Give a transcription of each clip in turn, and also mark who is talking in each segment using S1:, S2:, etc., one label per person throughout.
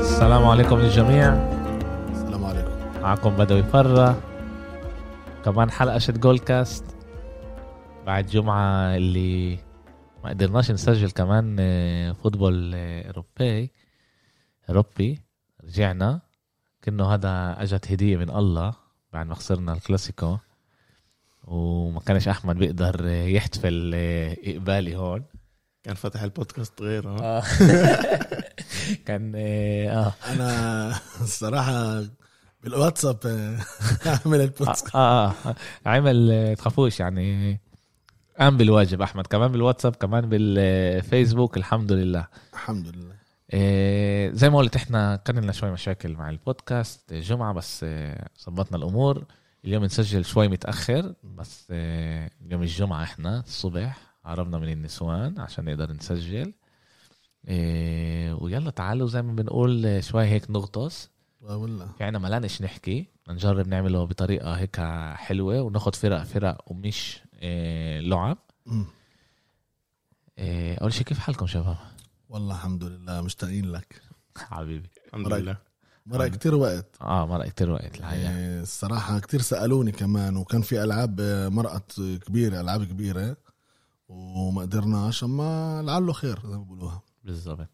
S1: السلام عليكم للجميع
S2: السلام عليكم
S1: معكم بدوي فرة كمان حلقة شت جول كاست بعد جمعة اللي ما قدرناش نسجل كمان آه، فوتبول آه، أوروبي أوروبي رجعنا كأنه هذا أجت هدية من الله بعد ما خسرنا الكلاسيكو وما كانش أحمد بيقدر آه، يحتفل آه، إقبالي هون
S2: كان فتح البودكاست غير آه.
S1: آه. كان آه, آه
S2: انا الصراحه بالواتساب آه، اعمل
S1: آه,
S2: البودكاست
S1: آه, آه عمل آه، تخافوش يعني قام بالواجب احمد كمان بالواتساب كمان بالفيسبوك الحمد لله
S2: الحمد لله
S1: آه، زي ما قلت احنا كان لنا شوي مشاكل مع البودكاست آه، جمعه بس آه، ظبطنا الامور اليوم نسجل شوي متاخر بس آه، يوم الجمعه احنا الصبح هربنا من النسوان عشان نقدر نسجل آه، ويلا تعالوا زي ما بنقول آه، شوي هيك نغطس
S2: والله
S1: في عنا ملانش نحكي نجرب نعمله بطريقة هيك حلوة وناخد فرق فرق ومش إيه لعب
S2: أمم.
S1: إيه أول شيء كيف حالكم شباب؟
S2: والله الحمد لله مشتاقين لك
S1: حبيبي
S3: الحمد
S2: مرق.
S3: لله إيه.
S2: مرق كتير وقت
S1: اه مرق كتير وقت الحقيقة
S2: آه، الصراحة كتير سألوني كمان وكان في ألعاب آه، مرقت كبيرة ألعاب كبيرة وما قدرناش أما لعله خير زي ما بقولوها
S1: بالظبط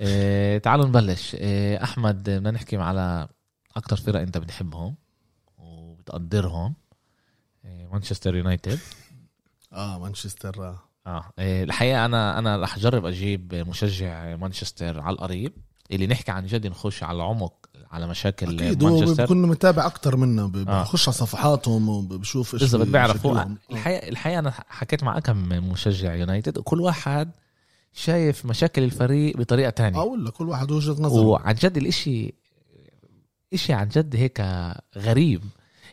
S1: إيه تعالوا نبلش إيه أحمد بدنا نحكي على أكتر فرق أنت بتحبهم وبتقدرهم إيه مانشستر يونايتد
S2: اه مانشستر آه.
S1: اه إيه، الحقيقه انا انا رح اجرب اجيب مشجع مانشستر على القريب اللي نحكي عن جد نخش على عمق على مشاكل
S2: اكيد هو
S1: مانشستر
S2: بكون متابع اكتر منا ب-
S1: آه.
S2: بخش على صفحاتهم وبشوف ايش
S1: بالضبط بيعرفوا
S2: شكلهم. آه.
S1: الحقيقه الحقيقه انا حكيت مع كم مشجع يونايتد وكل واحد شايف مشاكل الفريق بطريقه
S2: اه
S1: تانية
S2: ولا كل واحد وجهة نظره
S1: وعن جد الاشي اشي عن جد هيك غريب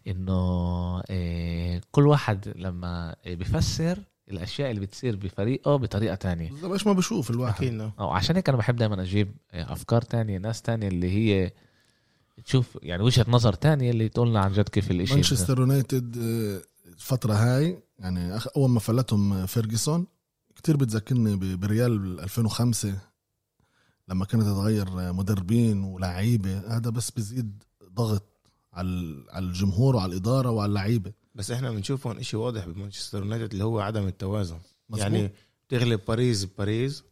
S1: انه إيه، كل واحد لما بفسر الاشياء اللي بتصير بفريقه بطريقه تانية
S2: بالضبط ايش ما بشوف الواحد
S3: اكيد
S1: اه عشان هيك انا بحب دائما اجيب افكار تانية ناس تانية اللي هي تشوف يعني وجهه نظر تانية اللي تقول لنا عن جد كيف الاشي
S2: مانشستر يونايتد آه، الفترة هاي يعني أخ- أول ما فلتهم آه، فيرجسون كتير بتذكرني ب- بريال 2005 لما كانت تتغير آه، مدربين ولاعيبة هذا بس بزيد ضغط على ال- على الجمهور وعلى الإدارة وعلى اللعيبة
S3: بس احنا بنشوف هون شيء واضح بمانشستر يونايتد اللي هو عدم التوازن
S2: مظبوط.
S3: يعني بتغلب باريس بباريس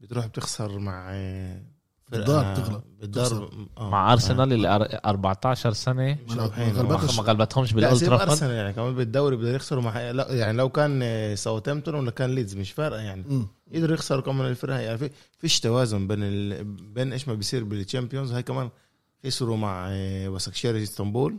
S3: بتروح بتخسر مع آه، فرقة-
S2: بالدار بتغلب،
S3: بالدار
S2: بتخسر.
S3: آه.
S1: مع ارسنال اللي أر- 14 سنه
S3: مش رابحين.
S2: ما
S1: ما
S2: غلبتش.
S1: ما غلبتهمش
S3: لا، سيب
S1: بالاولترا
S3: ارسنال يعني كمان بالدوري بده يخسروا مع لا يعني لو كان آه، ساوثهامبتون ولا كان ليدز مش فارقه يعني
S2: مم.
S3: قدروا يخسروا كمان الفرقه يعني في فيش توازن بين ال... بين ايش ما بيصير بالتشامبيونز هاي كمان خسروا مع آه، بسكشير اسطنبول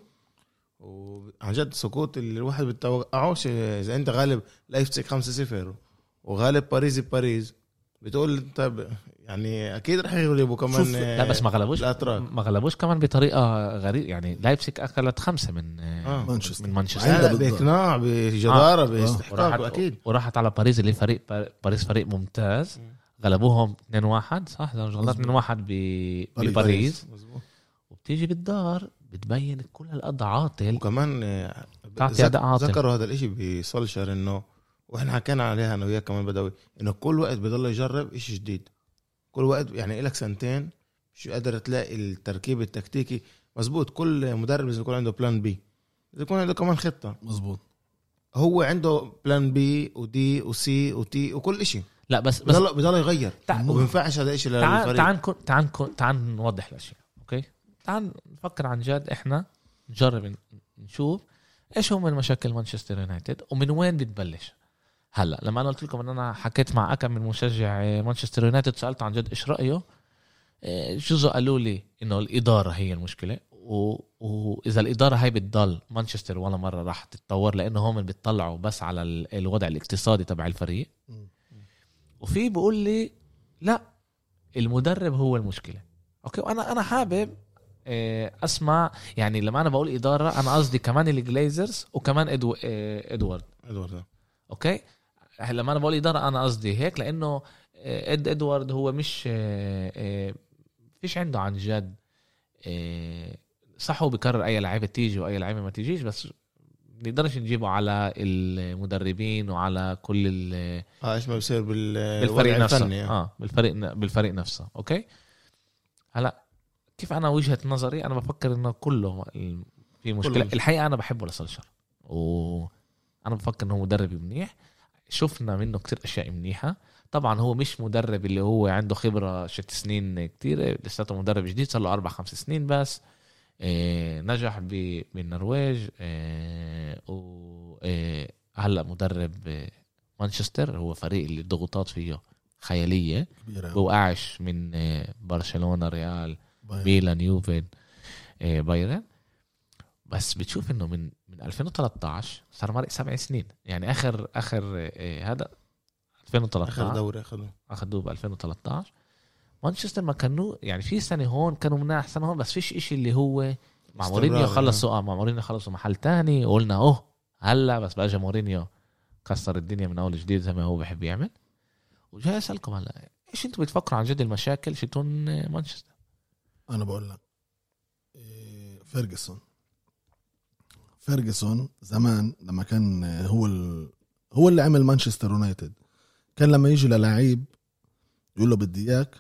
S3: وعن جد سقوط اللي الواحد بتوقعوش آه، اذا انت غالب لايفتسك 5-0 وغالب باريس بباريس بتقول طب يعني اكيد رح يغلبوا كمان
S2: شوف-
S3: آه،
S1: لا بس ما غلبوش
S3: الأتراك.
S1: ما غلبوش كمان بطريقه غريبه يعني لايبسك اكلت خمسه من
S3: آه،
S2: مانشستر.
S1: من
S3: لا،
S1: مانشستر
S2: عندها
S3: لا،
S2: بالدار.
S3: باقناع بجداره
S1: آه.
S3: باستحقاق
S1: وراحت
S3: اكيد
S1: وراحت على باريس اللي فريق باريس فريق ممتاز غلبوهم 2-1 صح اذا مش غلطان 2-1 ب- بباريس
S3: مظبوط.
S1: وبتيجي بالدار بتبين كل هالقد عاطل
S3: وكمان آه،
S1: بتعطي
S3: ذك-
S1: أداء عاطل.
S3: ذكروا هذا الاشي بسولشر انه واحنا حكينا عليها انا وياك كمان بدوي انه كل وقت بضل يجرب اشي جديد كل وقت يعني لك سنتين مش قادر تلاقي التركيب التكتيكي مزبوط كل مدرب لازم يكون عنده بلان بي لازم يكون عنده كمان خطه
S2: مزبوط
S3: هو عنده بلان بي ودي وسي وتي وكل اشي
S1: لا بس بس
S3: بضل بضل يغير
S1: تع-
S3: وما بينفعش هذا الشيء
S1: تعال
S3: للفريق
S1: تعال نكون- تعال نكون- تعال نوضح الاشياء اوكي تعال نفكر عن جد احنا نجرب ن- نشوف ايش هم المشاكل مانشستر يونايتد ومن وين بتبلش هلا لما انا قلت لكم ان انا حكيت مع اكم من مشجع آه، مانشستر يونايتد سالته عن جد ايش رايه آه، جزء قالوا لي انه الاداره هي المشكله و- واذا الاداره هاي بتضل مانشستر ولا مره راح تتطور لانه هم بيطلعوا بس على ال- الوضع الاقتصادي تبع الفريق
S2: مم.
S1: وفي بقول لي لا المدرب هو المشكله اوكي وانا انا حابب آه، اسمع يعني لما انا بقول اداره انا قصدي كمان الجليزرز وكمان إدو... آه، ادوارد
S3: ادوارد
S1: اوكي هلا لما انا بقول اداره انا قصدي هيك لانه آه، اد ادوارد هو مش آه، آه، فيش عنده عن جد آه، صح هو بكرر اي لعيبه تيجي واي لعيبه ما تيجيش بس نقدرش نجيبه على المدربين وعلى كل ال-
S3: اه ايش ما بيصير بال
S1: بالفريق
S3: الوضع
S1: نفسه آه.
S3: الفني.
S1: اه بالفريق بالفريق نفسه اوكي هلا كيف انا وجهه نظري انا بفكر انه كله ال- في مشكله
S3: مشكلة.
S1: الحقيقه انا بحبه لسولشر وانا بفكر انه مدرب منيح شفنا منه كتير اشياء منيحه طبعا هو مش مدرب اللي هو عنده خبره ست سنين كتير لساته مدرب جديد صار له اربع خمس سنين بس آه، نجح ب- بالنرويج آه، و آه، هلا مدرب آه، مانشستر هو فريق اللي الضغوطات فيه خياليه
S2: كبيره
S1: بوقعش من آه، برشلونه ريال
S2: بايرن.
S1: ميلان يوفن آه، بايرن بس بتشوف انه من من 2013 صار مرق سبع سنين يعني اخر اخر آه، آه، هذا 2013
S3: اخر آه، دوري اخذه
S1: اخذوه ب 2013 مانشستر ما كانوا يعني في سنه هون كانوا من احسن هون بس فيش إشي اللي هو مع
S3: استمرار،
S1: مورينيو
S3: يعني.
S1: خلصوا اه مع مورينيو خلصوا محل تاني قلنا اوه هلا بس بقى جا مورينيو كسر الدنيا من اول جديد زي ما هو بحب يعمل وجاي اسالكم هلا ايش انتم بتفكروا عن جد المشاكل شتون آه، مانشستر
S2: انا بقول لك إيه، فيرجسون فيرجسون زمان لما كان آه، هو ال... هو اللي عمل مانشستر يونايتد كان لما يجي للعيب يقول له بدي اياك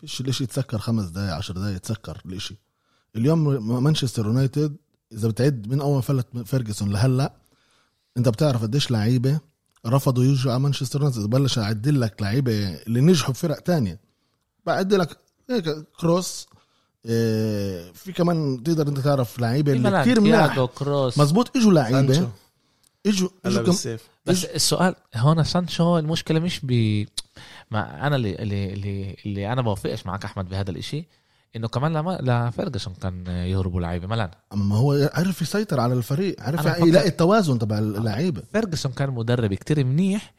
S2: فيش الاشي يتسكر خمس دقايق عشر دقايق يتسكر الاشي اليوم م- مانشستر يونايتد اذا بتعد من اول ما فلت من فيرجسون لهلا انت بتعرف قديش لعيبه رفضوا يجوا على مانشستر يونايتد بلش اعدل لك لعيبه اللي نجحوا بفرق تانية بعد لك هيك كروس إيه، في كمان تقدر انت تعرف لعيبه اللي كثير مناح
S1: تياجو إيه كروس
S2: مزبوط اجوا
S3: سانشو
S2: لعيبه اجوا
S3: هلا
S2: اجوا كم-
S3: بالسيف
S1: بس السؤال هون سانشو المشكله مش ب ما انا اللي اللي اللي, اللي انا بوافقش معك احمد بهذا الاشي انه كمان لما لفيرجسون كان يهربوا لعيبه ملان
S2: اما هو عرف يسيطر على الفريق عرف
S1: أنا بفكر-
S2: يلاقي التوازن تبع
S3: آه.
S2: اللعيبه
S1: فيرجسون كان مدرب كتير منيح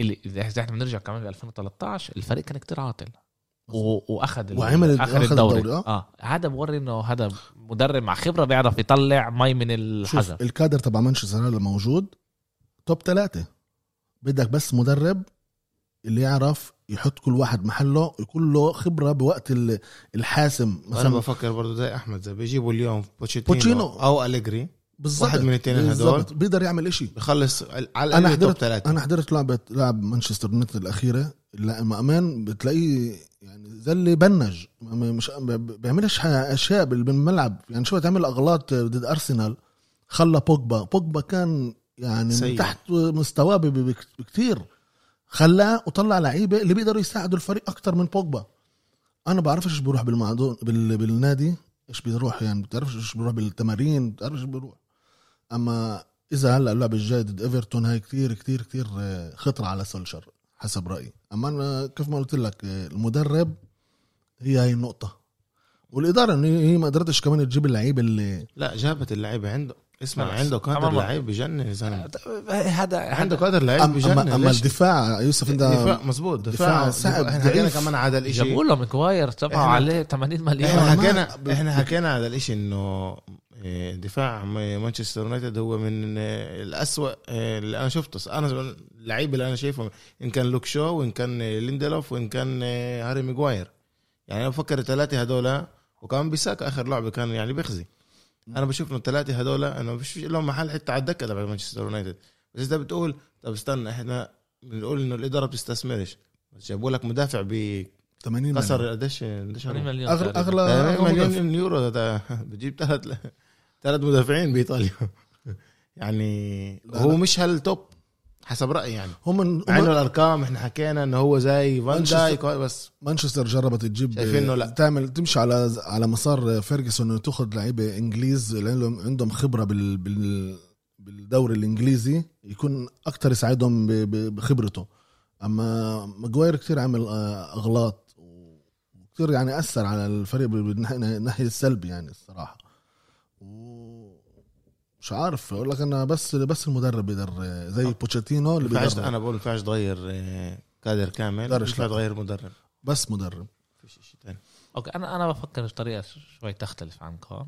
S1: اللي اذا إذا احنا بنرجع كمان ل 2013 الفريق كان كتير عاطل و- واخذ ال-
S2: وعمل-
S1: أخذ
S2: أخذ
S1: الدوري,
S2: الدوري، آه.
S1: اه هذا بوري انه هذا مدرب مع خبره بيعرف يطلع مي من
S2: شوف
S1: الحجر
S2: الكادر تبع مانشستر هلا موجود توب ثلاثة بدك بس مدرب اللي يعرف يحط كل واحد محله يكون له خبرة بوقت ال- الحاسم
S3: انا
S2: مثلا
S3: بفكر برضه زي احمد زي بيجيبوا اليوم بوتشيتينو
S2: بوتشينو.
S3: او اليجري
S2: بالظبط
S3: واحد من الاثنين هدول
S2: بالظبط. بيقدر يعمل إشي
S3: بخلص على
S2: أنا
S3: الاقل توب
S2: حضرت-
S3: ثلاثه
S2: انا حضرت لعبه لعب مانشستر يونايتد الاخيره لا- مع مان بتلاقيه يعني زلي بنج ما- مش ما بيعملش ح- اشياء بال- بالملعب يعني شو تعمل اغلاط ضد ارسنال خلى بوجبا بوجبا كان يعني
S3: سيء.
S2: سيء. تحت مستواه ب- ب- بك- بكتير خلاه وطلع لعيبه اللي بيقدروا يساعدوا الفريق اكتر من بوجبا انا بعرفش ايش بيروح بالمعدون بال... بالنادي ايش بيروح يعني بتعرفش ايش بيروح بالتمارين بتعرفش ايش بيروح اما اذا هلا اللعبه الجايه ضد ايفرتون هاي كتير كتير كتير آه، خطره على سولشر حسب رايي اما انا كيف ما قلت لك آه، المدرب هي هاي النقطه والاداره إن هي هي ما قدرتش كمان تجيب اللعيبه اللي
S3: لا جابت اللعيبه عنده اسمع
S1: خلص.
S3: عنده كادر
S1: تمام.
S3: لعيب بجنن يا زلمه
S1: هذا
S3: عنده كادر لعيب
S2: أما,
S3: بجنن
S2: أما, اما
S3: ليش؟
S2: الدفاع يوسف انت
S3: دفاع مزبوط دفاع
S2: دفاع صعب،
S3: احنا حكينا
S2: ضعيف.
S3: كمان على الاشي
S1: جابوا له مكواير تبعه
S3: إحنا-
S1: عليه 80 مليون
S3: احنا
S2: إحنا ما-
S3: حكينا احنا حكينا على الاشي انه آه، دفاع م- مانشستر يونايتد هو من آه، الأسوأ آه، اللي انا شفته انا اللعيبه اللي انا شايفهم ان كان لوك شو وان كان آه، ليندلوف وان كان آه، هاري ميغواير يعني انا بفكر الثلاثه هذول وكمان بيساكا اخر لعبه كان يعني بيخزي انا بشوف انه الثلاثه هذول انه ما فيش لهم محل حتى على الدكه تبع مانشستر يونايتد بس اذا بتقول طب استنى احنا بنقول انه الاداره بتستثمرش بس جابوا لك مدافع
S2: 80 مليون.
S3: بكسر قديش قديش
S1: 80 مليون
S2: اغلى
S1: تقريباً.
S2: اغلى
S3: ده
S2: أغلى
S3: مليون
S2: مدافع.
S3: من يورو ده بجيب ثلاث ثلاث مدافعين بايطاليا يعني
S2: لا،
S3: هو
S2: لا.
S3: مش هالتوب حسب رايي يعني
S2: هم هم-
S3: مع انه الارقام احنا حكينا انه هو زي فان
S2: مانشستر-
S3: دايك وهاي، بس
S2: مانشستر جربت تجيب
S3: شايفينه لأ.
S2: تعمل تمشي على على مسار فيرجسون انه تاخذ لعيبه انجليز اللي عندهم عندهم خبره بال, بال بالدوري الانجليزي يكون اكثر يساعدهم ب- ب- بخبرته اما ماجواير كثير عمل آه، اغلاط وكثير يعني اثر على الفريق بالناحيه السلبي يعني الصراحه و- مش عارف اقول لك انا بس بس المدرب بيقدر آه، زي بوتشيتينو اللي
S3: بينفعش
S2: بيقدر
S3: انا بقول ما ينفعش تغير آه، كادر كامل ما
S2: مدرب
S3: ينفعش
S2: لا.
S3: تغير مدرب
S2: بس مدرب
S3: فيش شيء ثاني
S1: اوكي انا انا بفكر بطريقه شوي تختلف عنكم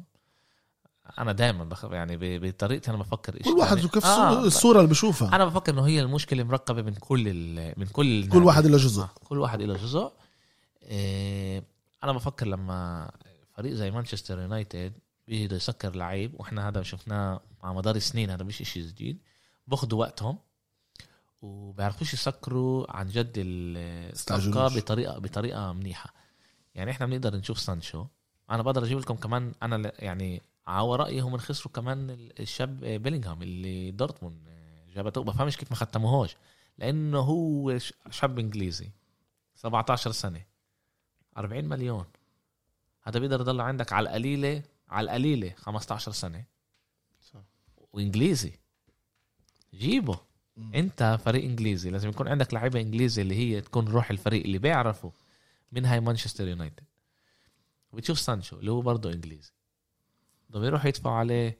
S1: انا دائما بخ... يعني ب- بطريقتي انا بفكر إشي
S2: كل واحد
S1: تاني.
S2: وكيف
S1: آه،
S2: الصوره اللي بشوفها
S1: انا بفكر انه هي المشكله مركبه من كل ال... من كل
S2: كل
S1: النادي.
S2: واحد له جزء
S1: آه، كل واحد له جزء إيه... انا بفكر لما فريق زي مانشستر يونايتد بده يسكر لعيب واحنا هذا شفناه على مدار سنين هذا مش اشي جديد باخذوا وقتهم وبيعرفوش يسكروا عن جد الصفقه
S2: استعجلوش.
S1: بطريقه بطريقه منيحه يعني احنا بنقدر نشوف سانشو انا بقدر اجيب لكم كمان انا ل- يعني عوا رايي هم خسروا كمان ال- الشاب آه، بيلينغهام اللي دورتموند آه، جابته بفهمش كيف ما ختموهوش لانه هو ش- شاب انجليزي 17 سنه 40 مليون هذا بيقدر يضل عندك على القليله على القليله 15 سنه
S3: صح.
S1: وانجليزي جيبه
S2: مم.
S1: انت فريق انجليزي لازم يكون عندك لعيبه انجليزي اللي هي تكون روح الفريق اللي بيعرفوا من هاي مانشستر يونايتد وبتشوف سانشو اللي هو برضه انجليزي بدهم يروحوا يدفعوا عليه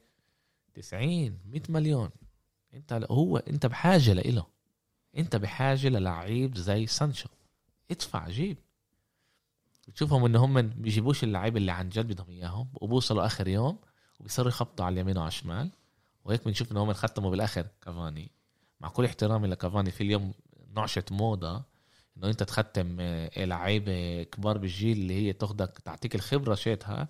S1: 90 100 مليون انت هو انت بحاجه لإله انت بحاجه للعيب زي سانشو ادفع جيب بتشوفهم ان هم بيجيبوش اللعيب اللي عن جد بدهم اياهم وبوصلوا اخر يوم وبيصيروا يخبطوا على اليمين وعلى الشمال وهيك بنشوف ان هم ختموا بالاخر كافاني مع كل احترامي لكافاني في اليوم نعشه موضه انه انت تختم آه، لعيبه كبار بالجيل اللي هي تاخدك تعطيك الخبره شيتها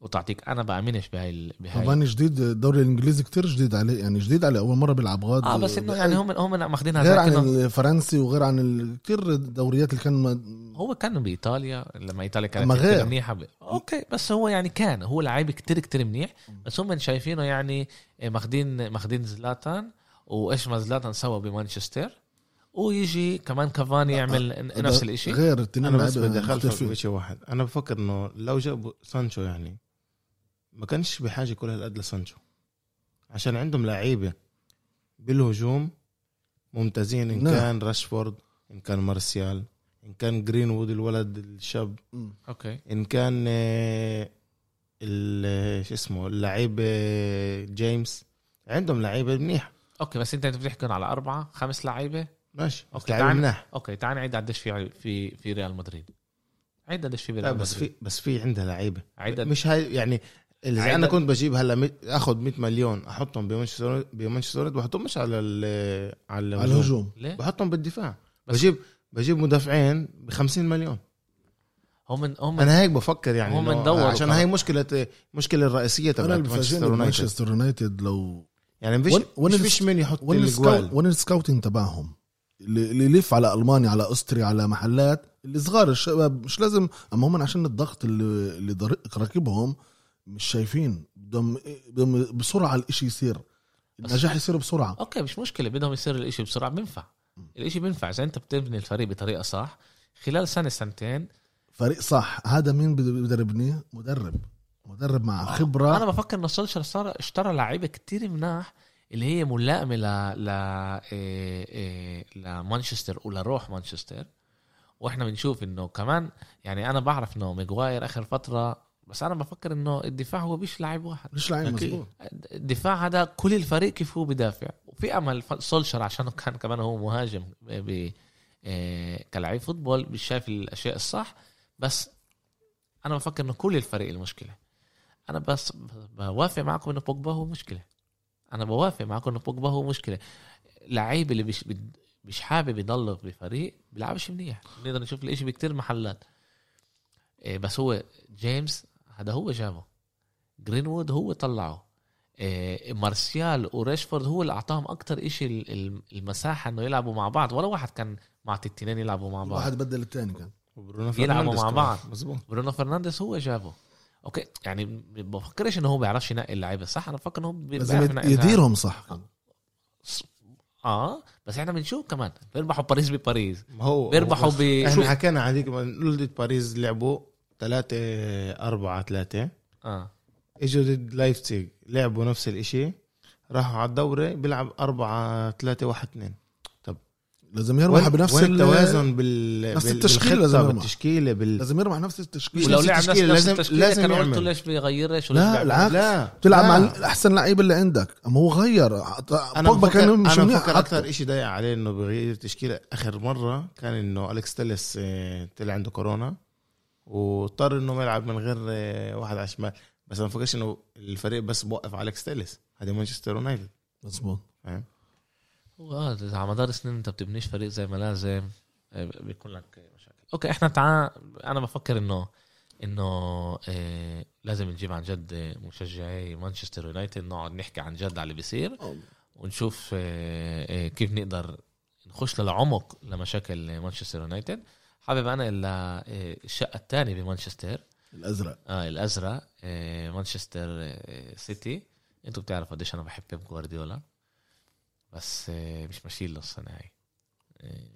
S1: وتعطيك انا بامنش بهاي ال- بهاي
S2: طبعا جديد الدوري الانجليزي كتير جديد عليه يعني جديد عليه اول مره بيلعب غاد
S1: اه بس انه يعني هم هم لا ماخذينها
S2: غير
S1: زي
S2: عن
S1: كده
S2: الفرنسي وغير عن ال... كتير الدوريات اللي كان ما-
S1: هو كان بايطاليا لما ايطاليا كانت
S2: أما
S1: كتير
S2: غير.
S1: منيحه ب... اوكي بس هو يعني كان هو لعيب كتير كتير منيح بس هم شايفينه يعني ماخذين ماخذين زلاتان وايش ما زلاتان سوى بمانشستر ويجي كمان كافاني يعمل نفس الشيء
S2: آه، غير التنين
S3: انا بس
S2: لعيبة
S3: بدي اخالفك
S2: مختلفين.
S3: بشيء واحد انا بفكر انه لو جابوا سانشو يعني ما كانش بحاجه كل هالقد لسانشو عشان عندهم لعيبه بالهجوم ممتازين ان
S2: نعم.
S3: كان راشفورد ان كان مارسيال ان كان جرينوود الولد الشاب
S2: مم.
S1: اوكي
S3: ان كان آه، ال- شو اسمه اللعيب آه، جيمس عندهم لعيبه منيح
S1: اوكي بس انت أنت بتحكي على اربعه خمس لعيبه
S3: ماشي بس
S1: أوكي،
S3: لعيبه
S1: تعال-
S3: منيح
S1: اوكي تعال نعيد قديش في في في ريال مدريد عيد قديش في
S3: لا
S1: ريال
S3: بس
S1: مدريد
S3: في بس في عندها لعيبه
S1: عيد قد-
S3: مش هاي يعني اذا
S1: عدد-
S3: انا كنت بجيب هلا ميت- اخذ 100 مليون احطهم بمانشستر بمانشستر يونايتد واحطهم مش على ال- على
S2: على
S3: الهجوم
S2: الهجوم
S1: ليه؟
S3: بحطهم بالدفاع
S1: بس-
S3: بجيب بجيب مدافعين ب 50 مليون
S1: هم هم
S3: انا هيك بفكر يعني
S1: هم
S3: إنه
S1: ندوروا
S3: عشان
S1: كمان.
S3: هاي مشكله مشكله الرئيسيه
S2: انا
S3: تبعت
S2: اللي
S3: مانشستر
S2: بفاجئني
S3: يونايتد
S2: مانشستر يونايتد لو
S3: يعني ما فيش
S2: وين- وين
S3: مش
S2: الس-
S3: فيش مين يحط
S2: وين السكاوت
S3: الجوال
S2: وين السكاوتينج تبعهم اللي اللي يلف على المانيا على استري على محلات الصغار الشباب مش لازم اما هم عشان الضغط اللي اللي ضر- راكبهم مش شايفين بدهم بدهم بسرعه الاشي يصير النجاح يصير بسرعه
S1: اوكي مش مشكله بدهم يصير الاشي بسرعه بينفع
S2: مم.
S1: الاشي بينفع اذا انت بتبني الفريق بطريقه صح خلال سنه سنتين
S2: فريق صح هذا مين بده يدربني مدرب مدرب مع
S3: آه.
S2: خبره
S1: انا بفكر ان سولشر صار اشترى لعيبه كتير مناح اللي هي ملائمه ل ل إيه- إيه- لمانشستر ولروح مانشستر واحنا بنشوف انه كمان يعني انا بعرف انه ميغواير اخر فتره بس انا بفكر انه الدفاع هو مش لاعب واحد
S2: مش لاعب
S3: أكيد.
S2: مزبوط
S1: الدفاع هذا كل الفريق كيف هو بدافع وفي امل ف- سولشر عشان كان كمان هو مهاجم ب- ب- آه، كلاعب فوتبول مش شايف الاشياء الصح بس انا بفكر انه كل الفريق المشكله انا بس ب- بوافق معكم انه بوجبا هو مشكله انا بوافق معكم انه بوجبا هو مشكله لعيب اللي مش بد- مش حابب يضل بفريق بيلعبش منيح بنقدر نشوف الاشي بكتير محلات آه، بس هو جيمس هذا هو جابه جرينوود هو طلعه آه، مارسيال وريشفورد هو اللي اعطاهم اكتر إشي ال- ال- المساحه انه يلعبوا مع بعض ولا واحد كان معطي التنين يلعبوا مع بعض
S2: واحد بدل الثاني كان
S3: وبرونو
S1: يلعبوا
S3: فرنانديز
S1: مع
S3: كمان.
S1: بعض.
S3: مزبوط
S1: برونو فرنانديز هو جابه اوكي يعني ما بفكرش انه هو بيعرفش ينقي اللعيبه صح انا بفكر انه هو بي-
S2: لازم
S1: بيعرف ينقي اللعيبة.
S2: يديرهم صح كان.
S1: اه بس احنا بنشوف كمان بيربحوا باريس بباريس
S3: ما هو
S1: بيربحوا
S3: هو-
S1: ب- شوف.
S3: احنا حكينا عن هذيك لول ضد باريس لعبوا 3 4 3
S1: اه
S3: اجوا ضد لايبزيج لعبوا نفس الاشي راحوا على الدوري بيلعب 4 3 1 2
S2: لازم يرمح بنفس
S3: وين
S2: ال-
S3: التوازن بال
S2: نفس
S3: بال-
S2: التشكيل
S3: بالخطة،
S2: لازم يرمح.
S3: بالتشكيله بال
S2: لازم يرمح نفس التشكيل
S3: مش
S1: ولو
S3: نفس
S1: لعب نفس
S3: التشكيلة،
S1: نفس
S3: لازم-
S1: التشكيله
S3: لازم
S1: كان قلت
S3: يعمل.
S1: ليش بيغيرش وليش
S2: لا
S1: بيعمل.
S2: العكس
S3: لا
S2: بتلعب
S3: لا.
S2: مع احسن لعيب اللي عندك اما هو غير
S3: انا
S2: بوجبا
S3: بفكر
S2: كان مش
S3: انا
S2: منيح
S3: بفكر
S2: حتى
S3: اكثر شيء ضايق عليه انه بغير تشكيله اخر مره كان انه اليكس تيلس آه، طلع عنده كورونا واضطر انه يلعب من غير آه، واحد على الشمال بس انا بفكرش انه الفريق بس بوقف على اليكس تيلس هذا مانشستر يونايتد
S2: مظبوط
S1: هو آه، إذا على مدار السنين انت بتبنيش فريق زي ما لازم آه، بيكون لك آه، مشاكل اوكي احنا تعال انا بفكر انه انه آه، لازم نجيب عن جد آه، مشجعي مانشستر يونايتد نقعد نحكي عن جد على اللي بيصير ونشوف آه، آه، كيف نقدر نخش للعمق لمشاكل مانشستر يونايتد حابب انا الا آه، الشقه الثانيه بمانشستر
S2: الازرق
S1: آه الازرق آه مانشستر آه سيتي انتوا بتعرفوا قديش انا بحب بيب جوارديولا بس آه مش ماشيين له السنه هاي آه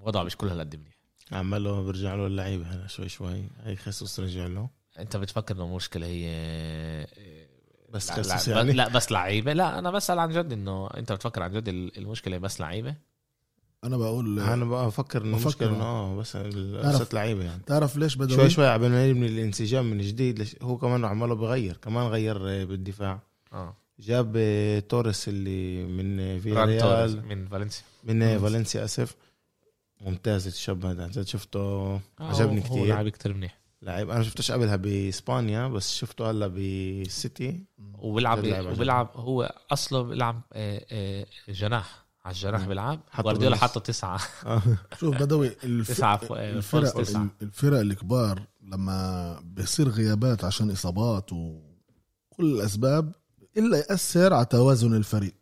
S1: وضعه مش كل هالقد منيح
S3: عمال هو برجع له اللعيبه هلا شوي شوي هي خسوس رجع له
S1: انت بتفكر انه المشكله هي آه،
S3: بس
S1: لا,
S3: خسوس
S1: لا,
S3: يعني
S1: لا بس لعيبه لا انا بسال عن جد انه انت بتفكر عن جد ال- المشكله بس لعيبه
S2: انا بقول
S3: انا بقى بفكر انه
S2: بفكر
S3: المشكله انه
S2: آه.
S3: اه بس قصه لعيبه يعني
S2: تعرف ليش بدوي
S1: إيه؟
S3: شوي شوي عبال ما يبني الانسجام من جديد ليش- هو كمان عماله بغير كمان غير آه، بالدفاع
S1: اه
S3: جاب آه، توريس اللي من آه، فيا
S1: فران توريس
S3: ريال
S1: من فالنسيا
S3: من آه، فالنسيا اسف ممتاز الشاب هذا عن جد شفته
S1: آه،
S3: عجبني
S1: هو- هو
S3: كتير.
S1: لعيب كثير منيح
S3: لعيب انا شفتوش قبلها باسبانيا بس شفته هلا بالسيتي
S1: وبيلعب
S3: غير لاعب عجب.
S1: وبيلعب هو اصله بيلعب آه، آه، جناح على الجناح
S3: مم.
S1: بيلعب
S3: حطه
S1: جوارديولا
S3: بالنص.
S1: حطه تسعه
S3: آه.
S2: شوف بدوي الف...
S1: تسعة آه، ف- فوز
S2: الفرق
S1: تسعة.
S2: الفرق الكبار لما بيصير غيابات عشان اصابات وكل الاسباب الا ياثر على توازن الفريق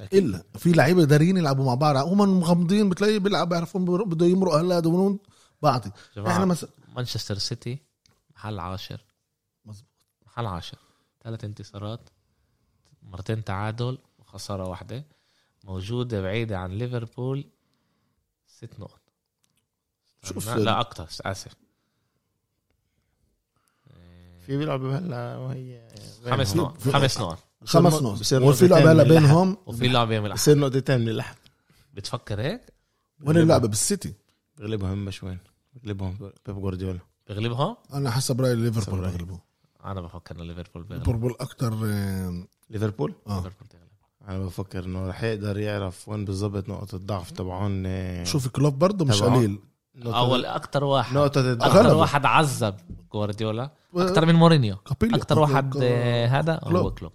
S3: أكيد.
S2: الا في لعيبه دارين يلعبوا مع بعض هم مغمضين بتلاقيه بيلعب بيعرفوا بر- بده يمرق هلا دون بعطي احنا
S1: جماعه
S2: مثلا
S1: مانشستر سيتي محل عاشر
S2: مظبوط.
S1: محل عاشر ثلاث انتصارات مرتين تعادل وخساره واحده موجوده بعيده عن ليفربول ست نقط
S2: شوف
S1: لا, لا اكثر اسف
S3: في بيلعب هلا وهي
S1: خمس
S3: بينهم.
S1: نقط خمس نقط
S2: خمس نقط
S3: بصير
S2: وفي لعبه
S3: نقطتين
S2: هلا
S3: من اللحم.
S2: بينهم
S1: وفي لعبه يعمل أحد.
S3: بصير نقطتين من اللحم
S1: بتفكر هيك
S2: وين اللعبه بالسيتي
S3: بغلبهم هم شوين بغلبهم بيب جوارديولا
S1: بغلبهم
S2: انا حسب رايي ليفربول
S3: حسب رأيي.
S2: بيغلبوا
S1: انا بفكر انه ليفربول بيغلب
S2: ليفربول آه. اكثر
S3: ليفربول
S2: اه
S1: ليفربول تغلب
S3: انا بفكر انه رح يقدر يعرف وين بالضبط نقطة الضعف تبعون آه،
S2: شوف كلوب برضه مش
S3: تبعه.
S2: قليل
S3: نقطة
S1: اول اكثر واحد
S3: نقطة
S1: اكثر
S3: الضعف
S1: واحد عذب جوارديولا اكثر من مورينيو
S2: كابيلو.
S1: اكثر واحد
S2: كلوب.
S1: آه، هذا هو
S2: كلوب.
S1: كلوب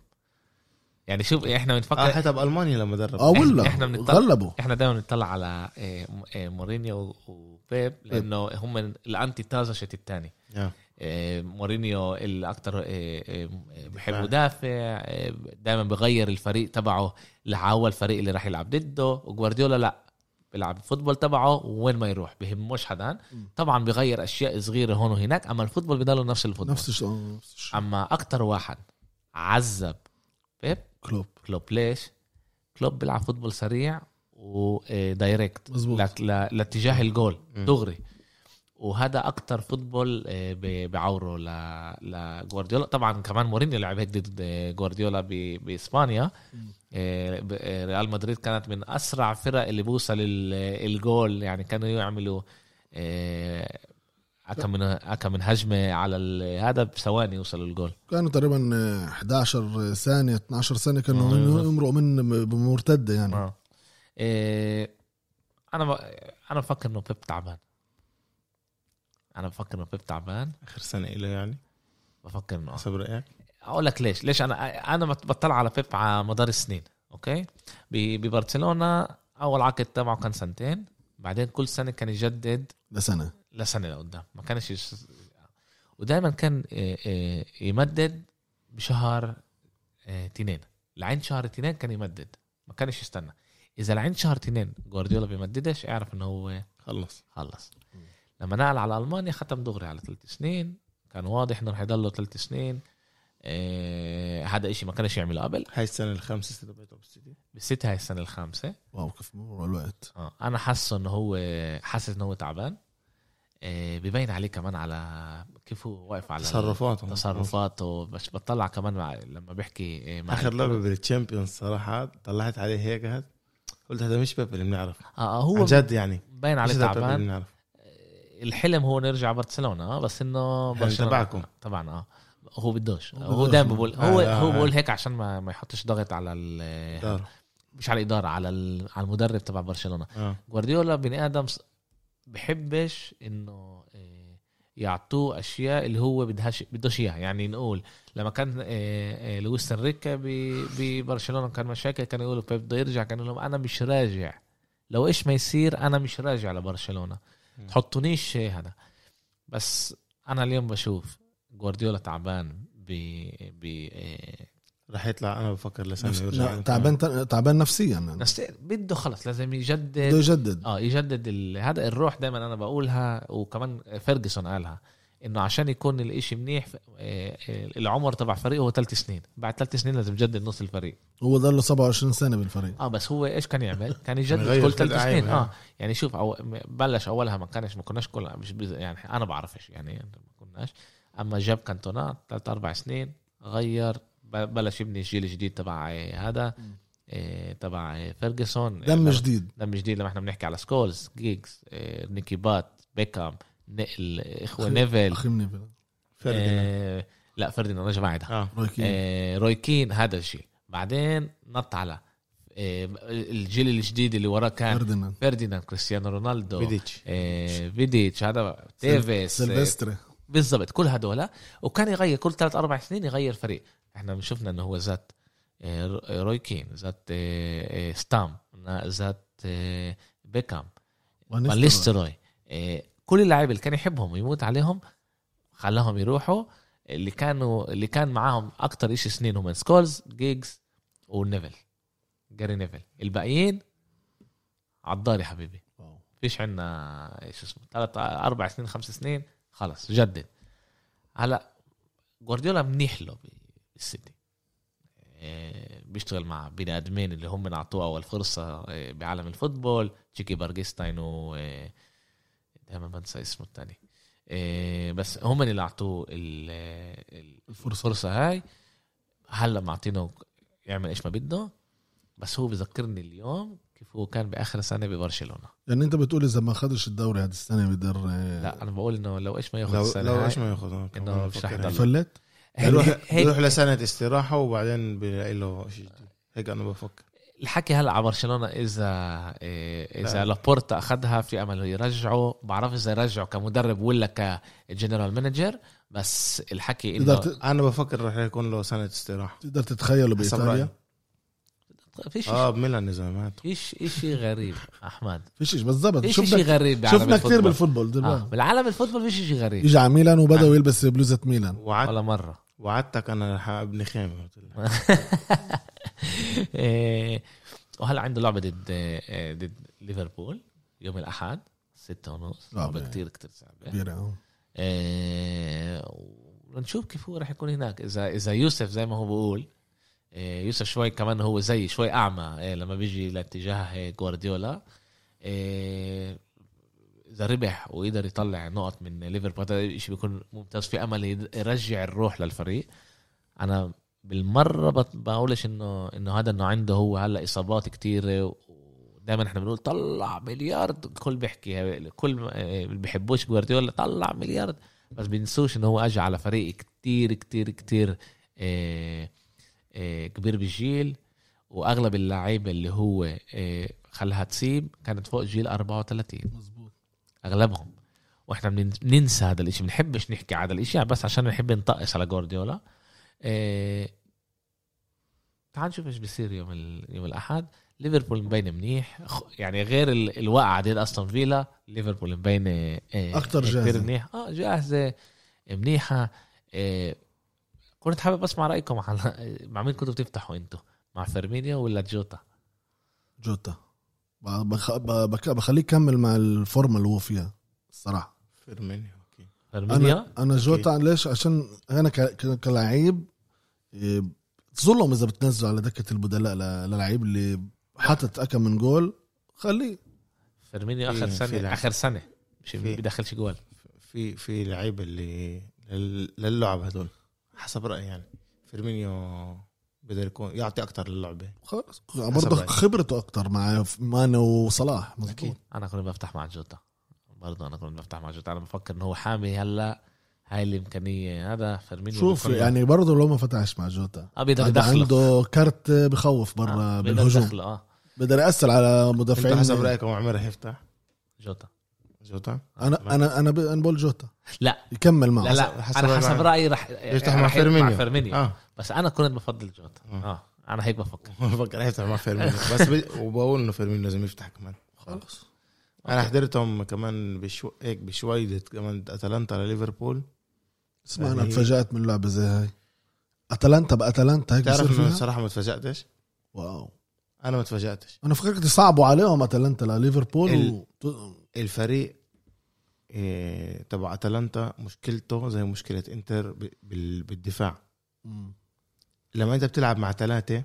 S1: يعني شوف احنا
S3: اه
S1: بنفكر
S3: حتى بالمانيا لما درب
S2: اه ولا
S1: إحنا بنتطلع-
S2: غلبوا
S1: احنا دائما بنطلع على آه، م- آه، مورينيو و- وبيب لانه هم الانتي تازا شت الثاني
S3: آه.
S1: مورينيو آه، الاكثر بحب
S2: نعم.
S3: دفاع.
S1: مدافع دائما آه، بغير الفريق تبعه لعوى الفريق اللي راح يلعب ضده وجوارديولا لا بيلعب الفوتبول تبعه وين ما يروح بهموش حدا
S2: مم.
S1: طبعا بغير اشياء صغيره هون وهناك اما الفوتبول بضله نفس الفوتبول
S2: نفس الشيء آه، نفس الشيء
S1: اما اكثر واحد عذب بيب
S2: كلوب
S1: كلوب ليش؟ كلوب بيلعب فوتبول سريع آه، ودايركت
S2: مظبوط.
S1: لك ل- لاتجاه الجول
S3: مم.
S1: دغري وهذا اكتر فوتبول آه، ب- بعوره ل... لجوارديولا طبعا كمان مورينيو لعب هيك ضد آه، جوارديولا ب... باسبانيا
S2: مم.
S1: آه، ب- آه، ريال مدريد كانت من اسرع فرق اللي بوصل ال- آه، الجول يعني كانوا يعملوا آه، أكم من أكم من هجمه على ال- هذا بثواني يوصلوا الجول
S2: كانوا تقريبا آه، 11 ثانيه 12 ثانيه كانوا
S1: آه،
S2: هم
S1: بالظبط.
S2: يمرقوا من بمرتده يعني
S1: اه إيه انا ب... انا بفكر انه بيب تعبان انا بفكر انه بيب تعبان
S3: اخر سنة له يعني
S1: بفكر انه
S3: حسب رأيك
S1: اقول لك ليش ليش انا انا بت- بطلع على بيب على مدار السنين اوكي ب- ببرشلونه اول عقد تبعه كان سنتين بعدين كل سنه كان يجدد
S2: لسنه
S1: لسنه لقدام ما كانش يس... ودائما كان إيه، إيه، يمدد بشهر آه، تنين لعند شهر تنين كان يمدد ما كانش يستنى اذا لعند شهر تنين جوارديولا بيمددش اعرف انه هو
S3: خلص
S1: خلص لما نقل على المانيا ختم دغري على ثلاث سنين كان واضح انه رح يضله ثلاث سنين آه، هذا إشي ما كانش يعمله قبل
S3: هاي السنة الخامسة تبعته بالسيتي
S1: بالست هاي السنه الخامسه
S2: واو كيف مروا الوقت
S1: آه، انا حاسه انه هو حاسس انه هو تعبان آه، ببين عليه كمان على كيف هو واقف على
S3: تصرفاته
S1: تصرفاته بس بطلع كمان مع لما بحكي آه، مع
S3: اخر لعبة بالتشامبيونز صراحة طلعت عليه هيك هاد. قلت هذا مش بيب اللي بنعرفه
S1: آه، آه،
S3: عن
S1: هو
S3: جد يعني
S1: باين
S3: مش
S1: عليه
S3: هذا بيب اللي
S1: تعبان
S3: بنعرفه
S1: الحلم هو نرجع برشلونه آه، بس انه
S3: حلم
S1: برشلونة-
S3: يعني تبعكم.
S1: طبعا اه هو بدوش
S2: هو
S1: هو
S2: بدوش.
S1: دايما بقول هو
S3: آه، آه،
S1: هو
S3: آه.
S1: بقول هيك عشان ما ما يحطش ضغط على ال-
S3: دار.
S1: مش على الاداره على ال- على المدرب تبع برشلونه
S3: اه
S1: جوارديولا بني ادم ص- بحبش انه آه، يعطوه اشياء اللي هو بدهاش بدوش اياها يعني نقول لما كان آه، آه، لويس انريكا ب- ببرشلونه كان مشاكل كانوا يقولوا بيب بده يرجع كانوا لهم انا مش راجع لو ايش ما يصير انا مش راجع لبرشلونه
S3: مم.
S1: تحطونيش هذا بس انا اليوم بشوف جوارديولا تعبان ب ب آه،
S3: رح يطلع انا بفكر لسنة
S2: نفس...
S3: يرجع
S2: لا، تعبان تعبان نفسيا يعني
S1: نفس- آه. بده خلص لازم
S2: بده
S1: يجدد
S2: يجدد
S1: اه يجدد ال... هذا الروح دائما انا بقولها وكمان فيرجسون قالها انه عشان يكون الاشي منيح ف- آه، آه، العمر تبع فريقه هو ثلاث سنين بعد ثلاث سنين لازم يجدد نص الفريق
S2: هو ضل له 27 سنه بالفريق
S1: اه بس هو ايش كان يعمل؟ كان يجدد
S3: بيغير
S1: كل
S3: في
S1: ثلاث
S3: اللعيبة،
S1: سنين
S3: آه.
S1: اه يعني شوف أو م- بلش اولها ما كانش ما كناش كل مش بز- يعني انا بعرفش يعني ما كناش اما جاب كانتونا ثلاث اربع سنين غير ب- بلش يبني الجيل الجديد تبع آه، هذا
S2: مم.
S1: آه، تبع آه، فيرجسون
S2: دم
S1: لما-
S2: جديد
S1: دم جديد لما احنا بنحكي على سكولز جيجز آه، نيكي بات بيكام نقل اخوه
S2: أخي-
S1: نيفل
S2: اخي منيفل
S3: فردي
S1: آه، لا فرديناند رجع بعدها
S3: اه
S2: روي كين.
S1: آه، روي كين هذا الشيء بعدين نط على آه، الجيل الجديد اللي وراه كان
S2: فرديناند
S1: فرديناند كريستيانو رونالدو
S3: بيديتش
S1: آه، فيديتش هذا تيفيس آه،
S2: سيلفستري
S1: بالضبط كل هدول وكان يغير كل ثلاث اربع سنين يغير فريق احنا شفنا انه هو ذات آه، رو- روي كين ذات آه، آه، ستام ذات آه، بيكام
S2: ونيستلروي.
S1: فان نيستلروي آه، كل اللعيبه اللي كان يحبهم ويموت عليهم خلاهم يروحوا اللي كانوا اللي كان معاهم اكتر شيء سنين هم سكولز جيجز ونيفل جاري نيفل الباقيين عالدار يا حبيبي
S2: واو.
S1: فيش عندنا ايش اسمه ثلاث اربع سنين خمس سنين خلص جدد هلا جوارديولا منيح له بالسيتي إيه، بيشتغل مع بني ادمين اللي هم اعطوه اول فرصه إيه، بعالم الفوتبول تشيكي بارجستاين و إيه، دايما بنسى اسمه الثاني بس هم اللي اعطوه ال- ال-
S2: الفرصه
S1: الفرصه هاي هلا معطينه يعمل ايش ما بده بس هو بذكرني اليوم كيف هو كان باخر سنه ببرشلونه
S2: يعني انت بتقول اذا ما خدش الدوري هذه السنه بيقدر آه،
S1: لا انا بقول انه لو ايش ما ياخذ
S3: لو
S1: السنه
S3: لو
S1: هاي،
S3: ايش ما ياخذ آه، كمان
S1: إنه مش
S3: بفكر
S1: رح
S3: هيك.
S1: يضل.
S2: فلت
S3: يعني
S1: هيك-
S3: بيروح
S1: هيك
S3: بيروح لسنه استراحه وبعدين بيلاقي له شيء جديد هيك انا بفكر
S1: الحكي هلا على برشلونه اذا إيه، اذا
S3: لا.
S1: لابورتا اخذها في امل يرجعه بعرف اذا يرجعه كمدرب ولا كجنرال مانجر بس الحكي
S2: تقدر
S1: انه
S2: ت-
S3: انا بفكر رح يكون له سنه استراحه
S2: تقدر تتخيله
S3: حسب
S2: بايطاليا
S3: رأيي.
S1: فيش
S3: اه بميلان اذا مات
S1: فيش شيء غريب احمد
S2: فيش شيء بالضبط
S1: فيش
S2: شفنا
S1: شيء غريب بعالم
S2: شفنا كثير
S1: الفوتبول.
S2: بالفوتبول
S1: آه.
S2: دلوقتي
S1: بالعالم الفوتبول فيش شيء غريب
S2: يجي على ميلان وبدأوا يلبس بلوزه ميلان
S3: وعدت
S1: ولا مره
S3: وعدتك انا رح ابني خيمه قلت لك.
S1: إيه، وهلا عنده لعبه ضد إيه، ضد ليفربول يوم الاحد ستة
S3: آه،
S1: ونص
S2: لعبة.
S1: لعبه كتير كتير صعبه
S2: كبيره آه.
S1: إيه، ونشوف كيف هو راح يكون هناك اذا اذا يوسف زي ما هو بقول إيه، يوسف شوي كمان هو زي شوي اعمى إيه، لما بيجي لاتجاه إيه، جوارديولا إيه، اذا ربح وقدر يطلع نقط من ليفربول هذا شيء بيكون ممتاز في امل يد- يرجع الروح للفريق انا بالمره بت- بقولش انه انه هذا انه عنده هو هلا اصابات كتيرة ودائما احنا بنقول طلع مليارد الكل بيحكي الكل ما- إيه، اللي بيحبوش جوارديولا طلع مليارد بس بينسوش انه هو اجى على فريق كتير كتير كتير إيه إيه كبير بالجيل واغلب اللعيبه اللي هو إيه خلاها تسيب كانت فوق جيل 34
S2: مزبوط
S1: اغلبهم واحنا بنن- بننسى هذا الاشي بنحبش نحكي على هذا الاشي بس عشان بنحب نطقس على جوارديولا إيه... تعال نشوف ايش بيصير يوم ال... يوم الاحد ليفربول مبين منيح خ- يعني غير ال... الوقعه دي استون فيلا ليفربول مبين إيه...
S2: أكتر
S1: كتير
S2: جاهزة.
S1: منيح اه جاهزه منيحه إيه... كنت حابب اسمع رايكم على آه، مع مين كنتوا بتفتحوا انتوا مع فيرمينيو ولا جوتا
S2: جوتا ب- بخ- ب- بك- بخليه يكمل مع الفورمه اللي هو فيها الصراحه
S3: فيرمينيو اوكي
S1: فيرمينيو
S2: انا انا جوتا ليش عشان انا ك- ك- كلاعب إيه، ظلم اذا بتنزله على دكه البدلاء ل- للعيب اللي حاطط اكم من جول خليه
S1: فيرمينيو اخر
S3: في- في
S1: سنه
S3: لعب.
S1: اخر سنه مش
S3: في-
S1: بدخلش جوال
S3: في في لعيبه اللي لل- للعب هدول حسب رايي يعني فيرمينيو بقدر يكون يعطي اكثر للعبه
S2: خلص برضه
S3: رأيي.
S2: خبرته اكتر مع ماني وصلاح
S3: أكيد.
S2: مظبوط
S1: انا كنت بفتح مع جوتا برضه انا كنت بفتح مع جوتا انا بفكر انه هو حامي هلا هاي الامكانيه هذا فيرمينيو
S2: شوف
S1: بيكون-
S2: يعني برضه لو ما فتحش مع جوتا
S1: اه بيقدر
S2: هذا
S1: يدخله
S2: عنده كارت بخوف
S1: آه،
S2: برا
S1: بيقدر
S2: بالهجوم
S1: يدخله، اه
S2: بقدر ياثر على
S3: انت
S2: مدافعين
S3: حسب رايك هو عمر رح يفتح
S1: جوتا
S3: جوتا
S2: انا انا انا ب- انا بقول جوتا
S1: لا
S2: يكمل معه
S1: لا لا
S3: آه، حسب- حسب
S1: انا حسب
S3: رأيي.
S1: رايي رح
S3: يفتح
S1: رح
S3: مع فيرمينيو
S1: مع فيرمينيو
S3: اه
S1: بس انا كنت بفضل جوتا
S3: آه.
S1: اه انا هيك بفكر
S3: بفكر يفتح مع فيرمينيو بس بد- وبقول انه فيرمينيو لازم يفتح كمان
S2: خلص
S3: انا حضرتهم كمان بشو هيك بشوي كمان اتلانتا لليفربول
S2: اسمع انا
S3: يعني-
S2: تفاجات من لعبه زي هاي اتلانتا باتلانتا هيك بصير
S3: بتعرف انه
S2: فيها
S3: صراحه ما تفاجاتش
S2: واو
S3: انا ما تفاجاتش
S2: انا فكرت صعبوا عليهم اتلانتا لليفربول
S3: ال-
S2: و...
S3: الفريق إيه، تبع اتلانتا مشكلته زي مشكله انتر ب- بال- بالدفاع
S2: مم.
S3: لما انت بتلعب مع ثلاثه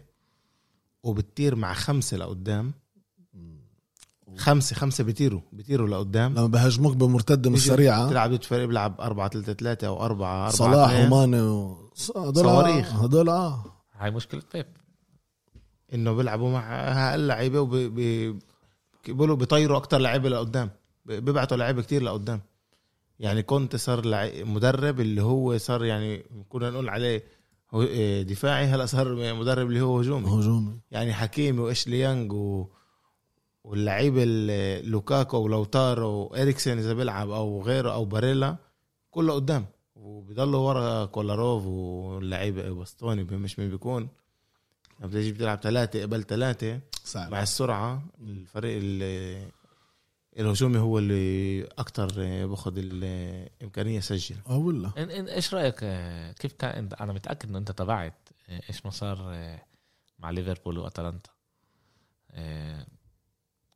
S3: وبتطير مع خمسه لقدام
S2: مم.
S3: خمسه خمسه بيطيروا بيطيروا لقدام
S2: لما بهاجموك بمرتده مش
S3: بيجي
S2: سريعه
S3: بتلعب ضد فريق بيلعب 4 3 3 او 4 4
S2: صلاح
S3: 2.
S2: وماني و... ص- هدول آه،
S3: صواريخ.
S2: هدول اه
S1: هاي طيب، مشكله بيب
S3: انه بيلعبوا مع هاللعيبه وبيقولوا بيطيروا اكتر لعيبه لقدام ب- بيبعتوا لعيبه كتير لقدام يعني كنت صار لعي- مدرب اللي هو صار يعني كنا نقول عليه هو- إيه، دفاعي هلا صار مدرب اللي هو هجومي
S2: هجومي
S3: يعني حكيمي وايش ليانج و... واللعيبه ال- لوكاكو ولوتارو واريكسن اذا بيلعب او غيره او باريلا كله قدام وبيضلوا ورا كولاروف واللعيبه باستوني مش مين بيكون لما بتيجي بتلعب ثلاثه قبل ثلاثه
S2: صعب
S3: مع السرعه الفريق ال- الهجومي هو اللي اكثر باخذ الامكانيه يسجل
S2: اه ولا
S1: إن إن ايش رايك آه، كيف كان انت انا متاكد انه انت تابعت آه، ايش ما صار آه، مع ليفربول واتلانتا آه،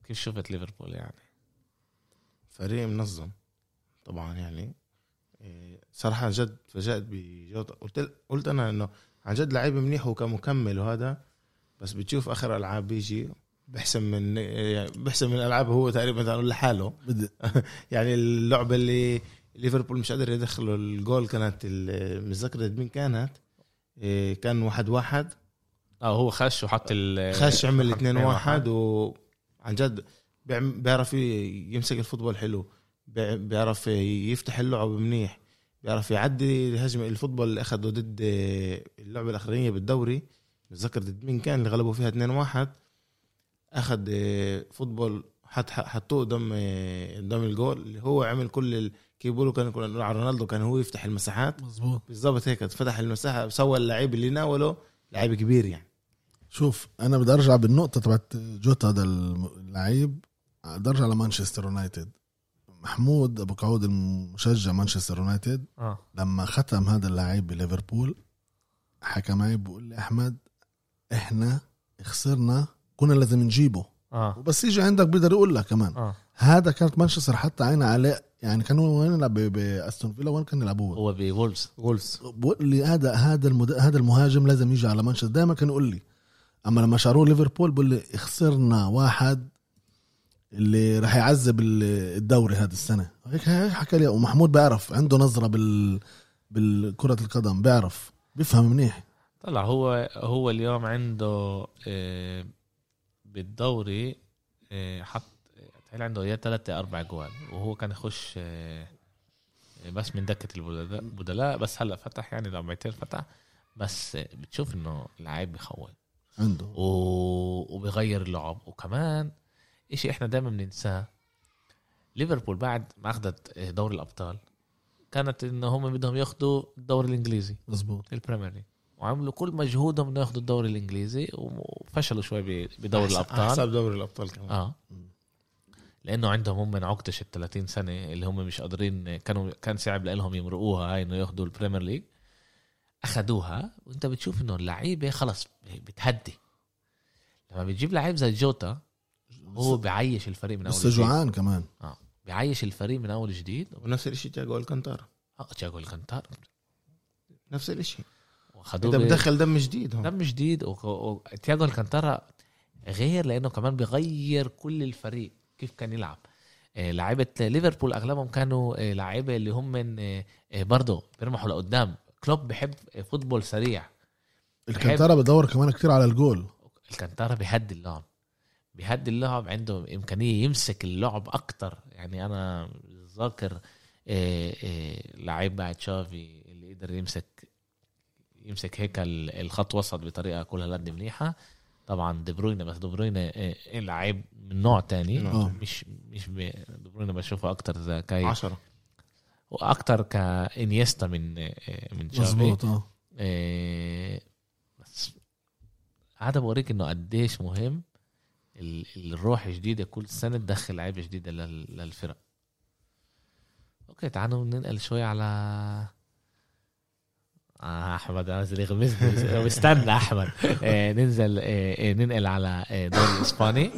S1: كيف شفت ليفربول يعني
S3: فريق منظم طبعا يعني إيه، صراحه عن جد تفاجات بجوده قلت قلت انا انه عن جد لعيب منيح وكمكمل وهذا بس بتشوف اخر العاب بيجي بحسن من يعني بحسن من الالعاب هو تقريبا تعال نقول لحاله
S2: بدي
S3: يعني اللعبه اللي ليفربول مش قادر يدخلوا الجول كانت ال- مش متذكر ضد مين كانت إيه، كان واحد واحد
S1: اه هو خش وحط ال
S3: خش عمل 2
S1: واحد.
S3: واحد وعن جد بيعم- بيعرف ي- يمسك الفوتبول حلو بيع- بيعرف يفتح اللعب منيح بيعرف يعدي الهجمه الفوتبول اللي اخذه ضد اللعبه الاخرانيه بالدوري بتذكر ضد مين كان اللي غلبوا فيها 2 واحد اخذ آه، فوتبول حط حطوه قدام آه، قدام الجول اللي هو عمل كل ال- كيف بيقولوا كان كنا نقول على رونالدو كان هو يفتح المساحات
S2: مزبوط
S3: بالضبط هيك فتح المساحه سوى اللعيب اللي ناوله لعيب كبير يعني
S2: شوف انا بدي ارجع بالنقطه تبعت جوتا هذا الم- اللعيب بدي ارجع لمانشستر يونايتد محمود ابو قعود المشجع مانشستر يونايتد
S1: اه
S2: لما ختم هذا اللعيب بليفربول حكى معي بقول لي احمد احنا خسرنا كنا لازم نجيبه
S1: اه
S2: وبس يجي عندك بيقدر يقول لك كمان
S1: اه
S2: هذا كانت مانشستر حتى عين عليه يعني كان هو وين يلعب ب- باستون فيلا وين كان يلعب هو
S1: هو بولفز
S3: وولفز
S2: بقول لي هذا هذا المد... هذا المهاجم لازم يجي على مانشستر دائما كان يقول لي اما لما شاروه ليفربول بقول لي خسرنا واحد اللي راح يعذب ال- الدوري هذه السنه هيك هيك حكى لي ومحمود بيعرف عنده نظره بال بالكره القدم بيعرف بيفهم منيح
S1: طلع هو هو اليوم عنده آه، بالدوري آه، حط تخيل عنده يا ثلاثة أربع جوال وهو كان يخش آه، بس من دكة البدلاء بدلاء، بس هلا فتح يعني لما يطير فتح بس آه، بتشوف انه لعيب بخوف
S2: عنده
S1: و- وبغير اللعب وكمان اشي احنا دائما بننساه ليفربول بعد ما اخذت دوري الابطال كانت ان هم بدهم ياخذوا الدوري الانجليزي
S2: مزبوط
S1: البريمير ليج وعملوا كل مجهودهم انه ياخذوا الدوري الانجليزي وفشلوا شوي ب- بدوري
S3: أحسن-
S1: الابطال
S3: حساب دوري الابطال كمان
S1: اه لانه عندهم هم عقدة ال 30 سنه اللي هم مش قادرين كانوا كان صعب لهم يمرقوها هاي انه ياخذوا البريمير ليج اخذوها وانت بتشوف انه اللعيبه خلص بتهدي لما بتجيب لعيب زي جوتا هو بيعيش الفريق من اول
S2: لسه
S1: جديد
S2: جوعان كمان
S1: بيعيش الفريق من اول جديد
S3: ونفس الشيء تياجو الكانتارا
S1: اه تشاكو الكانتار
S3: نفس الشيء
S1: واخدوه
S3: انت
S1: ب-
S3: بدخل دم جديد هون
S1: دم جديد و- و- وتياجو الكانتارا غير لانه كمان بغير كل الفريق كيف كان يلعب آه، لعيبه ليفربول اغلبهم كانوا آه، لعيبه اللي هم من آه، آه، برضه بيرمحوا لقدام كلوب بحب آه، فوتبول سريع
S2: الكنتارا بدور كمان كتير على الجول
S1: الكانتارا بيهدي اللعب بيهدي اللعب عنده إمكانية يمسك اللعب أكتر يعني أنا ذاكر آه، آه، لعيب مع تشافي اللي قدر يمسك يمسك هيك ال- الخط وسط بطريقة كلها قد منيحة طبعا دي بروينة بس دي بروينة آه، لعيب من نوع تاني
S3: نوع
S2: اه
S1: مش مش ب- دي بروينة بشوفه أكتر زي كاي
S3: عشرة
S1: وأكتر كإنيستا من آه، آه، من تشافي
S2: مزبوط اه
S1: إيه، بس قاعد بوريك انه قديش مهم ال- الروح جديده كل سنه تدخل لعيبه جديده لل- للفرق اوكي تعالوا ننقل شوي على آه احمد انا زي غمزني استنى احمد إيه، ننزل إيه، إيه، ننقل على إيه، آه، الدوري الاسباني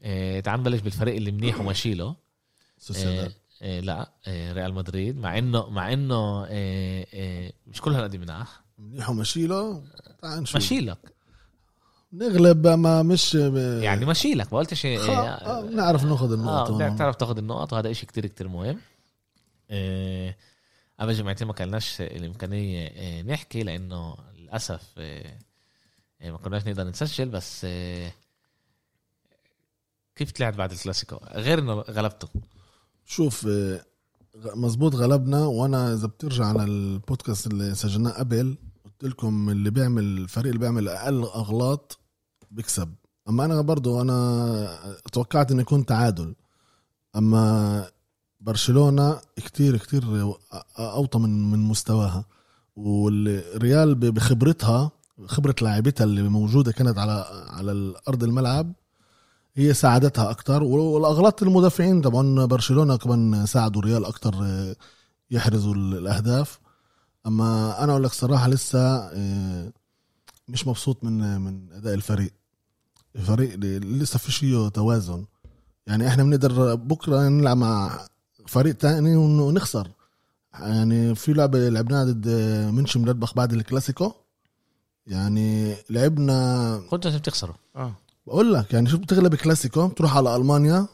S1: إيه، تعال نبلش بالفريق اللي منيح وماشيله
S2: سوسيداد
S1: إيه، إيه لا إيه ريال مدريد مع انه مع انه إيه إيه مش كل هالقد مناح
S2: منيح ومشيله تعال نشوف
S1: مشيلك
S2: نغلب ما مش
S1: يعني مشيلك ما قلتش إيه
S2: خ... آه، نعرف ناخذ النقطة
S1: اه
S2: هون.
S1: بتعرف تاخذ النقط وهذا إشي كتير كتير مهم إيه، قبل جمعتين ما كناش الامكانيه إيه، نحكي لانه للاسف إيه، إيه، ما كناش نقدر نسجل بس إيه، كيف طلعت بعد الكلاسيكو غير انه غلبته
S2: شوف آه، غ- مزبوط غلبنا وانا اذا بترجع على البودكاست اللي سجلناه قبل قلت لكم اللي بيعمل الفريق اللي بيعمل اقل اغلاط بيكسب اما انا برضو انا توقعت انه يكون تعادل اما برشلونه كتير كتير أ- اوطى من من مستواها والريال ب- بخبرتها خبره لاعبتها اللي موجوده كانت على على ارض الملعب هي ساعدتها اكتر والاغلاط المدافعين طبعا برشلونه كمان ساعدوا ريال اكتر آه، يحرزوا ال- الاهداف اما انا اقول لك صراحه لسه آه، مش مبسوط من من اداء الفريق الفريق ل- لسه في شيء توازن يعني احنا بنقدر بكره نلعب مع فريق تاني ون- ونخسر يعني في لعبه لعبناها ضد آه، منشن مدبخ بعد الكلاسيكو يعني لعبنا
S1: كنتوا لازم تخسروا
S3: اه
S2: بقول لك يعني شوف بتغلب كلاسيكو بتروح على المانيا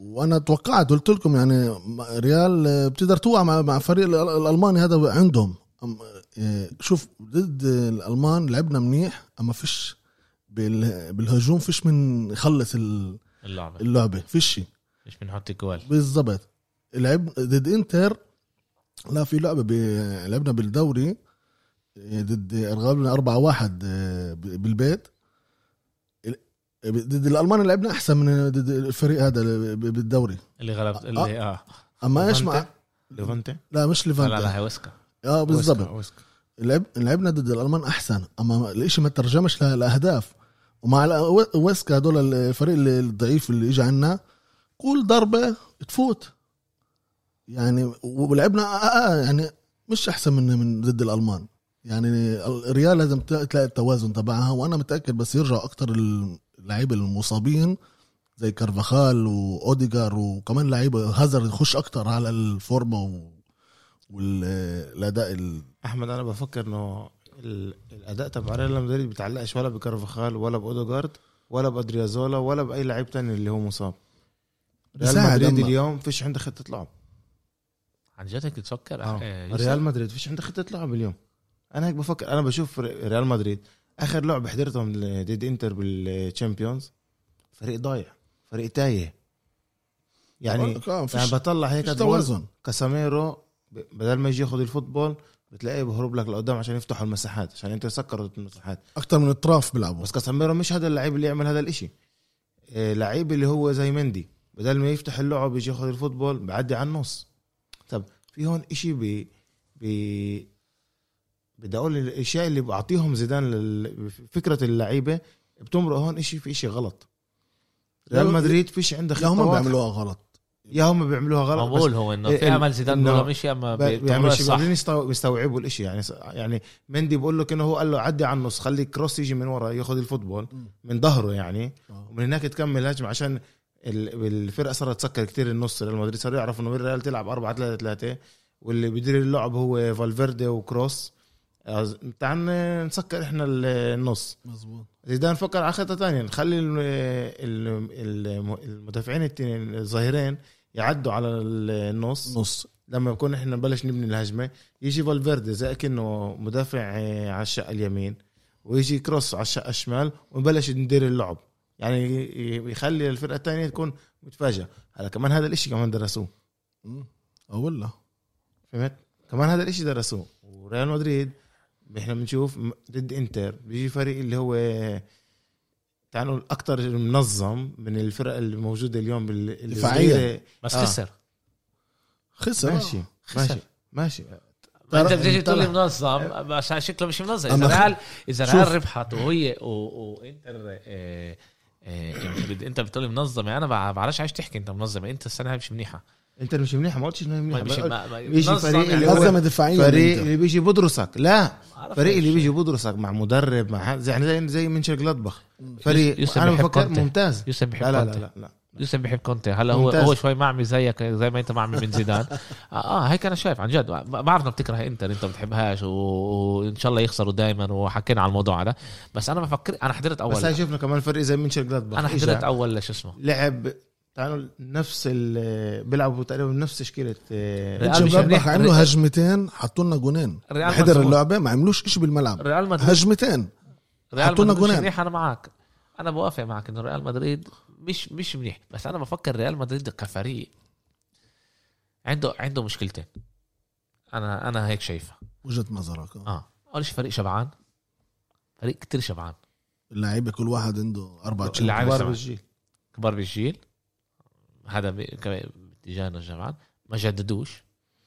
S2: وانا توقعت قلت لكم يعني ريال آه، بتقدر توقع مع مع فريق ال- الالماني هذا عندهم أم- إيه، شوف ضد الالمان لعبنا منيح اما فيش بال- بالهجوم فيش من يخلص ال-
S1: اللعبه
S2: اللعبه فيش شي.
S1: مش بنحط الجوال
S2: بالضبط لعب ضد انتر لا في لعبه ب... لعبنا بالدوري إيه، ضد ارغبنا 4 1 آه، بالبيت ال- ضد الالمان لعبنا احسن من ضد الفريق هذا ال- ب- بالدوري
S1: اللي غلبت اللي اه
S2: اما ايش مع
S3: ليفانتي
S2: لا مش
S1: لا لا
S2: ليفانتا
S1: لا هيوسكا
S2: اه بالضبط
S3: ويسكا- ويسكا.
S2: لعب... لعبنا ضد الالمان احسن اما الاشي ما ترجمش ل- لاهداف ومع الأو- ويسكا هدول الفريق اللي- الضعيف اللي اجى عنا كل ضربه تفوت يعني ولعبنا آه آه يعني مش احسن من من ضد الالمان يعني الريال لازم تلاقي تلاقي التوازن تبعها وانا متاكد بس يرجعوا اكتر اللعيبه المصابين زي كارفاخال واوديجار وكمان لعيبه هازارد يخش اكتر على الفورمه والاداء ال...
S3: احمد انا بفكر انه ال- الاداء تبع ريال مدريد بيتعلقش ولا بكارفاخال ولا باودوجارد ولا بادريازولا ولا باي لعيب تاني اللي هو مصاب ريال
S2: بيساعد
S3: مدريد
S2: أما.
S3: اليوم فيش عنده خطه لعب
S1: عن جد هيك تسكر
S3: آه.
S1: آه، يوسف.
S3: ريال مدريد فيش عنده خطه لعب اليوم انا هيك بفكر انا بشوف ر- ريال مدريد اخر لعبه حضرتهم ل- ضد انتر بالتشامبيونز فريق ضايع فريق تايه يعني
S2: آه،
S3: يعني
S2: فيش-
S3: بطلع هيك
S2: فيش
S3: جوال
S2: توازن
S3: كاساميرو ب- بدل ما يجي ياخذ الفوتبول بتلاقيه بهرب لك لقدام عشان يفتحوا المساحات عشان انت سكروا المساحات
S2: اكتر من الطراف بيلعبوا
S3: بس كاساميرو مش هذا اللعيب اللي يعمل هذا الاشي إيه، لعيب اللي هو زي مندي بدل ما يفتح اللعب يجي ياخذ الفوتبول بعدي على النص طب في هون اشي ب ب بدي اقول الاشياء اللي بعطيهم زيدان لل- فكره اللعيبه بتمرق هون اشي في اشي غلط ريال مدريد فيش عنده
S2: لا
S3: خطه
S2: هم
S3: واضحة.
S2: بيعملوها غلط
S3: يا هم بيعملوها
S1: ما
S3: غلط بس
S1: بقول هو انه في
S3: ال-
S1: امل زيدان
S3: إنه
S1: ولا مش اما بيعمل
S3: يعني مش
S1: صح
S3: قادرين يستوع- يستوعبوا الاشي يعني يعني مندي بقول لك انه هو قال له عدي على النص خلي كروس يجي من ورا ياخذ الفوتبول من ظهره يعني
S2: آه.
S3: ومن هناك تكمل هجمه عشان ال- الفرقه صارت تسكر كتير النص ريال مدريد صار يعرف انه الريال تلعب 4 3 3 واللي بيدير اللعب هو فالفيردي وكروس أز- تعال نسكر احنا ال- النص
S2: مزبوط
S3: زيدان فكر على خطه تانية نخلي ال- ال- ال- المدافعين التنين الظاهرين يعدوا على النص
S2: نص
S3: لما نكون احنا نبلش نبني الهجمه يجي فالفيردي زي كانه مدافع آه، على الشقه اليمين ويجي كروس على الشقه الشمال ونبلش ندير اللعب يعني ي- يخلي الفرقه الثانيه تكون متفاجئه هلا كمان هذا الاشي كمان درسوه
S2: مم. اه ولا
S3: فهمت كمان هذا الاشي درسوه وريال مدريد احنا بنشوف م- ضد انتر بيجي فريق اللي هو تعال نقول اكثر منظم من الفرق الموجوده اليوم بال- اللي
S2: دفاعياً.
S3: صغيرة.
S1: بس
S3: آه.
S1: خسر
S2: خسر آه.
S3: ماشي ماشي
S1: خسر.
S3: ماشي طيب،
S1: ما انت
S2: ترى-
S1: بتيجي تقول لي
S2: طلع.
S1: منظم بس على شكله مش منظم
S2: أما
S1: اذا
S2: خ-
S1: ريال اذا
S2: شوف.
S1: ريال ربحت وهي و- وانتر آه، آه، انت بت- انت بتقول لي منظم يعني انا بع- بعرفش عايش تحكي انت منظم انت السنه هاي مش منيحه
S3: انت مش منيحه ما قلتش انه منيحه
S1: طيب مش
S3: بقول-
S1: ما- ما-
S3: بيجي
S1: منظم
S3: فريق
S1: يعني
S3: اللي هو-
S2: لازم دفاعيا
S3: فريق
S2: فريق
S3: اللي بيجي بدرسك لا
S1: بعرف
S3: فريق اللي
S1: مش-
S3: بيجي بدرسك مع مدرب مع حد يعني زي زي منشن جلادباخ
S2: يوسف
S3: فريق
S1: يوسف
S3: انا
S1: بيحب
S3: بفكر
S1: كونتي.
S3: ممتاز
S1: يوسف
S3: لا
S1: بحب
S3: لا
S1: كونتي.
S3: لا لا, لا.
S1: يوسف بيحب كونتي هلا هو
S3: ممتاز.
S1: هو شوي معمي زيك زي ما انت معمي من زيدان اه, آه هيك انا شايف عن جد بعرف انك بتكره انتر انت ما بتحبهاش و- وان شاء الله يخسروا دائما وحكينا على الموضوع هذا بس انا بفكر انا حضرت
S3: بس
S1: اول
S3: هاي شفنا كمان فريق زي منشر جلادباخ
S1: انا
S3: إجا،
S1: حضرت اول شو اسمه
S3: لعب تعالوا نفس ال بيلعبوا تقريبا نفس تشكيله آه،
S1: ريال
S2: شباب
S1: مش-
S2: راح عملوا هجمتين حطوا لنا جونين
S1: ريال
S2: حضر
S1: مغلوب.
S2: اللعبه ما عملوش إشي بالملعب
S1: ريال مدريد
S2: هجمتين
S1: ريال
S2: حطونا
S1: مدريد مش
S2: جونين.
S1: منيح انا معك انا بوافق معك انه ريال مدريد مش مش منيح بس انا بفكر ريال مدريد كفريق عنده عنده مشكلتين انا انا هيك شايفها
S2: وجهه نظرك آه.
S1: اه اول شيء فريق شبعان فريق كتير شبعان
S2: اللعيبه كل واحد عنده اربع
S1: اللعيبة-
S2: تشيلد
S3: كبار
S1: سبعة.
S3: بالجيل
S1: كبار بالجيل هذا ب- كمان باتجاهنا الجمعان ما جددوش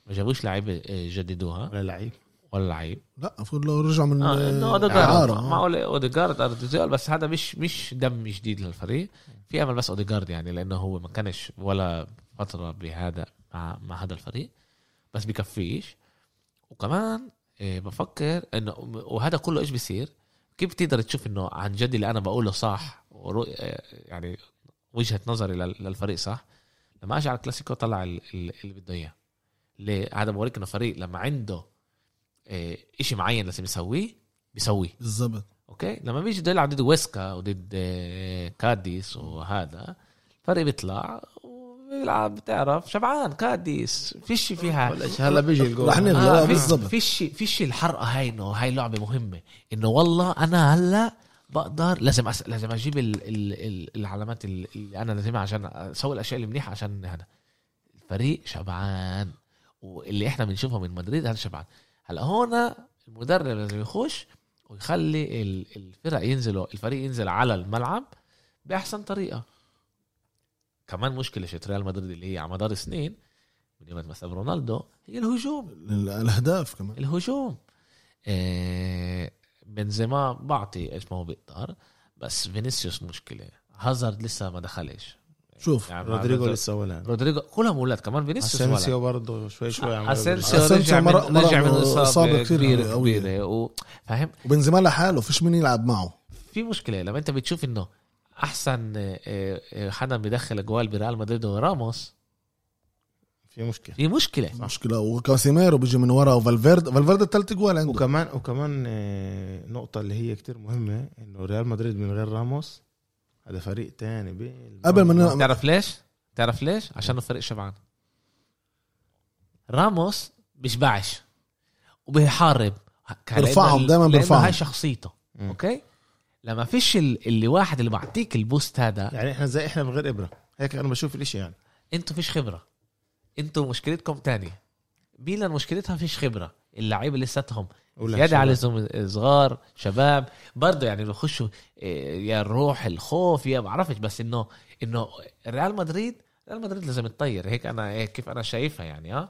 S1: ما جابوش لعيبه إيه، جددوها
S3: ولا لعيب
S1: ولا لعيب
S2: لا المفروض لو رجعوا من آه،
S1: اه انه اوديجارد
S2: إعارة.
S1: معه اوديجارد ارتيزيال بس هذا مش مش دم جديد للفريق في امل بس اوديجارد يعني لانه هو ما كانش ولا فتره بهذا مع مع هذا الفريق بس بكفيش وكمان إيه، بفكر انه وهذا كله ايش بيصير كيف بتقدر تشوف انه عن جد اللي انا بقوله صح ورؤ- إيه، يعني وجهه نظري لل- للفريق صح لما اجي على الكلاسيكو طلع ال- ال- اللي بده اياه ليه هذا بوريك انه فريق لما عنده إيه، إشي معين لازم يسويه بيسويه
S2: بالظبط
S1: اوكي لما بيجي بده يلعب ضد ويسكا وضد آه، كاديس وهذا الفريق بيطلع وبيلعب بتعرف شبعان كاديس فيش فيها
S3: بلاش هلا بيجي الجول
S2: رح نلغي
S1: آه،
S2: آه
S1: في-
S2: بالظبط
S1: فيش فيش الحرقه هاي انه هاي لعبه مهمه انه والله انا هلا بقدر لازم أس... لازم اجيب ال... ال... ال... العلامات ال- اللي انا لازمها عشان اسوي الاشياء المنيحه عشان هذا الفريق شبعان واللي احنا بنشوفه من مدريد هذا شبعان هلا هون المدرب لازم يخش ويخلي ال- الفرق ينزلوا الفريق ينزل على الملعب باحسن طريقه كمان مشكله شت ريال مدريد اللي هي على مدار سنين من يوم ما ساب رونالدو هي الهجوم
S2: ال- الاهداف كمان
S1: الهجوم آه، بنزيما بعطي ايش ما هو بيقدر بس فينيسيوس مشكله هازارد لسه ما دخلش
S2: شوف
S1: يعني
S3: رودريگو
S1: ما-
S3: لسه ولا
S1: رودريجو كلهم اولاد كمان فينيسيوس ولا
S3: اسينسيو برضه شوي شوي عم
S1: اسينسيو
S2: أسينسيو
S1: رجع من
S2: مرة- مرة
S1: رجع من
S2: من
S1: اصابه
S2: إصابة كتير
S1: كبيره
S2: قوية.
S1: كبيره و- فاهم
S2: وبنزيما لحاله فيش مين يلعب معه
S1: في مشكله لما انت بتشوف انه احسن آه، آه، آه، حدا بيدخل جوال بريال مدريد هو راموس
S3: في مشكله
S1: في مشكله
S2: مشكله وكاسيميرو بيجي من ورا وفالفيرد فالفيرد الثالث جوال عنده
S3: وكمان وكمان آه، نقطة اللي هي كتير مهمة انه ريال مدريد من غير راموس هذا فريق تاني بي-
S2: قبل ما نعمل-
S1: تعرف ليش؟ تعرف ليش؟ عشان الفريق شبعان راموس بيشبعش وبيحارب كان
S2: بيرفعهم،
S1: لأنه-
S2: دايماً
S1: لأنه
S2: بيرفعهم.
S1: هاي شخصيته
S3: مم.
S1: اوكي لما فيش ال- اللي واحد اللي بعطيك البوست هذا
S3: يعني احنا زي احنا من غير ابرة هيك انا بشوف الاشي يعني
S1: انتوا فيش خبره انتوا مشكلتكم تانية ميلان مشكلتها فيش خبره اللعيبه لساتهم
S3: ولا
S1: زياده
S3: شباب.
S1: على اللزوم صغار شباب برضه يعني بيخشوا إيه، يا الروح الخوف يا بعرفش بس انه انه ريال مدريد ريال مدريد لازم تطير هيك انا هيك كيف انا شايفها يعني اه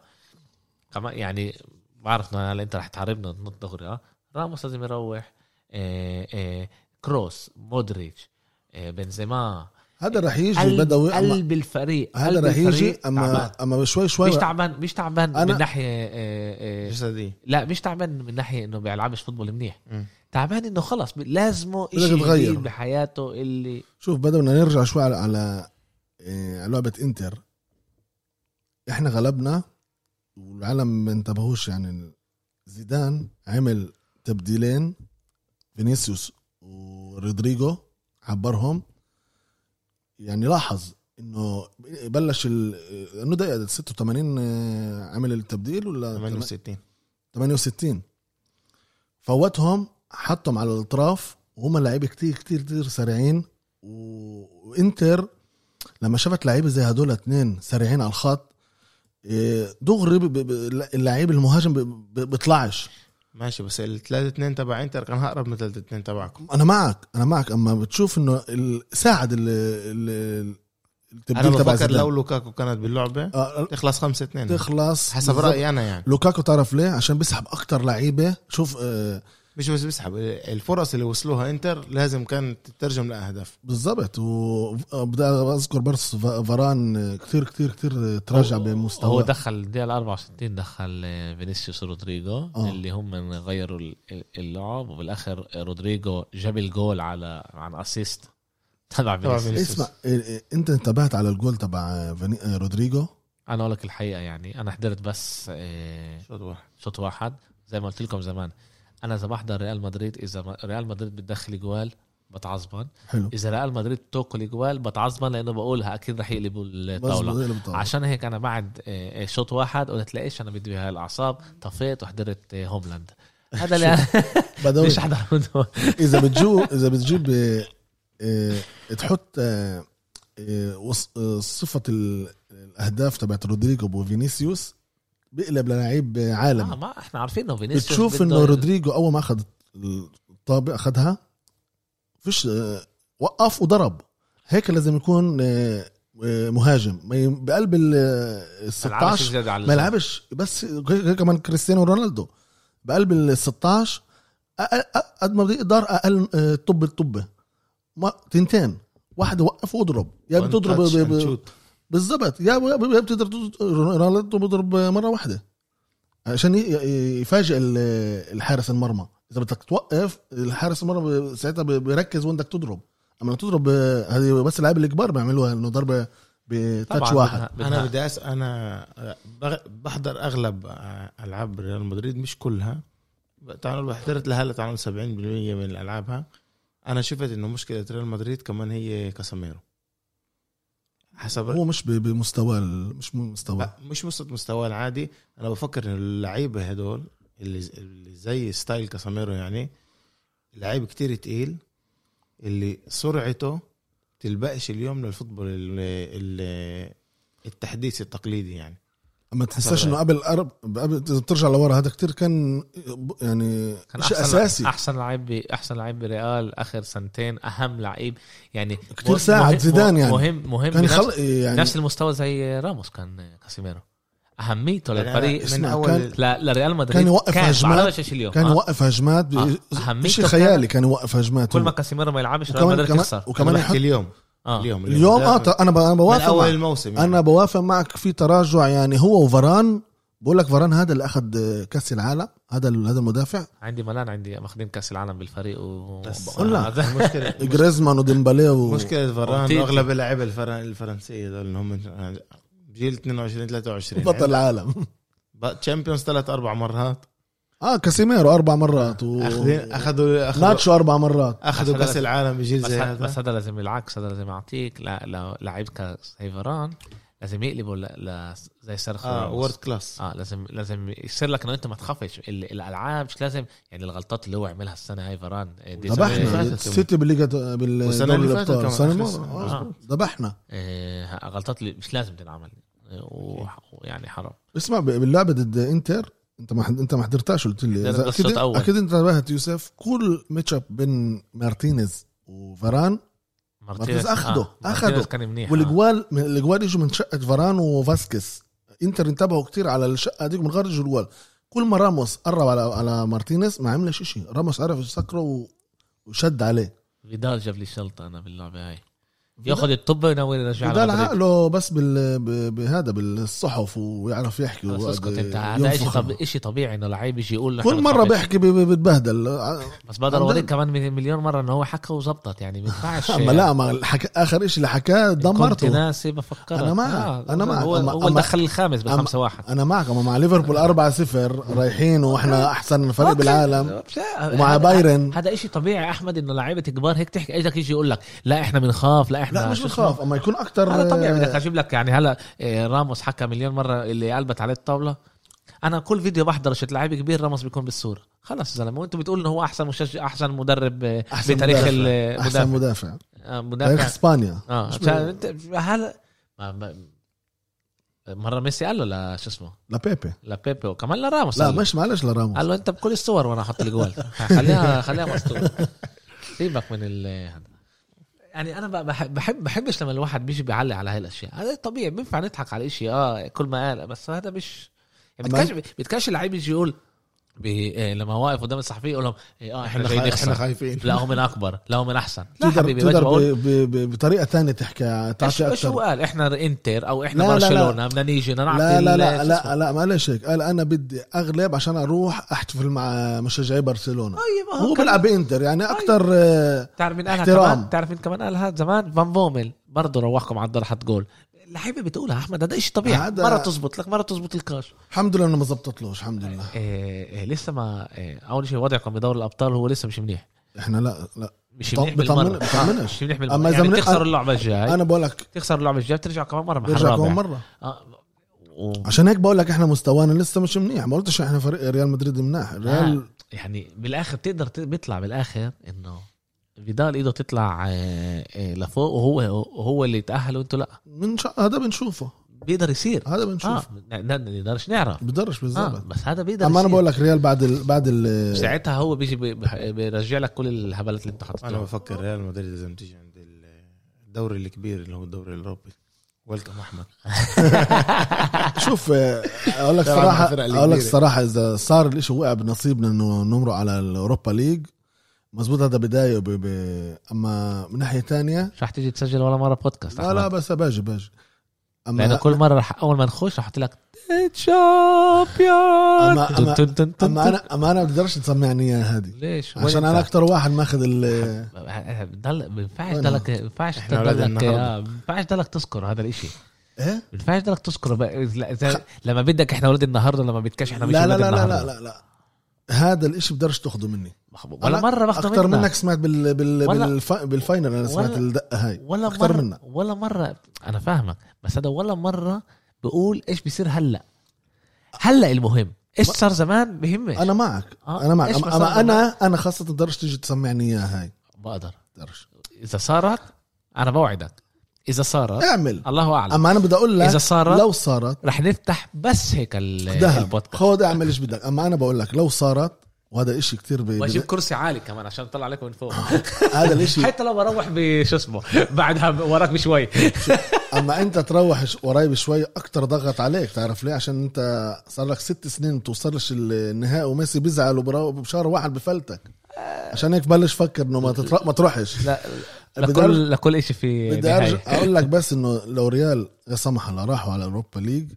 S1: كمان يعني بعرف إنه هلا انت رح تحاربنا نط دغري اه راموس لازم يروح إيه إيه كروس مودريتش إيه بنزيما
S2: هذا رح يجي
S1: قلب,
S2: بدوي أما-
S1: قلب الفريق
S2: هذا
S1: قلب
S2: رح يجي
S1: الفريق تعبان.
S2: اما اما شوي شوي
S1: مش تعبان مش تعبان
S2: أنا-
S1: من ناحيه إيه إيه
S3: جسدي
S1: لا مش تعبان من ناحيه انه بيلعبش فوتبول منيح
S3: مم.
S1: تعبان انه خلص ب- لازمه
S2: بدك
S1: شيء
S2: تغير.
S1: جديد بحياته اللي
S2: شوف بدنا نرجع شوي على على إيه، على لعبه انتر احنا غلبنا والعالم ما انتبهوش يعني زيدان عمل تبديلين فينيسيوس ورودريجو عبرهم يعني لاحظ انه بلش ال... آه، انه دقيقه 86 آه، عمل التبديل ولا
S3: 68
S2: 68 فوتهم حطهم على الاطراف وهم لعيبه كتير كتير كتير سريعين و- وانتر لما شافت لعيبه زي هدول اتنين سريعين على الخط إيه، دغري ب- ب- ب- اللعيب المهاجم ب- ب- بيطلعش
S3: ماشي بس ال 3 2 تبع انتر كان اقرب من 3 2 تبعكم
S2: انا معك انا معك اما بتشوف انه ال- ساعد ال- ال-
S3: انا
S2: التبديل تبع
S3: بفكر لو
S2: زيدان
S3: لوكاكو كانت باللعبة
S2: آه،
S3: تخلص 5 2
S2: تخلص
S3: حسب
S2: بالظبط.
S3: رايي انا يعني
S2: لوكاكو تعرف ليه عشان بيسحب اكتر لعيبه شوف آه،
S3: مش بس بيسحب الفرص اللي وصلوها انتر لازم كانت تترجم لاهداف
S2: بالضبط آه، وبدي اذكر بس فران آه، كثير كثير كثير تراجع
S1: هو-
S2: بمستواه
S1: هو دخل الدقيقه ال 64 دخل آه، فينيسيوس رودريجو
S2: آه.
S1: اللي هم من آه، غيروا ال- ال- اللعب وبالاخر رودريجو جاب الجول على عن اسيست تبع فينيسيوس
S3: فينيسيوس.
S2: اسمع إيه، إيه، انت انتبهت على الجول تبع فيني... آه، رودريجو
S1: انا اقول لك الحقيقه يعني انا حضرت بس آه،
S3: شوط واحد
S1: شوط واحد زي ما قلت لكم زمان انا اذا بحضر ريال مدريد اذا ما- ريال مدريد بتدخل جوال بتعصبن
S2: حلو
S1: اذا ريال مدريد بتاكل جوال بتعصبن لانه بقولها اكيد رح يقلبوا الطاوله
S2: مظبوط، يقلب الطاولة.
S1: إيه، عشان هيك انا بعد آه، آه، شوط واحد قلت لايش انا بدي هاي الاعصاب طفيت وحضرت آه، هوملاند هذا اللي انا
S2: بدوي
S1: مش حضر
S2: اذا بتجو اذا بتجيب آه، آه، تحط آه، آه، وص- آه، صفه ال- الاهداف تبعت رودريجو وفينيسيوس بيقلب للعيب آه،
S1: آه
S2: عالمي
S1: ما احنا عارفين انه فينيسيوس
S2: بتشوف
S1: بده-
S2: انه رودريجو اول ما اخذ الطابع اخذها فيش آه، وقف وضرب هيك لازم يكون آه، آه، مهاجم ما ي- بقلب ال آه، ال
S1: ما لعبش
S2: 16
S1: زيادة على
S2: ما
S1: اللزوم.
S2: لعبش بس غير كمان كريستيانو رونالدو بقلب ال 16 أقل- أقل- قد ما بده يقدر اقل آه، طب الطبه ما تنتين واحد وقف واضرب يا
S3: One
S2: يعني بتضرب
S3: touch
S2: ب-
S3: and
S2: ب-
S3: shoot.
S2: بالضبط يا يا- يا بتقدر تض- رونالدو بضرب مره واحده عشان ي- ي- يفاجئ ال- الحارس المرمى اذا بدك توقف الحارس المرمى ب- ساعتها ب- بيركز وين بدك تضرب اما لو تضرب آه، هذه بس اللاعب الكبار بيعملوها انه ضربه بتاتش
S1: طبعاً
S2: واحد
S1: بدها- بدها-
S3: انا بدي أس... انا بغ- بحضر اغلب العاب ريال مدريد مش كلها تعالوا حضرت لهلا تعالوا 70% من العابها انا شفت انه مشكله ريال مدريد كمان هي كاساميرو حسب
S2: هو مش ب- بمستواه ال- مش مستواه
S3: لا مش وصلت مستواه العادي انا بفكر ان اللعيبه هدول اللي اللي زي ستايل كاساميرو يعني لعيب كتير تقيل اللي سرعته تلبقش اليوم للفوتبول ال- ال- التحديثي التقليدي يعني
S2: ما تنساش
S3: حسب
S2: انه قبل أرب... قبل اذا بترجع لورا هذا كتير كان يعني
S1: كان
S2: شيء
S1: أحسن-
S2: اساسي
S1: احسن لعيب ب- احسن لعيب بريال اخر سنتين اهم لعيب يعني
S2: كتير
S1: مه-
S2: ساعد
S1: مه-
S2: زيدان يعني.
S1: مهم مهم
S2: كان
S1: بنفس,
S2: خلق يعني
S1: نفس المستوى زي راموس كان كاسيميرو اهميته
S3: يعني
S1: للفريق
S3: أنا
S1: من
S3: من
S2: اسمع،
S3: اول
S2: كان-
S3: ال-
S1: ل- لريال مدريد
S2: كان يوقف هجمات،
S1: هجمات اليوم
S2: كان
S1: آه.
S2: يوقف هجمات ب...
S1: آه. أهميته
S2: شيء
S1: كان-
S2: خيالي كان يوقف هجمات
S1: كل ما
S2: هو.
S1: كاسيميرو ما يلعبش ريال
S2: وكمان
S1: مدريد
S2: كمان
S1: تخسر
S2: وكمان
S3: أنا بحكي
S2: يحط-
S3: اليوم
S1: آه.
S3: اليوم
S2: اليوم اه
S3: ده
S2: ط- انا ب- انا
S3: من
S2: بوافق
S3: اول
S2: معك.
S3: الموسم يعني.
S2: انا بوافق معك في تراجع يعني هو وفران بقول لك فران هذا اللي اخذ آه، كاس العالم هذا ال- هذا المدافع
S1: عندي ملان عندي ماخذين كاس العالم بالفريق و
S3: بس
S2: بقول لك.
S1: آه.
S3: المشكله
S2: جريزمان وديمبالي و...
S3: مشكلة فران
S1: وتيتي.
S3: واغلب اللعيبه الفر- الفرنسيه دول اللي هم جيل 22 23
S2: بطل العالم
S3: تشامبيونز يعني ثلاث اربع مرات
S2: اه كاسيميرو اربع مرات و...
S3: اخذين اخذوا اخذوا
S2: ناتشو اربع مرات
S3: اخذوا
S1: بس
S3: كاس
S1: هذا-
S3: العالم بجيل
S1: بس
S3: زي
S1: هذا بس
S3: هذا
S1: هذا لازم العكس هذا لازم يعطيك لا لا لعيب كسيفران لازم يقلبوا ل... ل... زي سيرخيو
S3: اه
S1: راموس.
S3: وورد كلاس
S1: اه لازم لازم يصير لك انه انت ما تخافش ال- الالعاب مش لازم يعني الغلطات اللي هو عملها السنه هاي فران آه، دي
S3: اللي
S2: ذبحنا
S1: سنة-
S3: فاتت
S2: السيتي بالليجا
S3: والسنة
S2: بالدوري
S3: اللي فاتت
S2: الابطال
S3: كمان،
S2: السنه
S3: آخر
S2: الماضية.
S3: سنة.
S2: آه،
S1: آه.
S2: ذبحنا
S1: آه، غلطات اللي مش لازم تنعمل آه، و- ويعني حرام
S2: اسمع ب- باللعبه ضد انتر انت ما حد- انت ما حضرتهاش قلت لي
S1: حضرت
S2: إذا
S1: الشوط
S2: اكيد
S1: الأول.
S2: اكيد انت انتبهت يوسف كل ماتش اب بين مارتينيز وفاران مارتينيز أخده،
S1: مارتينيز
S2: أخده.
S1: آه، كان منيح آه.
S2: والاجوال من- الاجوال اجوا من شقه فاران وفاسكس انتر انتبهوا كتير على الشقه هذيك من غير يجوا الجوال كل ما راموس قرب على على مارتينيز ما عملش شيء راموس عرف يسكره و- وشد عليه
S1: فيدال جاب لي شلطه انا باللعبه هاي ياخذ الطبه ويناول يرجع
S2: بدال
S1: على مدريد.
S2: عقله بس بال... ب- بهذا بالصحف ويعرف يحكي
S1: بس
S2: وقعد
S1: اسكت انت آه، هذا شيء
S2: ينفخ.
S1: طبيعي شيء طبيعي انه لعيب يجي يقول نحن
S2: آه، كل مره
S1: بنخافش.
S2: بيحكي ب- ب- بتبهدل
S1: بس بقدر
S2: عم
S1: اوريك
S2: بن-
S1: كمان من- مليون مره انه هو حكى وزبطت يعني ما ينفعش
S2: اما لا ما الحك... اخر شيء اللي حكاه
S1: كنت
S2: دمرته
S1: ناسي بفكرك
S2: أنا معك، أنا معك.
S1: هو
S2: أما-
S1: اول
S2: أما-
S1: دخل الخامس
S2: أما-
S1: بالخمسة واحد
S2: انا معك اما مع ليفربول 4 0 رايحين واحنا احسن فريق بالعالم ومع بايرن
S1: هذا إشي طبيعي احمد انه لعيبه كبار هيك تحكي اجاك يجي يقول لك لا احنا بنخاف لا احنا
S2: لا مش آه،
S1: شو اسمه.
S2: بخاف اما يكون اكثر
S1: هذا طبيعي بدك اجيب لك يعني هلا آه، راموس حكى مليون مره اللي قلبت عليه الطاوله انا كل فيديو بحضر شت لعيب كبير راموس بيكون بالصوره خلص يا زلمه وانتم بتقولوا انه هو احسن مشجع احسن مدرب آه،
S2: أحسن
S1: بتاريخ
S2: مدافع.
S1: المدافع
S2: احسن مدافع
S1: آه،
S2: تاريخ
S1: مدافع
S2: اسبانيا
S1: اه
S2: مش
S1: مش انت هلا ما- ما- مره ميسي قال له لشو اسمه
S2: لبيبي
S1: لبيبي وكمان لراموس
S2: لا
S1: قال له.
S2: مش معلش لراموس
S1: قال له انت بكل الصور وانا احط الجوال خليها خليها مستور سيبك من ال هذا يعني انا بحب بحب بحبش لما الواحد بيجي بيعلق على هاي الاشياء هذا طبيعي بينفع آه، نضحك على الاشي اه كل ما قال بس هذا مش يعني
S2: أما-
S1: بتكاش بتكاش اللعيب يجي يقول ب- إيه، لما واقف قدام الصحفيين يقول لهم إيه، اه احنا جايين
S3: خايف- احنا
S1: نخسر
S3: خايفين
S1: لا هو من اكبر لا هو من احسن لا
S2: بتقدر
S1: حبيبي
S2: بتقدر
S1: بقول بقول
S2: ب- ب- ب- بطريقه تانية تحكي
S1: ايش
S2: تعطي
S1: إيش هو
S2: اكثر
S1: قال احنا انتر او
S2: لا،
S1: احنا
S2: لا، لا.
S1: برشلونه بدنا نيجي بدنا نعطي
S2: لا لا
S1: ال-
S2: لا
S1: شو
S2: لا
S1: اسمه.
S2: لا معلش هيك قال انا بدي اغلب عشان اروح احتفل مع مشجعي برشلونه
S1: طيب آه، طيب.
S2: هو
S1: كان-
S2: بيلعب انتر يعني اكثر آه،
S1: تعرف مين قالها
S2: احترام.
S1: كمان تعرف مين كمان قالها زمان فان فومل برضه روحكم على الدار حط جول اللعيبه بتقولها احمد هذا شيء طبيعي
S2: هذا-
S1: مره تزبط لك مره تزبط الكاش
S2: الحمد لله انه ما زبطتلوش الحمد لله
S1: إيه إيه لسه ما إيه اول شيء وضعكم بدور الابطال هو لسه مش منيح
S2: احنا لا لا
S1: مش
S2: بطم-
S1: منيح بالمره
S2: بطمن- بطمنش.
S1: مش منيح
S2: أما
S1: بالمره
S2: إذا
S1: يعني
S2: من-
S1: تخسر
S2: أنا-
S1: اللعبه الجاي
S2: انا بقول لك
S1: تخسر اللعبه الجاي بترجع كمان مره محل
S2: برجع كمان
S1: رابع
S2: مره
S1: آه، و...
S2: عشان هيك بقول لك احنا مستوانا لسه مش منيح ما قلتش احنا فريق ريال مدريد مناح
S1: آه،
S2: الريال
S1: يعني بالاخر بتقدر ت- بيطلع بالاخر انه فيدال ايده تطلع آه، آه، لفوق وهو هو اللي تاهل وانتوا لا
S2: من شا... هذا بنشوفه
S1: بيقدر يصير
S2: هذا
S1: اه
S2: بنشوفه
S1: ن- ن- نقدرش نعرف
S2: بقدرش
S1: اه
S2: بالظبط
S1: بس هذا بيقدر
S2: اما انا
S1: يصير.
S2: بقول لك ريال بعد ال... بعد ال...
S1: ساعتها هو بيجي بي- بح- بيرجع لك كل الهبلات اللي انت
S3: انا
S1: حاططها
S3: بفكر ريال مدريد لازم تيجي عند الدوري الكبير اللي هو الدوري الاوروبي ويلكم احمد
S2: شوف آه، اقول لك
S3: طبعاً
S2: صراحه
S3: الفرق الكبيرة.
S2: اقول لك صراحه اذا صار الاشي وقع بنصيبنا انه نمرق على الاوروبا ليج مزبوط هذا بدايه ب... ب... اما من ناحيه تانية
S1: مش رح تيجي تسجل ولا مره بودكاست
S2: لا لا بس باجي باجي
S1: لانه
S2: اما
S1: كل مره رح اول ما نخش رح احط لك تشامبيون
S2: أما- أما- اما انا اما انا بقدرش تسمعني اياها هذه
S1: ليش
S2: يعني عشان انا اكثر واحد ماخذ ال...
S1: إيه؟ بضل ما ينفعش
S2: وين
S1: ضلك ما ينفعش
S3: إحنا أولاد
S1: تضلك
S3: النهاردة.
S1: آه، ما ينفعش ضلك تذكر هذا الاشي
S2: ايه
S1: ما ينفعش ضلك تذكر بقى- لا- إذا- لما بدك احنا ولاد النهارده لما بدكش احنا مش
S2: لا لا
S1: ولاد
S2: لا لا
S1: النهاردة.
S2: لا لا, لا. هذا الاشي بقدرش تاخده مني
S1: ولا مره باخده
S2: اكثر
S1: منك
S2: منك سمعت بال... بال...
S1: ولا-
S2: بالف... بالفاينل انا سمعت
S1: ولا-
S2: الدقه هاي
S1: ولا
S2: أكتر
S1: مرة
S2: منك.
S1: ولا مرة أنا فاهمك بس هذا ولا مرة بقول إيش بيصير هلا هلا المهم إيش صار زمان بهمش
S2: انا معك
S1: آه،
S2: انا معك
S1: إيش
S2: اما
S1: مسار
S2: أما انا انا خاصه بقدرش تيجي تسمعني اياها هاي
S1: بقدر
S2: بقدرش
S1: إذا صارت أنا بوعدك إذا صارت
S2: اعمل
S1: الله أعلم
S2: اما انا بدي اقول
S1: آه. إذا
S2: لك
S1: صارت
S2: لو صارت
S1: رح نفتح بس هيك ال-
S2: دهب
S1: البودكاست
S2: خد اعمل ايش بدك اما انا بقول لك لو صارت وهذا اشي كتير بي...
S1: واجيب كرسي عالي كمان عشان اطلع عليكم من فوق
S2: هذا الاشي
S1: حتى لو بروح بشو اسمه بعدها وراك بشوي
S2: اما انت تروح ش- قريب شوي اكتر ضغط عليك تعرف ليه عشان انت صار لك ست سنين ما بتوصلش النهائي وميسي بيزعل وبرا- بشهر واحد بفلتك
S1: آه.
S2: عشان هيك بلش فكر انه ما تتر... ما تروحش
S1: لا
S2: بدي
S1: لكل لكل شيء في
S2: بدي
S1: نهاية.
S2: ارجع اقول لك بس انه لو ريال لا سمح الله راحوا على اوروبا ليج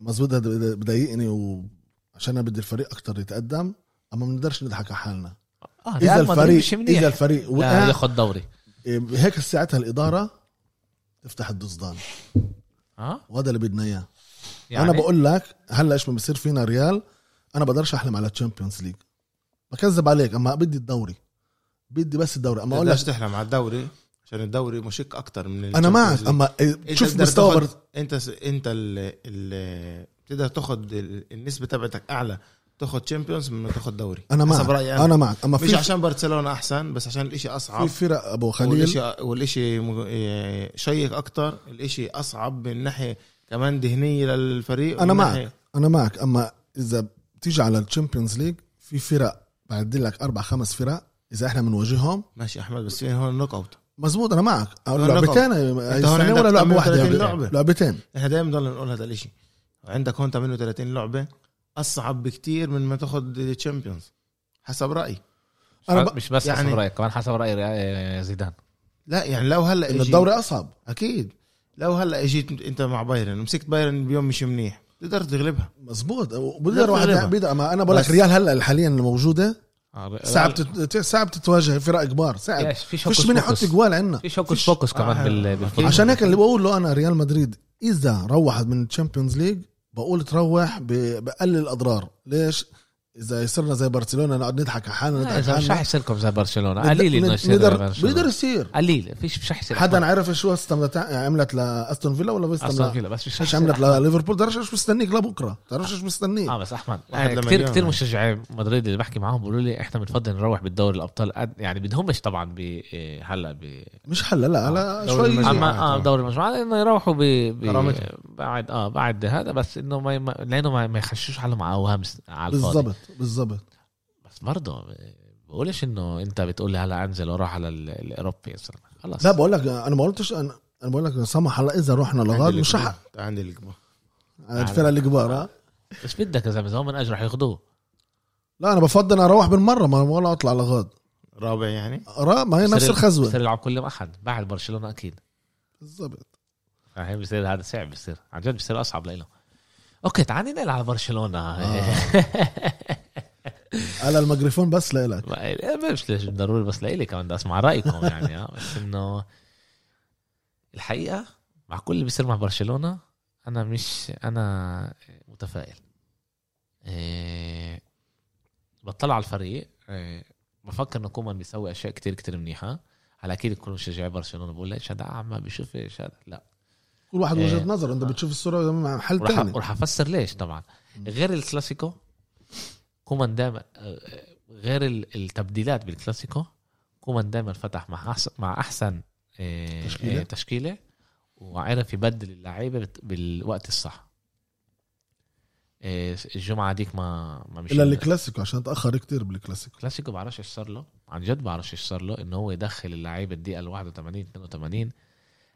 S2: مزبوط هذا بد- بضايقني وعشان انا بدي الفريق اكتر يتقدم اما ما بنقدرش نضحك على حالنا
S1: آه،
S2: اذا
S1: ريال مدريد مش
S2: الفريق آه.
S1: منيح.
S2: اذا الفريق
S1: لا،
S2: وقع
S1: ياخد دوري
S2: إيه، هيك ساعتها الاداره تفتح الدصدان
S1: اه
S2: وهذا اللي بدنا اياه
S1: يعني
S2: انا بقول لك هلا ايش ما بصير فينا ريال انا بقدرش احلم على تشامبيونز ليج بكذب عليك اما بدي الدوري بدي بس الدوري اما
S3: ما
S2: اقول
S3: اقولكش
S2: لك
S3: تحلم على الدوري عشان الدوري مشك اكتر من
S2: انا
S3: الشامبيونز
S2: معك
S3: ليج.
S2: اما إيه،
S3: أنت
S2: شوف
S3: بتقدر
S2: مستوى
S3: تاخد-
S2: بر-
S3: انت س... انت ال... ال... بتقدر تاخد ال... النسبه تبعتك اعلى تاخد تشامبيونز من ما تاخد دوري
S2: انا معك
S3: حسب رايي انا
S2: انا معك اما
S3: مش
S2: في
S3: عشان برشلونه احسن بس عشان الاشي
S2: في
S3: اصعب
S2: فرق ابو خليل
S3: والاشي والاشي م- إيه، شيق اكتر الاشي اصعب من ناحيه كمان ذهنيه للفريق
S2: انا
S3: من
S2: معك
S3: ناحية-
S2: انا معك اما اذا بتيجي على الشامبيونز ليج في فرق بعدل لك اربع خمس فرق اذا احنا بنواجههم
S3: ماشي احمد بس فين هون نوك اوت
S2: مزبوط انا معك
S3: هون
S2: لعبتين هاي
S3: أنت هون
S2: السنه
S3: عندك
S2: ولا لعبه واحده
S3: 38
S2: لعبتين.
S3: لعبة.
S2: لعبتين
S3: احنا دايما بنضل نقول هذا الاشي عندك هون 38 لعبه اصعب بكتير من ما تاخد تشامبيونز حسب رايي
S2: انا
S1: مش بس يعني
S3: يعني-
S1: حسب رايك كمان حسب راي رأي آه، زيدان
S3: لا يعني لو هلا
S2: إن
S3: إجي-
S2: الدوري اصعب
S3: اكيد لو هلا اجيت انت مع بايرن ومسكت بايرن بيوم مش منيح تقدر تغلبها
S2: مزبوط
S3: لا
S2: بقدر واحد
S3: تغلبها.
S2: بيقدر ما انا بقول لك
S3: بس-
S2: ريال هلا حاليا الموجوده صعب
S1: صعب
S2: تت- صعب تتواجه فرق كبار صعب
S1: آه، في
S2: فيش
S1: شوكس
S2: مين يحط
S1: فوكس
S2: جوال عندنا
S1: في شوكس
S3: فيش-
S1: فوكس
S3: آه،
S1: كمان بال- بالفوتبول
S2: عشان هيك اللي بقوله انا ريال مدريد اذا روحت من الشامبيونز ليج بقول تروح ب- بقلل الاضرار ليش اذا يصيرنا زي برشلونه نقعد نضحك على حالنا
S1: آه،
S2: نضحك
S1: إذا
S2: على
S1: مش رح
S2: حالنا
S1: يصيركم زي برشلونه
S2: ند-
S1: قليل انه
S2: ند-
S1: يصير
S2: نقدر-
S1: زي برشلونة.
S2: بيقدر يصير
S1: قليل فيش مش رح يصير
S2: حدا عرف شو استمتع عملت لاستون فيلا ولا بس
S1: اصلا كده بس مش رح
S2: ايش
S1: يصير
S2: عملت لليفربول تعرفش ايش مستنيك لبكره تعرفش ايش مستنيك
S1: اه بس احمد
S3: واحد
S1: آه،
S3: لما
S1: كثير
S3: جاء.
S1: كثير مشجعي مدريد اللي بحكي معاهم بيقولوا لي احنا بنفضل نروح بالدوري الابطال قد- يعني بدهمش طبعا ب إيه، هلا ب
S2: مش حلا لا لا
S3: دوري
S2: شوي
S3: المجموعة.
S1: اما
S3: مجموعة
S1: اه
S3: طبعاً.
S1: دوري المجموعه انه يروحوا ب ب-
S3: كرامتهم.
S1: بعد اه بعد هذا بس انه ما ما- لانه ما, ما يخشوش حالهم على اوهام س- على الفاضي
S2: بالضبط بالضبط
S1: بس برضه بقولش انه انت بتقول لي هلا انزل واروح على ال- الاوروبي يا زلمة. خلص
S2: لا بقول لك انا ما قلتش انا انا بقول لك سمح الله اذا رحنا لغاد
S3: عندي
S2: مش
S3: الكبار.
S2: رح
S3: عندي الكبار
S2: على الفرق الكبار آه. ها
S1: ايش بدك يا زلمه إذا هو من اجر رح ياخدوه
S2: لا انا بفضل اروح بالمره ما ولا اطلع لغاد
S3: رابع يعني
S2: را- ما هي نفس
S1: بصير-
S2: الخزوه
S1: بصير يلعب كل يوم احد بعد برشلونه اكيد
S2: بالضبط
S1: فاهم بصير هذا صعب بصير عن جد بصير اصعب لإله اوكي تعال ننقل على برشلونه
S2: على آه. الميكروفون بس لإلك
S1: ما- مش ليش ضروري بس لإلي كمان بدي اسمع رايكم يعني آه، بس انه الحقيقه مع كل اللي بيصير مع برشلونه انا مش انا متفائل إيه، بطلع على الفريق إيه، بفكر انه كومان بيسوي اشياء كتير كتير منيحه على اكيد كل مشجعي برشلونه بقول ليش هذا اعمى بيشوفش هذا لا
S2: كل واحد وجهه
S1: إيه.
S2: نظر انت بتشوف الصوره مع محل
S1: وراح
S2: ثاني
S1: وراح افسر ليش طبعا غير الكلاسيكو كومان دائما غير ال- التبديلات بالكلاسيكو كومان دائما فتح مع احسن مع احسن آه،
S2: تشكيلة.
S1: آه، تشكيله وعرف يبدل اللعيبه بت- بالوقت الصح آه، الجمعه ديك ما ما مش
S2: الا الكلاسيكو عشان تاخر كتير بالكلاسيكو
S1: كلاسيكو بعرفش ايش صار له عن جد بعرفش ايش صار له انه هو يدخل اللعيبه الدقيقه ال 81 82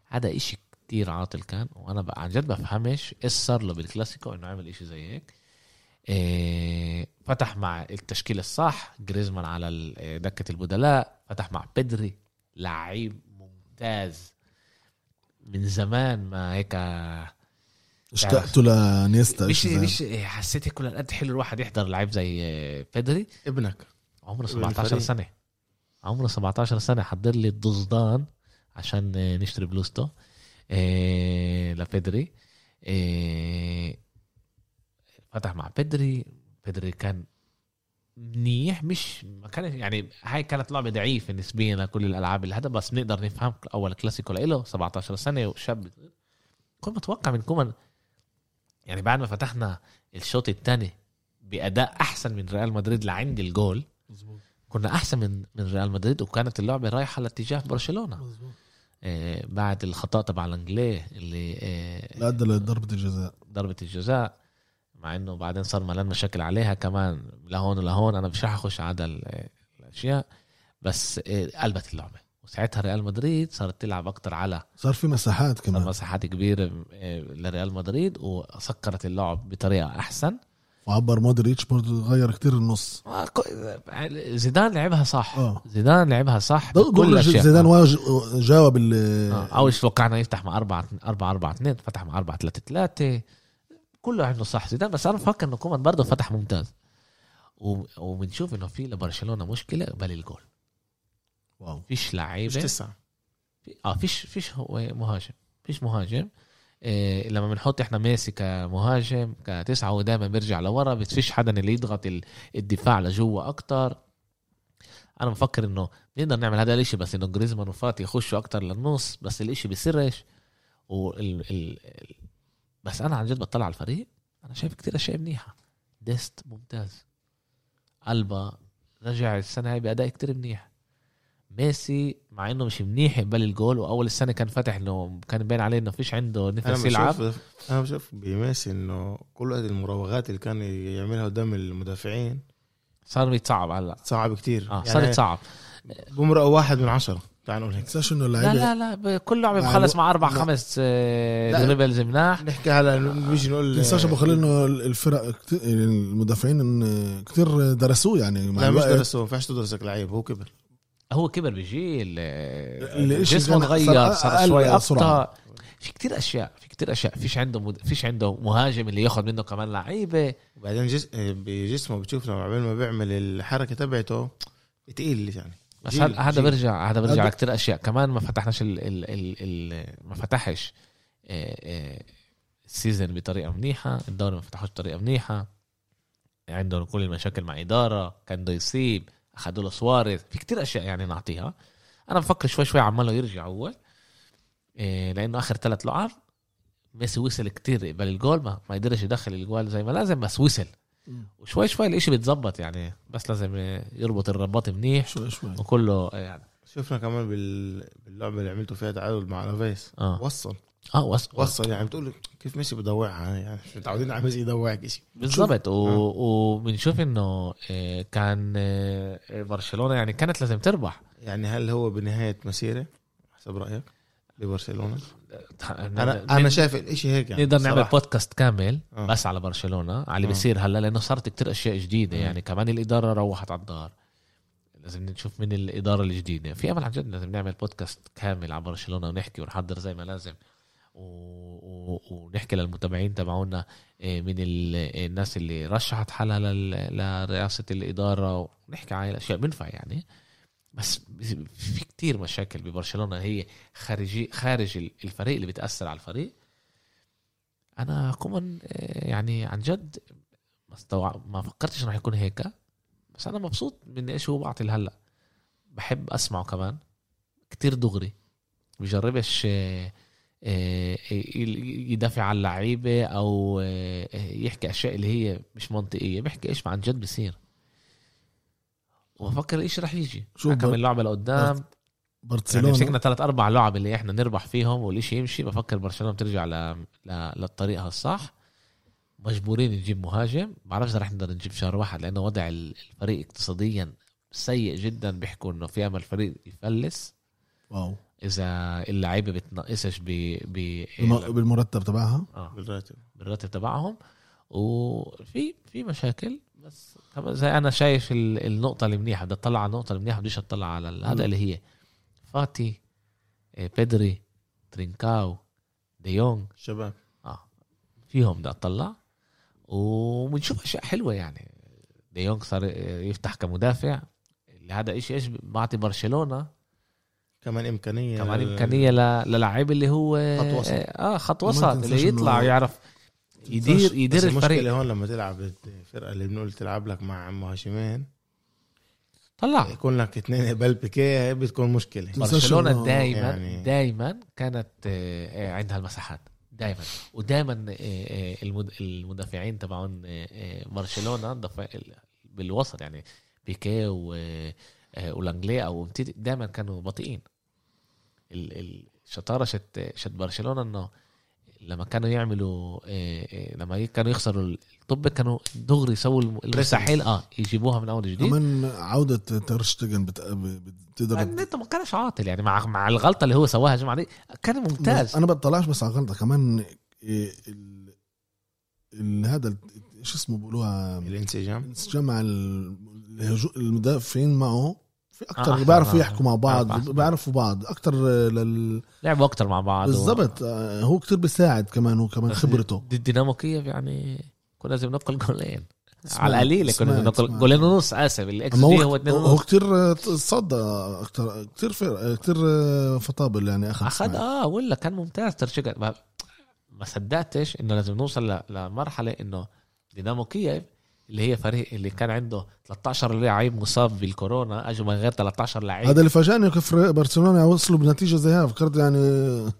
S1: هذا إشي كتير عاطل كان وانا بقى عن جد بفهمش ايش صار له بالكلاسيكو انه عمل إشي زي هيك إيه فتح مع التشكيل الصح جريزمان على ال- إيه، دكه البدلاء فتح مع بدري لعيب ممتاز من زمان ما هيك
S2: اشتقتوا لنيستا
S1: مش
S2: إيش زي-
S1: مش إيه، حسيت هيك قد حلو الواحد يحضر لعيب زي إيه، بدري
S3: ابنك
S1: عمره
S3: بالفريق.
S1: 17 سنه عمره 17 سنه حضر لي الضزدان عشان آه، نشتري بلوزته آه، لبدري آه، فتح مع بدري بدري كان منيح مش ما كان يعني هاي كانت لعبه ضعيفه نسبيا لكل الالعاب اللي هذا بس بنقدر نفهم اول كلاسيكو لإله 17 سنه وشاب كنت متوقع من كومان يعني بعد ما فتحنا الشوط الثاني باداء احسن من ريال مدريد لعند الجول كنا احسن من من ريال مدريد وكانت اللعبه رايحه لاتجاه برشلونه آه بعد الخطا تبع الانجليه اللي
S2: لا
S1: آه
S2: ادى لضربه الجزاء
S1: ضربه الجزاء مع انه بعدين صار ملان مشاكل عليها كمان لهون ولهون انا مش رح اخش على هذا ال- الاشياء بس آه قلبت اللعبه وساعتها ريال مدريد صارت تلعب اكتر على
S2: صار في مساحات
S1: صار
S2: كمان
S1: مساحات كبيره آه، لريال مدريد وسكرت اللعب بطريقه احسن
S2: وعبر مودريتش برضه غير كتير النص
S1: آه، كو- زيدان لعبها صح
S2: آه.
S1: زيدان لعبها صح
S2: دول
S1: الأشياء.
S2: زيدان واج- جاوب ال-
S1: آه، اول شيء توقعنا يفتح مع 4 4 4 2 فتح مع 4 3 3 كله عنده صح زيدان بس انا مفكر انه كومان برضه فتح ممتاز و- وبنشوف انه في لبرشلونه مشكله قبل الجول
S2: واو
S1: فيش
S3: مش
S1: لعيبه
S3: تسعه
S1: في- اه فيش فيش هو- مهاجم فيش مهاجم إيه لما بنحط احنا ميسي كمهاجم كتسعه هو دائما بيرجع لورا بس فيش حدا اللي يضغط ال- الدفاع لجوا اكتر انا بفكر انه نقدر نعمل هذا الاشي بس انه جريزمان وفاتي يخشوا اكتر للنص بس الاشي بيصيرش وال ال... ال... بس انا عن جد بطلع على الفريق انا شايف كتير اشياء منيحه ديست ممتاز البا رجع السنه هاي باداء كتير منيح ميسي مع انه مش منيح يقبل الجول واول السنه كان فاتح انه كان باين عليه انه فيش عنده
S3: انا
S1: نفس يلعب
S3: بشوف انا بشوف بميسي انه كل هذه المراوغات اللي كان يعملها قدام المدافعين
S1: صار بيتصعب هلا
S3: صعب كتير
S1: اه صار يتصعب
S3: بمرأة واحد من عشرة تعال نقول هيك
S2: تنساش انه
S1: لا
S2: اللعيبه
S1: لا لا ب- كل لعبه
S2: مع
S1: بخلص
S2: الو-
S1: مع اربع
S2: لا.
S1: خمس آه،
S3: لا.
S1: دريبلز مناح
S3: نحكي على نيجي نقول
S2: تنساش ابو خليل انه الفرق كتير المدافعين إن كتير درسوه يعني مع
S3: لا مش
S2: الوقت.
S3: درسه ما ينفعش تدرسك لعيب هو كبر
S1: هو كبر بجيل آه،
S2: اللي إشي
S1: جسمه
S2: كان
S1: تغير
S2: صار
S1: صار
S2: أقل
S1: شوي
S2: سرعة.
S1: ابطا في كتير اشياء في كتير اشياء فيش عنده مد... فيش عنده مهاجم اللي ياخذ منه كمان لعيبه
S3: وبعدين جس... آه، بجسمه بتشوف لما قبل ما بيعمل الحركة تبعته تقيل يعني
S1: بس
S3: جيل-
S1: هذا هذا
S3: جيل.
S1: برجع هذا برجع
S2: هذا-
S1: على كتير اشياء كمان ما فتحناش ال... ال... ال... ال... ما فتحش آه، آه، السيزون بطريقه منيحه الدوري ما فتحوش بطريقه منيحه عندهم كل المشاكل مع اداره كان بده يصيب اخذوا له سواريز في كتير اشياء يعني نعطيها انا بفكر شوي شوي عماله يرجع هو إيه، لانه اخر ثلاث لعب ميسي وصل كتير قبل الجول ما, ما قدرش يدخل الجوال زي ما لازم بس وصل
S2: مم.
S1: وشوي شوي الاشي بيتظبط يعني بس لازم إيه، يربط الرباط منيح
S2: شوي شوي
S1: وكله إيه، يعني
S3: شفنا كمان بال... باللعبة اللي عملته فيها تعادل مع لافيس
S1: اه
S3: وصل
S1: اه وص-
S3: وصل يعني بتقول لك كيف ميسي بدوعها يعني إحنا متعودين على ميسي يدوعك شيء
S1: بالضبط و...
S3: آه.
S1: وبنشوف انه إيه، كان إيه، برشلونه يعني كانت لازم تربح
S3: يعني هل هو بنهاية مسيرة حسب رأيك؟ لبرشلونه انا
S1: انا
S3: انا شايف الاشي هيك يعني
S1: نقدر نعمل
S3: صراحة.
S1: بودكاست كامل
S3: آه.
S1: بس على برشلونه على اللي
S3: آه.
S1: بيصير هلا لانه صارت كتير اشياء جديده
S3: آه.
S1: يعني كمان الاداره روحت على الدار لازم نشوف من الاداره الجديده في امل عن جد لازم نعمل بودكاست كامل على برشلونه ونحكي ونحضر زي ما لازم و... و... ونحكي للمتابعين تبعونا إيه، من ال... الناس اللي رشحت حالها لل... لرئاسه الاداره ونحكي على الاشياء بنفع يعني بس في كتير مشاكل ببرشلونه هي خارجي خارج ال- الفريق اللي بتاثر على الفريق انا كومان آه، يعني عن جد ما استوع... ما فكرتش انه يكون هيك بس انا مبسوط من ايش هو بعطي هلا بحب اسمعه كمان كتير دغري بجربش آه، آه، ي- يدافع على اللعيبه او آه، يحكي اشياء اللي هي مش منطقيه بحكي ايش عن جد بصير وبفكر ايش رح يجي
S2: شو بر-
S1: كم اللعبه لقدام يعني
S2: برشلونه
S1: مسكنا ثلاث اربع لعب اللي احنا نربح فيهم والشيء يمشي بفكر برشلونه بترجع ل... ل... للطريقها الصح مجبورين نجيب مهاجم بعرفش اذا رح نقدر نجيب شهر واحد لانه وضع ال- الفريق اقتصاديا سيء جدا بيحكوا انه في امل الفريق يفلس إيه،
S2: واو
S1: اذا اللعيبه بتنقصش ب ب
S2: بالم- بالمرتب تبعها
S1: آه
S3: بالراتب
S1: بالراتب تبعهم وفي في مشاكل بس طب زي انا شايف ال- النقطه المنيحه بدي اطلع على النقطه المنيحه بديش اطلع على ال- هذا اللي هي فاتي إيه، بيدري ترينكاو ديونج
S3: شباب
S1: اه فيهم بدي اطلع وبنشوف اشياء حلوه يعني ديونج صار يفتح كمدافع هذا ايش ايش بعطي برشلونه
S3: كمان امكانيه
S1: كمان امكانيه ل- للاعب اللي هو
S3: خط وسط.
S1: اه خط
S2: وما
S1: وسط اللي
S2: تنساش إنه-
S1: يطلع ويعرف يدير يدير
S3: بس
S1: الفريق
S3: المشكله هون لما تلعب الفرقه اللي بنقول تلعب لك مع مهاجمين
S1: طلع
S3: يكون لك اثنين قبل بيكيه بتكون مشكله
S2: تنساش
S1: برشلونه
S2: إنه-
S1: دائما يعني...
S3: يعني-
S1: دائما كانت آه، آه، عندها المساحات دائما ودائما آه، المدافعين تبعون آه، آه، برشلونه دفع- بالوسط يعني بيكيه و- آه، ولانجلي او دائما كانوا بطيئين ال- ال- الشطاره شت شت برشلونه انه لما كانوا يعملوا آه، آه، لما ي- كانوا يخسروا الطب كانوا دغري يسووا الم- المستحيل اه يجيبوها من اول جديد
S2: كمان عوده ترشتجن بت... بتقدر
S1: نيتو ما كانش عاطل يعني مع مع الغلطه اللي هو سواها الجمعه دي كان ممتاز
S2: انا بطلعش بس على غلطه كمان إيه، ال... ال... هذا ال- شو اسمه بيقولوها
S3: الانسجام
S2: الانسجام مع ال- الهجو- المدافعين معه في
S1: آه،
S2: اكتر
S1: أحسن،
S2: بيعرفوا
S1: آه،
S2: يحكوا مع بعض
S1: أحسن.
S2: بيعرفوا بعض اكتر لل...
S1: لعبوا اكتر مع بعض و-
S2: بالضبط آه، هو كتير بيساعد كمان هو كمان
S1: بس
S2: خبرته
S1: دي الدينامو كييف يعني كنا لازم ننقل جولين
S2: سمعت-
S1: على القليل كنا
S2: سمعت-
S1: لازم ننقل
S2: سمعت.
S1: جولين ونص اسف الاكس
S2: اما
S1: جي
S2: هو
S1: هو اتنين
S2: هو
S1: ونص
S2: كتير آه، تصدى اكتر كتير فرق كتير آه، فطابل يعني اخذ
S1: اخذ
S2: سمعت.
S1: اه ولا كان ممتاز ترشيكا ما, ما صدقتش انه لازم نوصل ل- لمرحله انه دينامو كييف اللي هي فريق اللي كان عنده 13 لعيب مصاب بالكورونا اجوا من غير 13 لعيب
S2: هذا اللي فاجأني كيف برشلونه وصلوا بنتيجه زي هاي فكرت يعني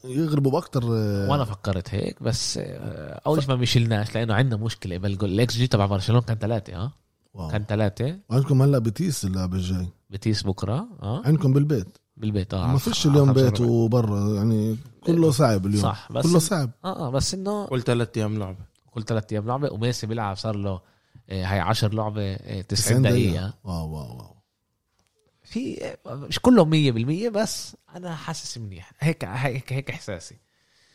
S2: يغلبوا باكتر آه،
S1: وانا فكرت هيك بس آه، اول شيء ما مشلناش لانه عندنا مشكله بالجول الاكس جي تبع برشلونه كان ثلاثه اه
S2: واو.
S1: كان آه. ثلاثه
S2: وعندكم هلا بتيس اللعبه الجاي
S1: بتيس بكره اه
S2: عندكم بالبيت
S1: بالبيت اه
S2: ما فيش اليوم بيت وبرا يعني كله صعب اليوم
S1: آه، صح بس
S2: كله صعب
S1: اه اه بس انه
S3: كل ثلاث ايام لعبه
S1: كل ثلاث ايام لعبه وميسي بيلعب صار له آه، هاي 10 لعبه آه، 90
S2: 90
S1: دقيقه
S2: واو واو واو
S1: في آه، مش كلهم 100% بس انا حاسس منيح هيك هيك هيك احساسي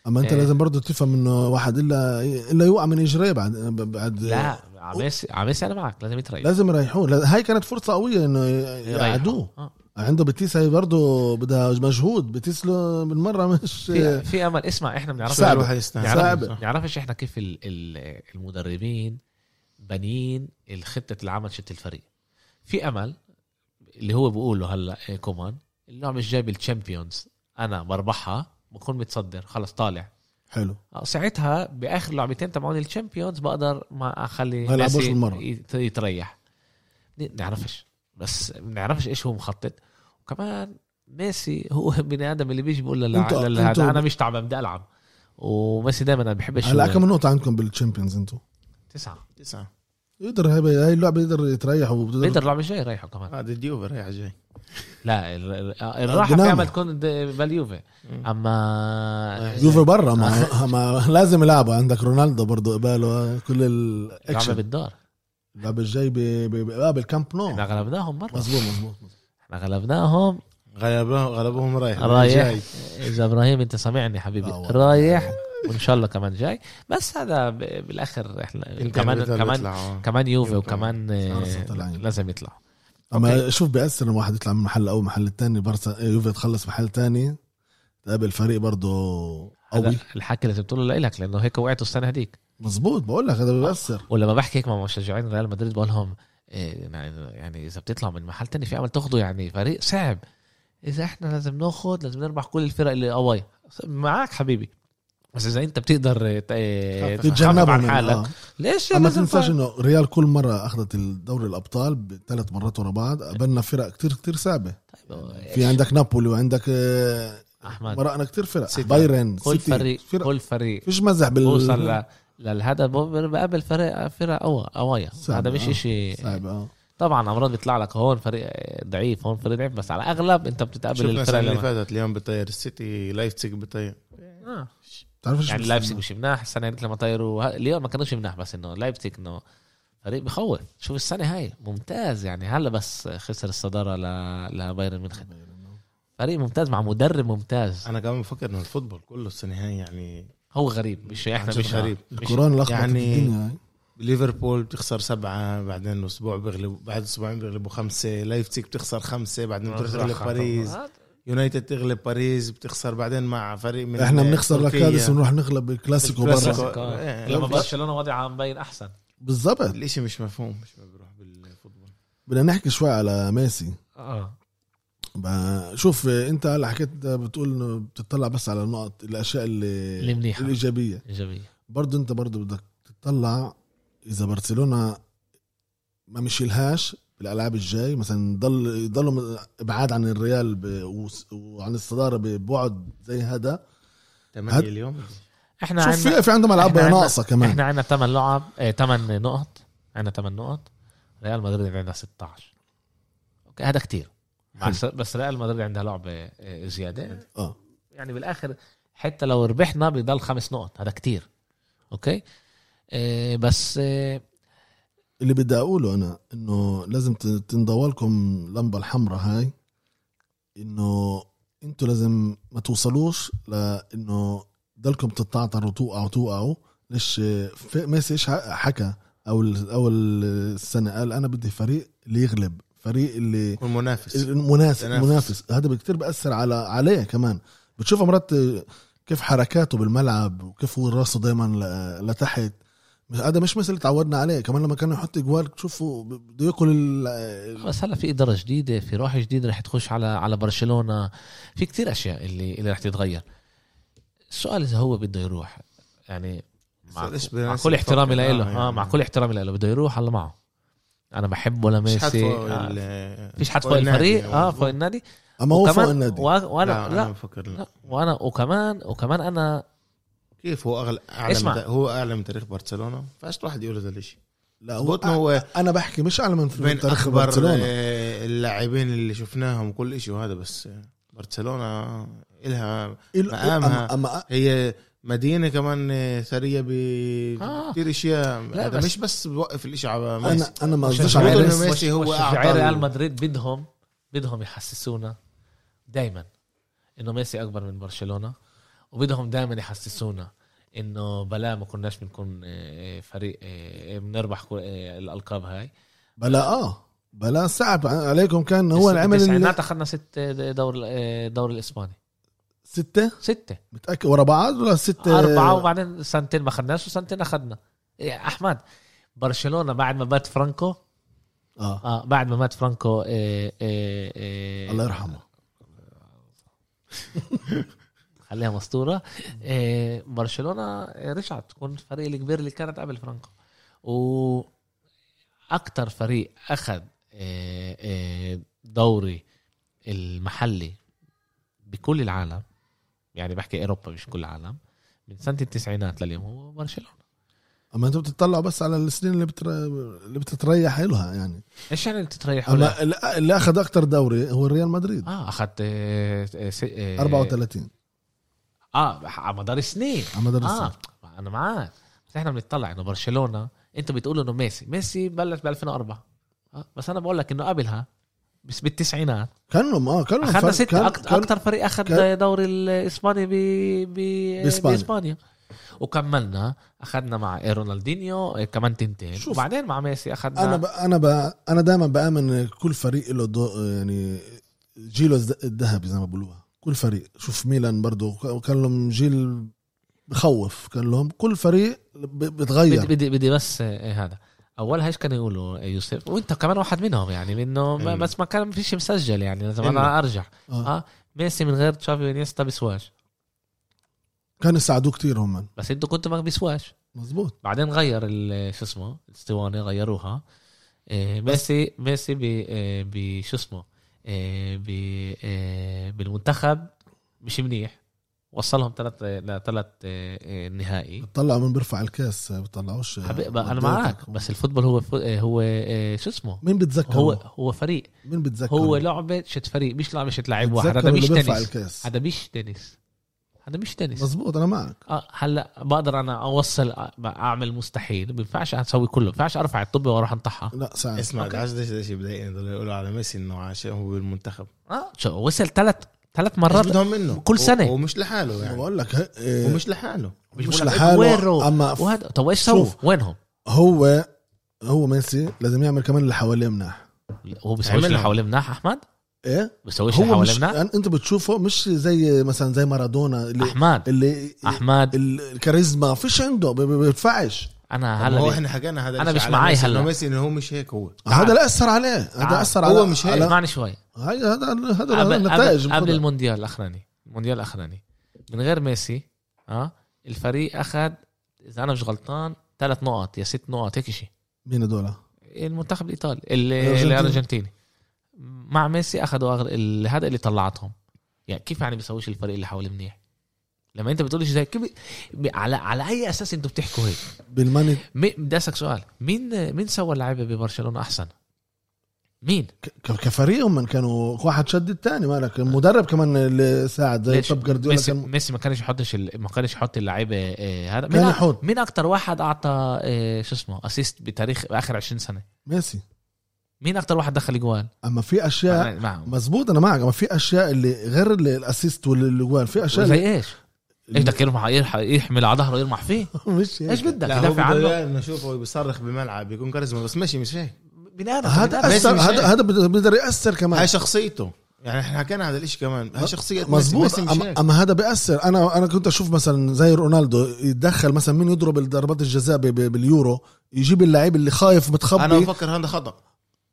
S2: اما انت
S1: إيه.
S2: لازم برضه تفهم انه واحد الا الا يوقع من اجريه بعد بعد
S1: لا على ميسي على ميسي انا معك لازم يتريح
S2: لازم يريحوه لا- هاي كانت فرصه قويه انه
S1: يريحوا.
S2: يقعدوه
S1: آه.
S2: عنده بتيس هي برضه بدها مجهود بتيس له بالمره مش
S1: في في امل اسمع احنا بنعرف
S2: صعبة.
S3: الواحد يستاهل
S2: صعبة.
S3: صح.
S1: نعرفش احنا كيف ال- ال- المدربين بنين الخطة العمل شت الفريق في امل اللي هو بقوله هلا إيه، كومان اللعبة الجاي بالتشامبيونز انا بربحها بكون متصدر خلص طالع
S2: حلو
S1: آه، ساعتها باخر لعبتين تبعون الشامبيونز بقدر ما اخلي
S2: ما يلعبوش
S1: ميسي
S2: بالمرة.
S1: يت- يتريح ن- نعرفش بس بنعرفش ايش هو مخطط وكمان ميسي هو بني ادم اللي بيجي بيقول للع-
S2: أنتوا-
S1: للع-
S2: أنتوا-
S1: انا مش تعبان بدي العب وميسي دائما انا بحبش
S2: هلا كم نقطه عندكم بالتشامبيونز انتم
S1: تسعة
S3: تسعه
S2: يقدر هاي هاي اللعبه يقدر
S1: بيقدر
S2: يتريح وبتقدر
S1: اللعبة الجاية يريحه كمان
S3: هذا الديوفر رايح جاي
S1: لا ال- ال- آه، الراحة
S2: دينامو.
S1: فيها ما تكون د- باليوفي اما
S2: يوفي برا ما, ما لازم يلعبوا عندك رونالدو برضه قباله كل
S1: اللعبة
S2: الاكشن
S1: بالدار
S2: اللعبه الجاي بقابل كامب آه، نو
S1: احنا غلبناهم مرة
S2: مظبوط مظبوط
S1: احنا غلبناهم
S3: غلبوهم غلبوهم رايح
S1: رايح
S3: جاي.
S1: اذا ابراهيم انت سامعني حبيبي
S2: آه، والله.
S1: رايح وان شاء الله كمان جاي بس هذا ب- بالاخر احنا كمان
S3: بتطلع-
S1: كمان
S3: بتطلع.
S1: كمان يوفي
S3: يوفي.
S1: وكمان
S2: أرسنال
S1: آه،
S2: طالعين.
S1: لازم يطلعوا
S2: اما
S1: أوكي.
S2: شوف بياثر لما واحد يطلع من محل اول محل تاني برسا يوفي تخلص محل تاني تقابل فريق برضه
S1: هذا
S2: قوي
S1: الحكي اللي بتقوله لإلك لانه هيك وقعتوا السنه هذيك
S2: مزبوط بقول لك هذا بياثر
S1: ولما بحكي هيك مع مشجعين ريال مدريد بقول لهم إيه، يعني يعني اذا بتطلع من محل تاني في امل تاخده يعني فريق صعب اذا احنا لازم ناخد لازم نربح كل الفرق اللي قواي معك حبيبي بس اذا انت بتقدر إيه، إيه،
S3: تخفف.
S1: تتجنب
S2: تتجنبهم
S1: عن
S2: يعني،
S1: حالك
S2: آه.
S1: ليش
S2: اما
S1: لازم
S2: تنساش
S1: فرق؟
S2: انه ريال كل مره اخذت الدوري الابطال بثلاث مرات ورا بعض قابلنا فرق كتير كتير صعبه في عندك نابولي وعندك آه،
S1: احمد
S2: مرقنا كتير فرق
S3: سيتي.
S2: بايرن
S1: كل
S2: سيتي،
S1: فريق
S2: فرق
S1: كل فريق
S2: فيش مزح بال
S1: بوصل ل- للهدف بقابل فرق فرق قوا قوايا
S2: صعب،
S1: هذا مش
S2: آه.
S1: اشي
S2: صعب اه
S1: طبعا امراض بيطلع لك هون فريق ضعيف هون فريق ضعيف بس على الاغلب انت بتتقابل
S3: شفنا
S1: الفرق
S3: السنه
S1: اللي
S3: اللي
S1: معك.
S3: فاتت اليوم بطير السيتي لايفتسيج بطير
S1: آه.
S2: بتعرف ايش
S1: يعني
S2: بس-
S1: لايبسك مش مناح السنه هذيك لما طيروا ه- اليوم ما كانوش مناح بس انه لايبسك انه فريق بخوف شوف السنه هاي ممتاز يعني هلا بس خسر الصداره ل... لبايرن ميونخ فريق ممتاز مع مدرب ممتاز
S3: انا كمان بفكر انه الفوتبول كله السنه هاي يعني
S1: هو غريب مش
S3: عن
S1: احنا
S3: جد
S1: مش
S3: غريب.
S1: مش
S2: الكورونا لخبطت
S3: يعني-
S2: الدنيا هاي.
S3: ليفربول بتخسر سبعة بعدين أسبوع بيغلبوا بعد أسبوعين بيغلبوا خمسة لايفتسيك بتخسر خمسة بعدين بتغلب باريس يونايتد تغلب باريس بتخسر بعدين مع فريق من
S2: احنا بنخسر
S3: تركيا.
S2: لكادس ونروح نغلب كلاسيكو برا
S3: الكلاسيكو.
S1: كلاسيكو.
S3: إيه.
S1: آه. لما
S3: لو-
S1: برشلونه وضعها عم باين احسن
S2: بالضبط
S3: الإشي مش مفهوم مش بروح بالفوتبول
S2: بدنا نحكي شوي على ميسي آه،
S1: اه
S2: ب- شوف انت هلا حكيت أنت بتقول انه بتطلع بس على النقط الاشياء اللي
S1: اللي منيحة.
S2: الايجابيه
S1: ايجابيه
S2: برضه انت برضه بدك تطلع اذا برشلونه ما مشيلهاش بالالعاب الجاي مثلا ضل يضلوا ابعاد عن الريال ب... وس- وعن الصداره ببعد زي هذا هاد-
S3: تمانية اليوم
S1: احنا
S2: شوف
S1: عندنا
S2: في في عندهم العاب
S1: إحنا عنا-
S2: ناقصه كمان
S1: احنا عندنا 8 لعب 8 نقط عندنا 8 نقط ريال مدريد عندها 16 اوكي هذا كتير بس بس ريال مدريد عندها لعبه آه، زياده
S2: اه
S1: يعني بالاخر حتى لو ربحنا بضل خمس نقط هذا كتير اوكي آه، بس آه،
S2: اللي بدي اقوله انا انه لازم ت- تنضوى لكم لمبه الحمراء هاي انه انتوا لازم ما توصلوش لانه ضلكم تتعثروا توقعوا توقعوا ليش في- ميسي ايش ح- حكى اول اول السنه قال انا بدي فريق اللي يغلب فريق اللي
S3: يكون منافس
S2: المنافس
S3: تنافس.
S2: المنافس هذا كتير بأثر على عليه كمان بتشوفه مرات كيف حركاته بالملعب وكيف هو راسه دايما ل- لتحت مش- هذا مش مثل اللي تعودنا عليه كمان لما كانوا يحط جوال تشوفه ب- بده ياكل ال-
S1: بس هلا في اداره جديده في روح جديده رح تخش على على برشلونه في كتير اشياء اللي اللي رح تتغير السؤال اذا هو بده يروح يعني مع,
S3: السؤال إيش
S1: مع
S3: بنفسه
S1: كل احترامي
S3: بفكر. آه،
S1: لإله آه
S3: يعني.
S1: مع كل احترامي لإله بده يروح الله معه انا بحبه
S3: مش حد
S1: لميسي
S3: فوق
S1: آه،
S3: ال- يعني.
S1: فيش حد فوق الفريق اه فوق النادي
S2: اما هو فوق النادي
S1: و-
S3: لا
S1: وانا
S3: أنا
S1: لا,
S3: بفكر
S1: لا
S3: لا.
S1: وانا وكمان وكمان انا
S3: كيف هو أغلى أعلى
S1: اسمع.
S3: من هو أعلى من تاريخ برشلونة فاش واحد يقول هذا الإشي
S2: لا هو
S3: بوتنا هو
S2: انا بحكي مش اعلى من
S3: من
S2: تاريخ
S3: أخبر
S2: برشلونه
S3: آه، اللاعبين اللي شفناهم كل إشي وهذا بس آه، برشلونة إلها
S2: ال-
S3: مقامها.
S2: أما- أما-
S3: هي مدينه كمان ثريه ب
S1: آه.
S3: كثير اشياء
S1: لا
S3: هذا
S1: بس-
S3: مش بس بوقف الاشي على
S2: انا
S3: ميسي
S2: انا ما
S3: مش
S2: قصديش
S3: عارف.
S2: على
S3: بيقولوا إنه
S2: ميسي.
S3: ميسي هو
S1: مشجعي
S3: أعطى ال-
S1: ريال مدريد بدهم بدهم يحسسونا دائما انه ميسي اكبر من برشلونه وبدهم دائما يحسسونا انه بلا ما كناش بنكون آه، فريق آه، بنربح كل- آه، الالقاب هاي
S2: بلا اه بلا صعب عليكم كان هو اللي عمل
S1: التسعينات اخذنا ست دور آه، دوري الاسباني
S2: سته
S1: سته
S2: متاكد ورا بعض ولا سته
S1: أربعة وبعدين سنتين ما خدناش وسنتين أخدنا يا أحمد برشلونة بعد ما مات فرانكو
S2: اه
S1: آه بعد ما مات فرانكو إيه إيه إيه
S2: الله يرحمه
S1: خليها مستورة إيه برشلونة إيه، رجعت تكون الفريق الكبير اللي كانت قبل فرانكو و أكتر فريق أخد إيه إيه دوري المحلي بكل العالم يعني بحكي أوروبا مش كل العالم من سنة التسعينات لليوم هو برشلونة
S2: اما انتوا بتطلعوا بس على السنين اللي بتر... اللي بتتريح لها يعني
S1: ايش يعني تتريح ولا
S2: اما اللي- اللي اخذ اكثر دوري هو ريال مدريد
S1: اه اخذت آه، آه، س- آه،
S2: 34
S1: اه على مدار سنين
S2: على مدار
S1: اه
S2: السنه
S1: انا معاك بس احنا بنطلع انه برشلونه انتوا بتقولوا انه ميسي ميسي بلش ب 2004 آه. بس انا بقول لك انه قبلها بس بالتسعينات
S2: كانهم اه كانهم
S1: اخذنا
S2: فرق-
S1: ستة
S2: كان-
S1: أكت...
S2: كان-
S1: اكثر فريق اخذ
S2: كان-
S1: دوري الاسباني ب... ب...
S2: بإسبانيا.
S1: باسبانيا وكملنا اخذنا مع رونالدينيو إيه، كمان تنتين
S2: شوف.
S1: وبعدين مع ميسي اخذنا
S2: انا ب... انا ب... انا دائما بامن كل فريق له دو... يعني جيله الذ- الذهبي زي ما بقولوها كل فريق شوف ميلان برضو ك- كان لهم جيل بخوف كان لهم كل فريق ب...
S1: بدي
S2: بتغير
S1: بدي, بدي بس إيه هذا اول هيش كانوا يقولوا إيه، يوسف وانت كمان واحد منهم يعني منه
S2: إيه.
S1: ما-
S3: إنه.
S1: بس ما كان فيش مسجل يعني لازم انا
S3: إنه.
S1: ارجع
S2: آه.
S1: اه ميسي من غير تشافي ونيستا بيسواش
S2: كانوا يساعدوه كتير هم
S1: بس انتوا كنتوا ما بيسواش
S2: مزبوط
S1: بعدين غير ال- شو اسمه الاسطوانه غيروها إيه، ميسي ميسي ب إيه، ب- شو اسمه إيه، ب إيه، بالمنتخب مش منيح وصلهم ثلاث لثلاث آه، نهائي
S2: بتطلع من بيرفع الكاس بتطلعوش
S1: حبيب انا معك بس الفوتبول هو فو- إيه، هو إيه، شو اسمه
S2: مين بتذكر
S1: هو
S2: هو
S1: هو فريق
S2: مين بتذكر
S1: هو لعبه شت فريق مش لعبه شت لاعب واحد
S2: بتذكروا
S1: هذا مش
S2: اللي بيرفع
S1: تنس
S2: الكاس
S1: هذا مش تنس هذا مش تنس
S2: مزبوط انا معك
S1: اه هلا بقدر انا اوصل أ- اعمل مستحيل ما بينفعش اسوي كله ما بينفعش ارفع الطبه واروح انطحها
S2: لا ساعة
S3: اسمع
S1: أوكي.
S3: عايز ده ده شيء بيضايقني دول يقولوا على ميسي انه عشان هو بالمنتخب
S2: آه.
S1: اه شو وصل ثلاث ثلاث
S3: إيش
S1: مرات
S3: بدهم منه
S1: كل سنة.
S3: و- ومش لحاله
S2: يعني
S3: يعني
S2: بقول لك ه- إيه،
S3: ومش لحاله
S1: مش
S2: مش
S1: بقول لك
S2: لحاله،
S1: ويرو
S2: أما ف-
S1: وهذا طب ايش سووا
S2: شوف.
S1: وينهم
S2: هو هو ميسي لازم يعمل كمان اللي حواليه مناح
S1: هو بيسويش اللي
S3: عملهم.
S1: حواليه مناح احمد
S2: ايه
S1: بيسويش اللي
S2: هو
S1: حواليه
S2: مش
S1: مناح
S2: يعني انت بتشوفه مش زي مثلا زي مارادونا اللي
S1: احمد
S2: اللي
S1: احمد
S2: ال- الكاريزما فيش عنده ب- ب- بينفعش
S1: انا
S3: هلا هو
S1: هلا بي-
S3: احنا حكينا
S1: أنا
S3: هذا الشيء
S1: مش
S3: على
S1: معاي
S3: ميسي،
S1: هلا.
S3: إنه ميسي انه هو مش هيك هو
S1: تعال.
S2: هذا لا اثر عليه هذا
S1: تعال.
S2: اثر على
S3: هو مش هيك
S2: على
S1: اسمعني شوي
S2: هاي- هذا هذا
S1: قبل,
S2: النتائج
S1: قبل, قبل المونديال الاخراني المونديال الاخراني من غير ميسي اه الفريق اخذ اذا انا مش غلطان ثلاث نقط يا ست نقط هيك شيء
S2: مين هذول؟
S1: المنتخب الايطالي ال-
S2: الأرجنتين.
S1: الارجنتيني مع ميسي اخذوا أغل- ال- هذا اللي طلعتهم يعني كيف يعني بيسويش الفريق اللي حواليه منيح لما انت بتقولش زي كيف ب- على على اي اساس انتوا بتحكوا هيك
S2: بالماني
S1: مي- بدي اسالك سؤال مين مين سوى اللعيبه ببرشلونه احسن مين
S2: ك- كفريقهم من كانوا واحد شد الثاني مالك المدرب كمان اللي ساعد زي
S1: ليش؟
S2: طب جارديولا
S1: ميسي,
S2: كان
S1: ميسي ما كانش يحطش ال- ما كانش يحط اللعيبه آه، هذا
S2: كان
S1: مين أ-
S2: يحط
S1: مين اكتر واحد اعطى آه، شو اسمه اسيست بتاريخ اخر 20 سنه
S2: ميسي
S1: مين اكتر واحد دخل جوال
S2: اما في اشياء
S1: معهم
S2: مزبوط انا معك اما في اشياء اللي غير اللي الاسيست والاجوان في اشياء
S1: زي
S2: اللي
S1: ايش ايش بدك يرمح يرح- يحمل على ظهره يرمح فيه
S2: مش هيك.
S1: ايش بدك
S3: لا هو
S1: يدافع عنه
S3: بده نشوفه بيصرخ بملعب بيكون كاريزما بس ماشي مش هيك
S1: بنادم
S2: هذا
S1: بنادم.
S3: ميسي
S2: اثر
S3: مش
S2: هذا
S3: هيك.
S2: هذا بده- بيقدر ياثر كمان
S3: هاي شخصيته يعني احنا حكينا هذا الاشي كمان هاي شخصية ميسي.
S2: مزبوط
S3: ميسي مش
S2: أما,
S3: هيك.
S2: اما هذا بياثر انا انا كنت اشوف مثلا زي رونالدو يتدخل مثلا مين يضرب ضربات الجزاء ب- ب- باليورو يجيب اللاعب اللي خايف متخبي
S3: انا بفكر هذا خطأ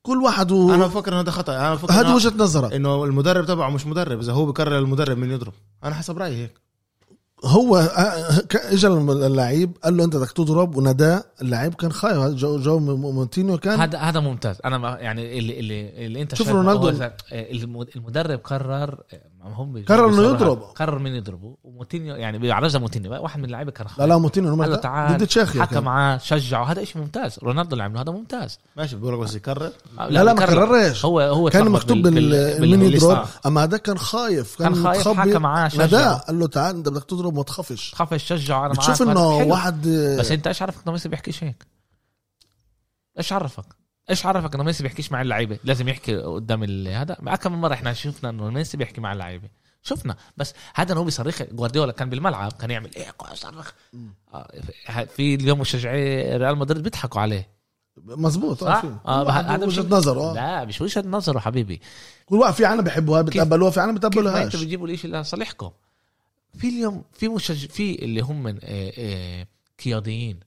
S2: كل واحد و...
S3: انا بفكر إن هذا خطأ انا بفكر
S2: هذه
S3: إنه-
S2: وجهه نظره
S3: انه المدرب تبعه مش مدرب اذا هو بكرر المدرب من يضرب انا حسب رايي هيك
S2: هو آه، ك- اجى اللعيب قال له انت بدك تضرب وناداه اللاعب كان خايف هذا جو, جو مونتينيو كان
S1: هذا هذا ممتاز انا ما يعني اللي اللي, اللي انت
S2: شوف
S1: شايفه
S2: رونالدو.
S1: هو زي- المد- المدرب قرر ما هم
S2: قرر إنه
S1: بيصرحوا.
S2: يضرب.
S1: قرر مين يضربه وموتينيو يعني بيعرفها موتينيو واحد من اللعيبه كان
S2: لا لا مونتينيو
S1: قال له
S2: نمرة-
S1: تعال
S2: ضد تشيخيا
S1: حكى
S2: كان.
S1: معاه شجعه هذا شيء ممتاز رونالدو اللي عمله هذا ممتاز
S3: ماشي بقول لك بس يكرر
S2: لا لا ما
S1: بيكرر.
S2: قررش
S1: هو هو
S2: كان
S1: اتلخبط
S2: مكتوب
S1: بال-
S2: بال...
S1: بال-
S2: مين
S1: بال-
S2: يضرب
S1: بالإصابة.
S2: اما هذا كان خايف كان,
S1: كان خايف حكى معاه
S2: ناداه
S1: شجعه
S2: قال له تعال انت بدك تضرب وما تخافش
S1: خاف الشجعه انا معاك
S2: بتشوف
S1: وهذا
S2: انه
S1: حلو.
S2: واحد
S1: بس انت ايش عرفك انه ميسي بيحكيش هيك؟ ايش عرفك؟ ايش عرفك انه ميسي بيحكيش مع اللعيبه؟ لازم يحكي قدام ال- هذا مع كم من مره احنا شفنا انه ميسي بيحكي مع اللعيبه شفنا بس هذا هو بيصرخ جوارديولا كان بالملعب كان يعمل ايه صرخ
S2: مم.
S1: آه، في اليوم مشجعي ريال مدريد بيضحكوا عليه
S2: مزبوط
S1: صح؟
S2: في.
S1: آه،
S2: كل واحد
S1: هذا مش-
S2: وجهه نظر اه
S1: لا مش وجهه نظره حبيبي
S2: كل واحد في عالم بيحبوها بتقبلوها في عالم
S1: كيف ما انتم
S2: بتقبلوهاش
S1: بتجيبوا الاشي لصالحكم في اليوم في مشج... في اللي هم من آه، آه، قياديين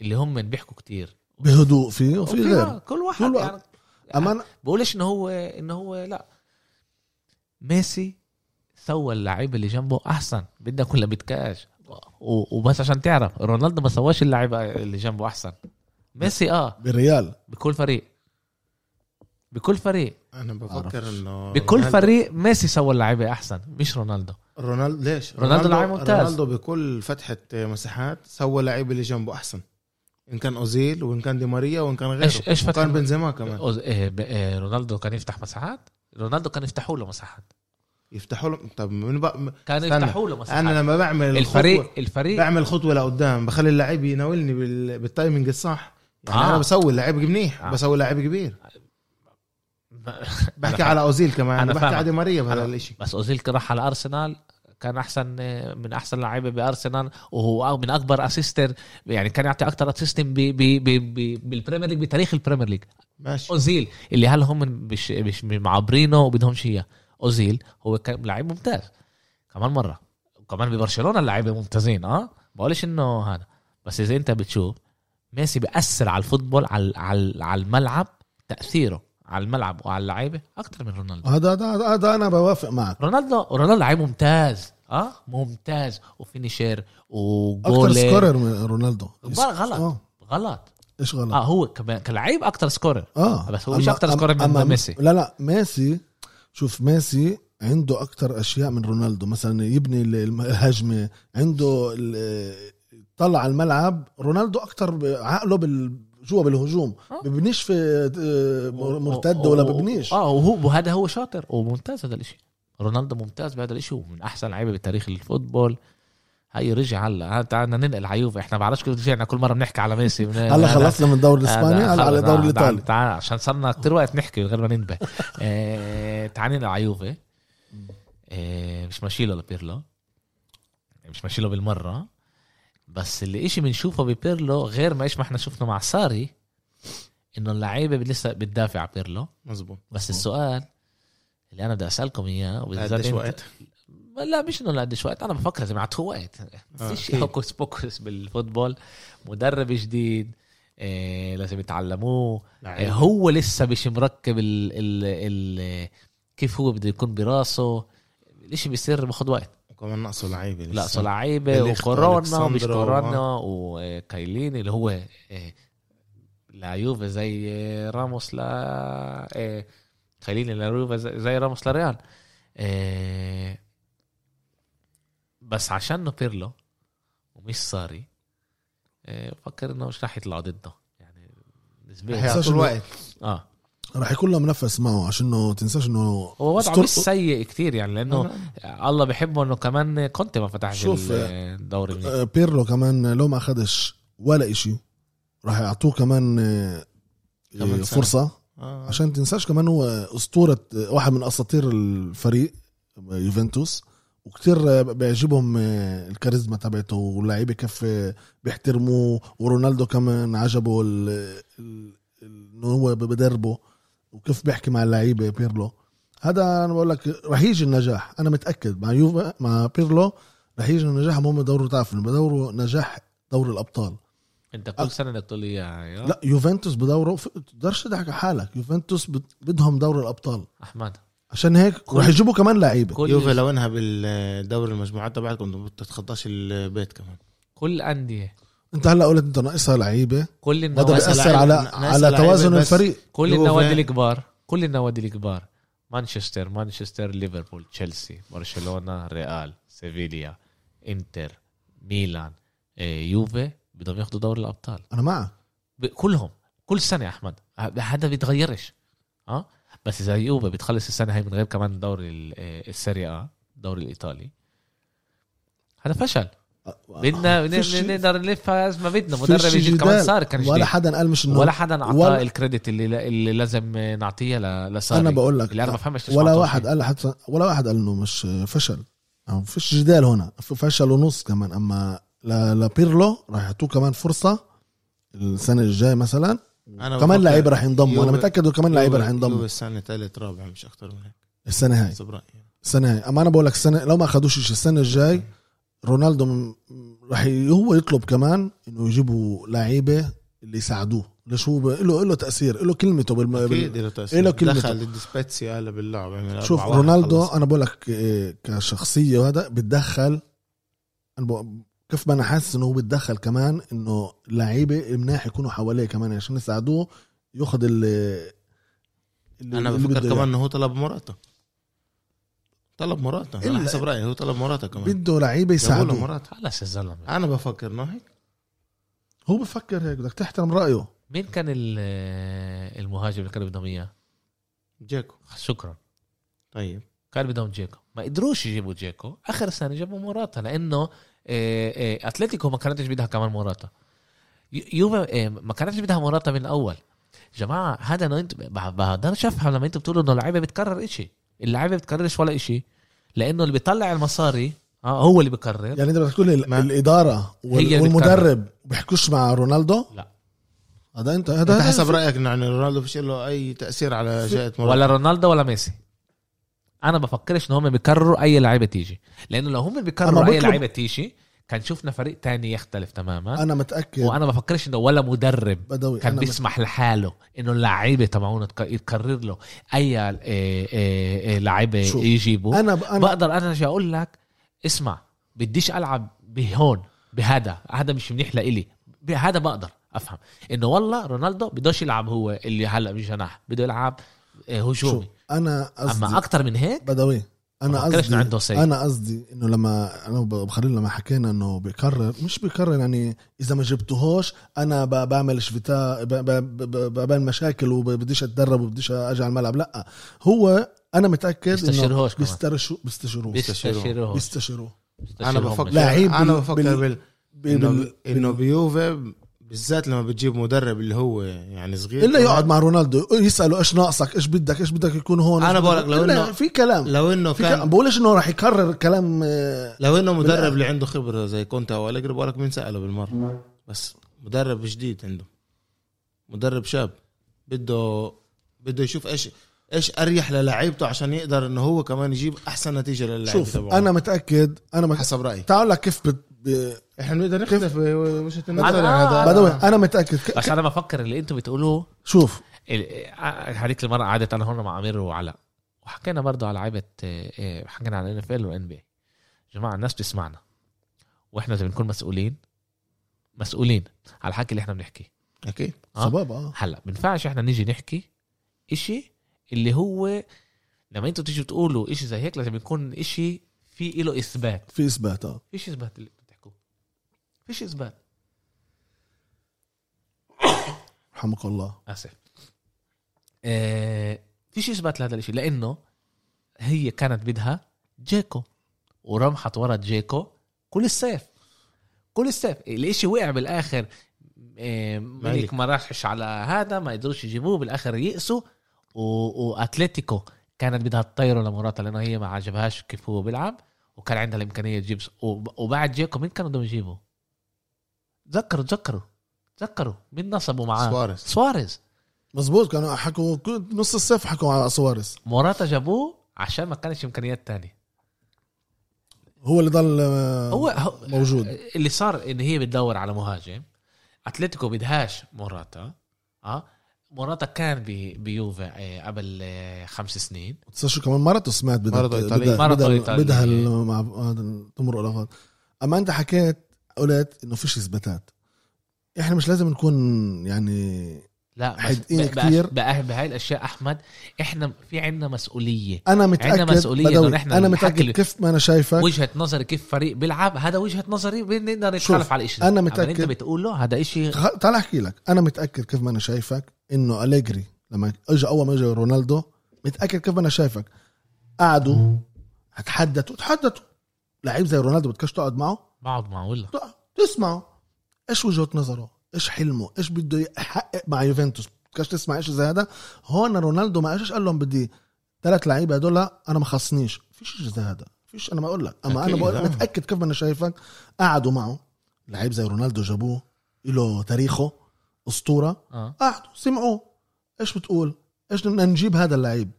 S1: اللي هم من بيحكوا كتير
S2: بهدوء إيه، في وفي
S1: وفي
S2: غير
S1: وا- كل واحد
S2: كل
S1: كل
S2: واحد.
S1: يعني
S2: اما
S1: أما
S2: أنا-
S1: بقولش انه هو انه هو لا ميسي سوى اللعيب اللي جنبه احسن بدك ولا بدكاش و- وبس عشان تعرف رونالدو ما سواش اللعيب اللي جنبه احسن ميسي اه
S2: بالريال
S1: بكل فريق بكل فريق
S3: انا بفكر
S1: أعرفش.
S3: انه
S1: بكل
S3: رونالدو-
S1: فريق ميسي سوى اللعيبه احسن مش رونالدو
S3: رونالدو ليش
S1: رونالدو لاعب ممتاز.
S3: رونالدو بكل فتحه مساحات سوى لعيب اللي جنبه احسن ان كان اوزيل وان كان دي ماريا وان كان غيره
S1: إيش- إيش فتح-
S3: وكان بنزيما كمان
S1: أوز- إيه، ب- إيه، رونالدو كان يفتح مساحات رونالدو كان يفتحوا له مساحات
S3: يفتحوا له طب من بق...
S1: كان
S3: استنى.
S1: يفتحوا له مساحات
S3: انا لما بعمل
S1: الفريق
S3: الخطوة-
S1: الفريق
S3: بعمل خطوه لقدام بخلي اللعيب يناولني بال... بالتايمنج الصح يعني
S1: آه.
S3: آه. انا بسوي لعيب منيح
S1: آه.
S3: آه. بسوي لعيب كبير بحكي على اوزيل كمان
S1: أنا
S3: أنا بحكي
S1: فاهمك.
S3: على دي ماريا بهذا
S1: أنا-
S3: الشيء
S1: بس اوزيل راح على ارسنال كان احسن من احسن لعيبه بارسنال وهو من اكبر اسيستر يعني كان يعطي اكثر اسيستم بالبريمير ليج بتاريخ البريمير ليج
S3: ماشي
S1: اوزيل اللي هلا هم مش مش معبرينه وبدهمش اياه اوزيل هو كان لعيب ممتاز كمان مره كمان ببرشلونه اللعيبه ممتازين اه بقولش انه هذا بس اذا انت بتشوف ميسي بأثر على الفوتبول على على على الملعب تاثيره على الملعب وعلى اللعيبه اكثر من رونالدو
S2: هذا هذا هذا انا بوافق معك
S1: رونالدو رونالدو لعيب ممتاز اه ممتاز وفينيشر
S2: اكثر
S1: وجول
S2: سكورر من رونالدو
S1: بقى غلط.
S2: اه
S1: غلط
S2: ايش غلط؟
S1: اه هو كمان كلاعب اكثر سكورر
S2: اه
S1: بس هو مش
S2: أما-
S1: أكتر سكورر من
S2: أما-
S1: ميسي.
S2: لا لا ميسي شوف ميسي عنده اكثر اشياء من رونالدو مثلا يبني ال- الم- الهجمه عنده ال- طلع على الملعب رونالدو اكثر عقله بال جوا بالهجوم
S1: آه.
S2: ببنيش في آه، مر- مرتده ولا ببنيش
S1: اه وهو وهذا هو شاطر وممتاز هذا الاشي رونالدو ممتاز بهذا الاشي ومن احسن لعيبه بتاريخ الفوتبول هاي رجع هلا هلا تعال بدنا ننقل على يوفي احنا بعرفش كيف رجعنا كل مره بنحكي على ميسي من-
S2: هلا خلصنا من الدوري الاسباني
S1: هذا
S2: هلا على
S1: آه، خلص.
S2: الدوري
S1: تعال-
S2: الايطالي
S1: تعال عشان صرنا كثير وقت نحكي من غير ما ننبه آه، تعال ننقل على يوفي آه، مش ماشيله لبيرلو يعني مش ماشيله بالمره بس اللي إشي بنشوفه ببيرلو غير ما ايش ما احنا شفنا مع ساري انه اللعيبه لسه بتدافع على بيرلو
S3: مزبوط
S1: بس السؤال اللي انا بدي اسالكم اياه وبالذات
S3: قديش
S1: أنت-
S3: وقت
S1: لا مش انه قديش وقت انا بفكر زي ما عاد هو وقت
S3: آه،
S1: فيش
S3: أكيد.
S1: هوكس بوكس بالفوتبول مدرب جديد إيه لازم يتعلموه إيه هو لسه مش مركب ال ال ال كيف هو بده يكون براسه الاشي بيصير باخد وقت
S3: وكمان ناقصه لعيبه
S1: لا
S3: لسه.
S1: سو لعيبه
S3: اللي اختار
S1: وكورونا ومش
S3: ألكساندرا و-
S1: كورونا وكايليني اللي هو إيه، ليوفي زي آه، راموس ل إيه، كايليني ليوفي زي- زي راموس لريال إيه، بس عشانه بيرلو ومش ساري إيه، بفكر انه مش راح يطلع ضده يعني نسبيا
S2: هي-
S3: هي طول الوقت
S1: اه
S2: راح يكون له منافس معه عشان انه تنساش انه
S1: هو وضعه
S2: أسطور-
S1: مش سيء كتير يعني لانه الله بحبه انه كمان كنت ما فتحش
S2: شوف،
S1: الدوري منيح.
S2: آه، بيرلو كمان لو ما اخدش ولا اشي راح يعطوه كمان آه،
S3: كمان
S2: آه،
S3: سنة.
S2: فرصة
S3: آه.
S2: عشان تنساش كمان هو أسطورة آه، واحد من أساطير الفريق آه، يوفنتوس وكتير آه، بيعجبهم آه، الكاريزما تبعته واللعيبة كيف آه، بيحترموه ورونالدو كمان عجبه ال- ال- ال- إنه هو بدربه وكيف بيحكي مع اللعيبة بيرلو هذا أنا بقول لك رح يجي النجاح أنا متأكد مع يوفا مع بيرلو رح يجي النجاح هم بدوروا تعرف إنه بدوروا نجاح دوري الأبطال
S1: انت كل سنه بدك تقول لي أيوة. اياها يا
S2: لا يوفنتوس بدوره ف- تقدرش تضحك على حالك يوفنتوس بد- بدهم دوري الابطال
S1: احمد
S2: عشان هيك رح يجيبوا كمان لعيبه
S1: كل
S3: يوفي لو انها بالدوري المجموعات تبعكم ما بتتخطاش البيت كمان
S1: كل انديه
S2: انت هلا قلت انت ناقصها لعيبه
S1: كل
S2: وهذا
S1: النوادي
S3: بس-
S2: بياثر
S3: لعيبة-
S2: على
S3: ناقصها
S2: على
S3: لعيبة
S2: توازن
S3: بس.
S2: الفريق
S1: كل
S3: يوفي.
S1: النوادي الكبار كل النوادي الكبار مانشستر مانشستر ليفربول تشيلسي برشلونه ريال سيفيليا انتر ميلان إيه، يوفي بدهم ياخذوا دوري الابطال
S2: انا معك
S1: ب- كلهم كل سنه يا احمد ه- هذا بيتغيرش اه بس اذا يوفي بتخلص السنه هاي من غير كمان دوري ال- إيه، السيريا آ، الدوري الايطالي هذا فشل بدنا بدنا-
S2: فيش-
S1: نقدر نلف ما بدنا
S2: فيش
S1: مدرب جديد كمان
S2: جدال.
S1: صار كان
S2: ولا
S1: جديد
S2: حدا قال مش انه
S1: ولا حدا اعطاه
S2: ولا-
S1: الكريدت اللي لا- اللي لازم نعطيه ل- لصاري
S2: انا بقول لك
S1: اللي انا ما بفهمش ليش ما
S2: ولا
S1: أعطوش
S2: واحد
S1: إياه.
S2: قال حتى ولا واحد قال انه مش فشل ما فيش جدال هنا ف- فشل ونص كمان اما ل- لبيرلو راح يعطوه كمان فرصه السنه الجايه مثلا
S3: انا
S2: كمان
S3: بفكر
S2: لعيبه راح ينضموا انا
S3: يوفي-
S2: متاكد انه كمان لعيبه
S3: يوفي-
S2: راح
S3: يوفي
S2: ينضموا
S3: السنه ثالث رابع مش اكثر من هيك
S2: السنه هاي
S3: حسب رايي
S2: السنه هاي اما انا بقول لك السنه لو ما اخذوش شيء السنه الجاي رونالدو م- راح ي- هو يطلب كمان انه يجيبوا لعيبه اللي يساعدوه ليش هو ب- له له تاثير له كلمته بالم...
S3: اكيد
S2: آه، بال...
S3: له
S2: إله
S3: تاثير
S2: كلمته.
S3: دخل الديسباتسي قال باللعب عمل
S2: شوف
S3: 4-1
S2: رونالدو
S3: خلص.
S2: انا بقول لك إيه، كشخصيه وهذا بتدخل أنا بق- كيف ما انا حاسس انه هو بتدخل كمان انه لعيبه مناح يكونوا حواليه كمان يعني عشان يساعدوه ياخذ اللي اللي-
S3: انا
S2: اللي
S3: بفكر
S2: بده إياه.
S3: كمان انه هو طلب مراته طلب مراته انا
S2: إلا-
S3: حسب رايي هو طلب مراته كمان
S2: بده لعيبه
S3: جابوا له
S2: يساعدوه
S3: مراته
S1: خلص يا زلمه
S3: انا بفكر انه هيك
S2: هو بفكر هيك بدك تحترم رايه
S1: مين كان ال- المهاجم اللي كانوا بدهم اياه؟
S3: جاكو
S1: شكرا
S3: طيب
S1: كان بدهم جيكو ما قدروش يجيبوا جيكو اخر سنه جابوا موراتا لانه آه، آه، اتلتيكو ما كانتش بدها كمان موراتا ي- يوفي آه، ما كانتش بدها موراتا من الاول جماعه هذا انا انت ب- بقدرش افهم لما انتوا بتقولوا انه اللعيبه بتكرر إشي اللعيبه بتكررش ولا إشي لانه اللي بيطلع المصاري اه هو اللي بيكرر
S2: يعني انت بدك تقول ال-
S3: ما-
S2: الاداره
S1: هي
S2: وال-
S1: اللي
S2: والمدرب بيحكوش مع رونالدو
S1: لا.
S2: هذا انت
S3: انت
S2: هذا
S3: حسب رايك انه يعني رونالدو فيش له اي تاثير على جائحه مرض
S1: ولا رونالدو ولا ميسي انا بفكرش ان هم بيكرروا اي لعيبه تيجي لانه لو هم
S2: أما
S1: بيكرروا اي
S2: بطلب-
S1: لعيبه تيجي كان شفنا فريق تاني يختلف تماما
S2: انا متاكد
S1: وانا بفكرش انه ولا مدرب
S2: بدوي
S1: كان
S2: انا
S1: بيسمح لحاله انه اللعيبه تبعونه تك- يكرر له اي آه، آه، آه، لعيبه
S2: شوف،
S1: يجيبوا
S2: مت- انا ب- انا
S1: بقدر انا اجي اقول لك اسمع بديش العب بهون بهذا هذا مش منيح لإلي بهذا بقدر افهم انه والله رونالدو بدوش يلعب هو اللي هلا بجناح بده يلعب آه،
S2: شوف
S1: هجومي
S2: انا
S1: اما
S2: قصدي
S1: اكتر من هيك
S2: بدوي انا
S1: بفكرش إنه
S2: قصدي
S1: عنده سي
S2: انا قصدي انه لما انا وخليل لما حكينا انه بيكرر مش بيكرر يعني اذا ما جبتوهوش انا ب- بعمل شفتا ب- ب- ب- بعمل مشاكل وبديش اتدرب وبديش اجي على الملعب لا هو انا متاكد انه
S1: بيستشيرهوش كمان
S2: بيسترشوا بيستشيروه
S1: بيستشيروه
S2: بيستشيروه
S3: انا بفكر
S2: لاعب
S3: انا
S2: بال-
S3: بفكر
S2: بال-
S3: بال...
S2: بي-
S3: انه
S2: بال-
S3: انه
S2: بال-
S3: بيوفي بالذات لما بتجيب مدرب اللي هو يعني صغير
S2: الا يقعد مع رونالدو يساله ايش ناقصك ايش بدك ايش بدك يكون هون
S3: أنا بقولك لو
S2: إلا
S3: إنه-
S2: في كلام
S3: لو انه
S2: في كلام
S3: كان
S2: بقولش انه راح يكرر كلام آه،
S3: لو انه
S2: بالآخر.
S3: مدرب اللي عنده خبره زي كونتا او اليجري بقول لك مين ساله بالمره بس مدرب جديد عنده مدرب شاب بده بده يشوف ايش ايش اريح للاعيبته عشان يقدر انه هو كمان يجيب احسن نتيجه للاعيبه
S2: شوف انا متاكد انا متأكد
S3: حسب رايي
S2: تعال لك كيف بت... ب...
S3: احنا بنقدر نختلف وجهه
S1: النظر يعني هذا-
S2: بدوي انا متاكد
S1: بس انا بفكر اللي انتم بتقولوه
S2: شوف
S1: ال- آه، هذيك المره قعدت انا هون مع امير وعلاء وحكينا برضه على لعيبه آه، آه، حكينا عن ان اف ال وان بي يا جماعه الناس بتسمعنا واحنا اذا بنكون مسؤولين مسؤولين على الحكي اللي احنا بنحكيه
S3: اكيد
S1: آه.
S2: شباب اه
S1: هلا بنفعش احنا نيجي نحكي اشي اللي هو لما انتوا تيجوا تقولوا اشي زي هيك لازم يكون اشي في له اثبات
S2: في اثبات اه
S1: فيش اثبات اللي انتوا بتحكوه فيش اثبات
S2: رحمك الله
S1: اسف آه فيش اثبات لهذا الاشي لانه هي كانت بدها جيكو ورمحت ورا جيكو كل الصيف كل الصيف الاشي وقع بالاخر آه ملك
S3: مالك.
S1: ما راحش على هذا ما قدروش يجيبوه بالاخر يئسوا و- واتلتيكو كانت بدها تطيره لمراتا لانه هي ما عجبهاش كيف هو بيلعب وكان عندها الامكانيه تجيب وب- وبعد جيكو مين كانوا بدهم يجيبوا؟ تذكروا تذكروا تذكروا مين نصبوا معاه؟
S3: سواريز
S1: سواريز
S2: مزبوط كانوا حكوا كل- نص الصيف حكوا على سواريز
S1: موراتا جابوه عشان ما كانش امكانيات تانية
S2: هو اللي ضل آه،
S1: هو, هو
S2: موجود
S1: اللي صار ان هي بتدور على مهاجم اتلتيكو بدهاش موراتا اه موراتا كان بي- بيوفا آه، قبل آه، خمس سنين
S2: بتصير شو كمان مرته سمعت بدها
S3: مرته إيطالية.
S2: بدها-
S1: مرته
S2: بدها-
S1: إيطالية.
S2: بدها ال- مع هذا تمر الاغراض اما انت حكيت قلت انه فيش اثباتات احنا مش لازم نكون يعني
S1: لا بس
S2: حدقين
S1: ب- بقى-
S2: إيه، كتير.
S1: بقى بهاي الاشياء احمد احنا في عندنا مسؤوليه
S2: انا متاكد
S1: مسؤولية إنه
S2: بدوي
S1: نحن
S2: انا
S1: نحكي
S2: متاكد
S1: ال-
S2: كيف ما انا شايفك
S1: وجهه نظري كيف فريق بيلعب هذا وجهه نظري بنقدر
S2: شوف،
S1: نتخالف على الشيء
S2: أنا
S1: انت
S2: متأكد-
S1: بتقوله هذا شيء
S2: خ- تعال احكي لك انا متاكد كيف ما انا شايفك انه اليجري لما اجى اول ما اجى رونالدو متاكد كيف ما انا شايفك قعدوا هتحدثوا تحدثوا لعيب زي رونالدو بدكش تقعد معه
S1: بقعد معه ولا
S2: تقعد تسمعه ايش وجهه نظره ايش حلمه ايش بده يحقق مع يوفنتوس بدكش تسمع ايش زي هذا هون رونالدو ما اجاش قال لهم بدي ثلاث لعيبه هدول انا ما خصنيش فيش شيء زي هذا فيش انا ما اقول لك اما انا
S3: أكيد،
S2: بقول
S3: آه.
S2: متاكد كيف ما انا شايفك قعدوا معه لعيب زي رونالدو جابوه له تاريخه اسطوره
S1: اه
S2: قعدوا سمعوه ايش بتقول؟ ايش بدنا نجيب هذا اللعيب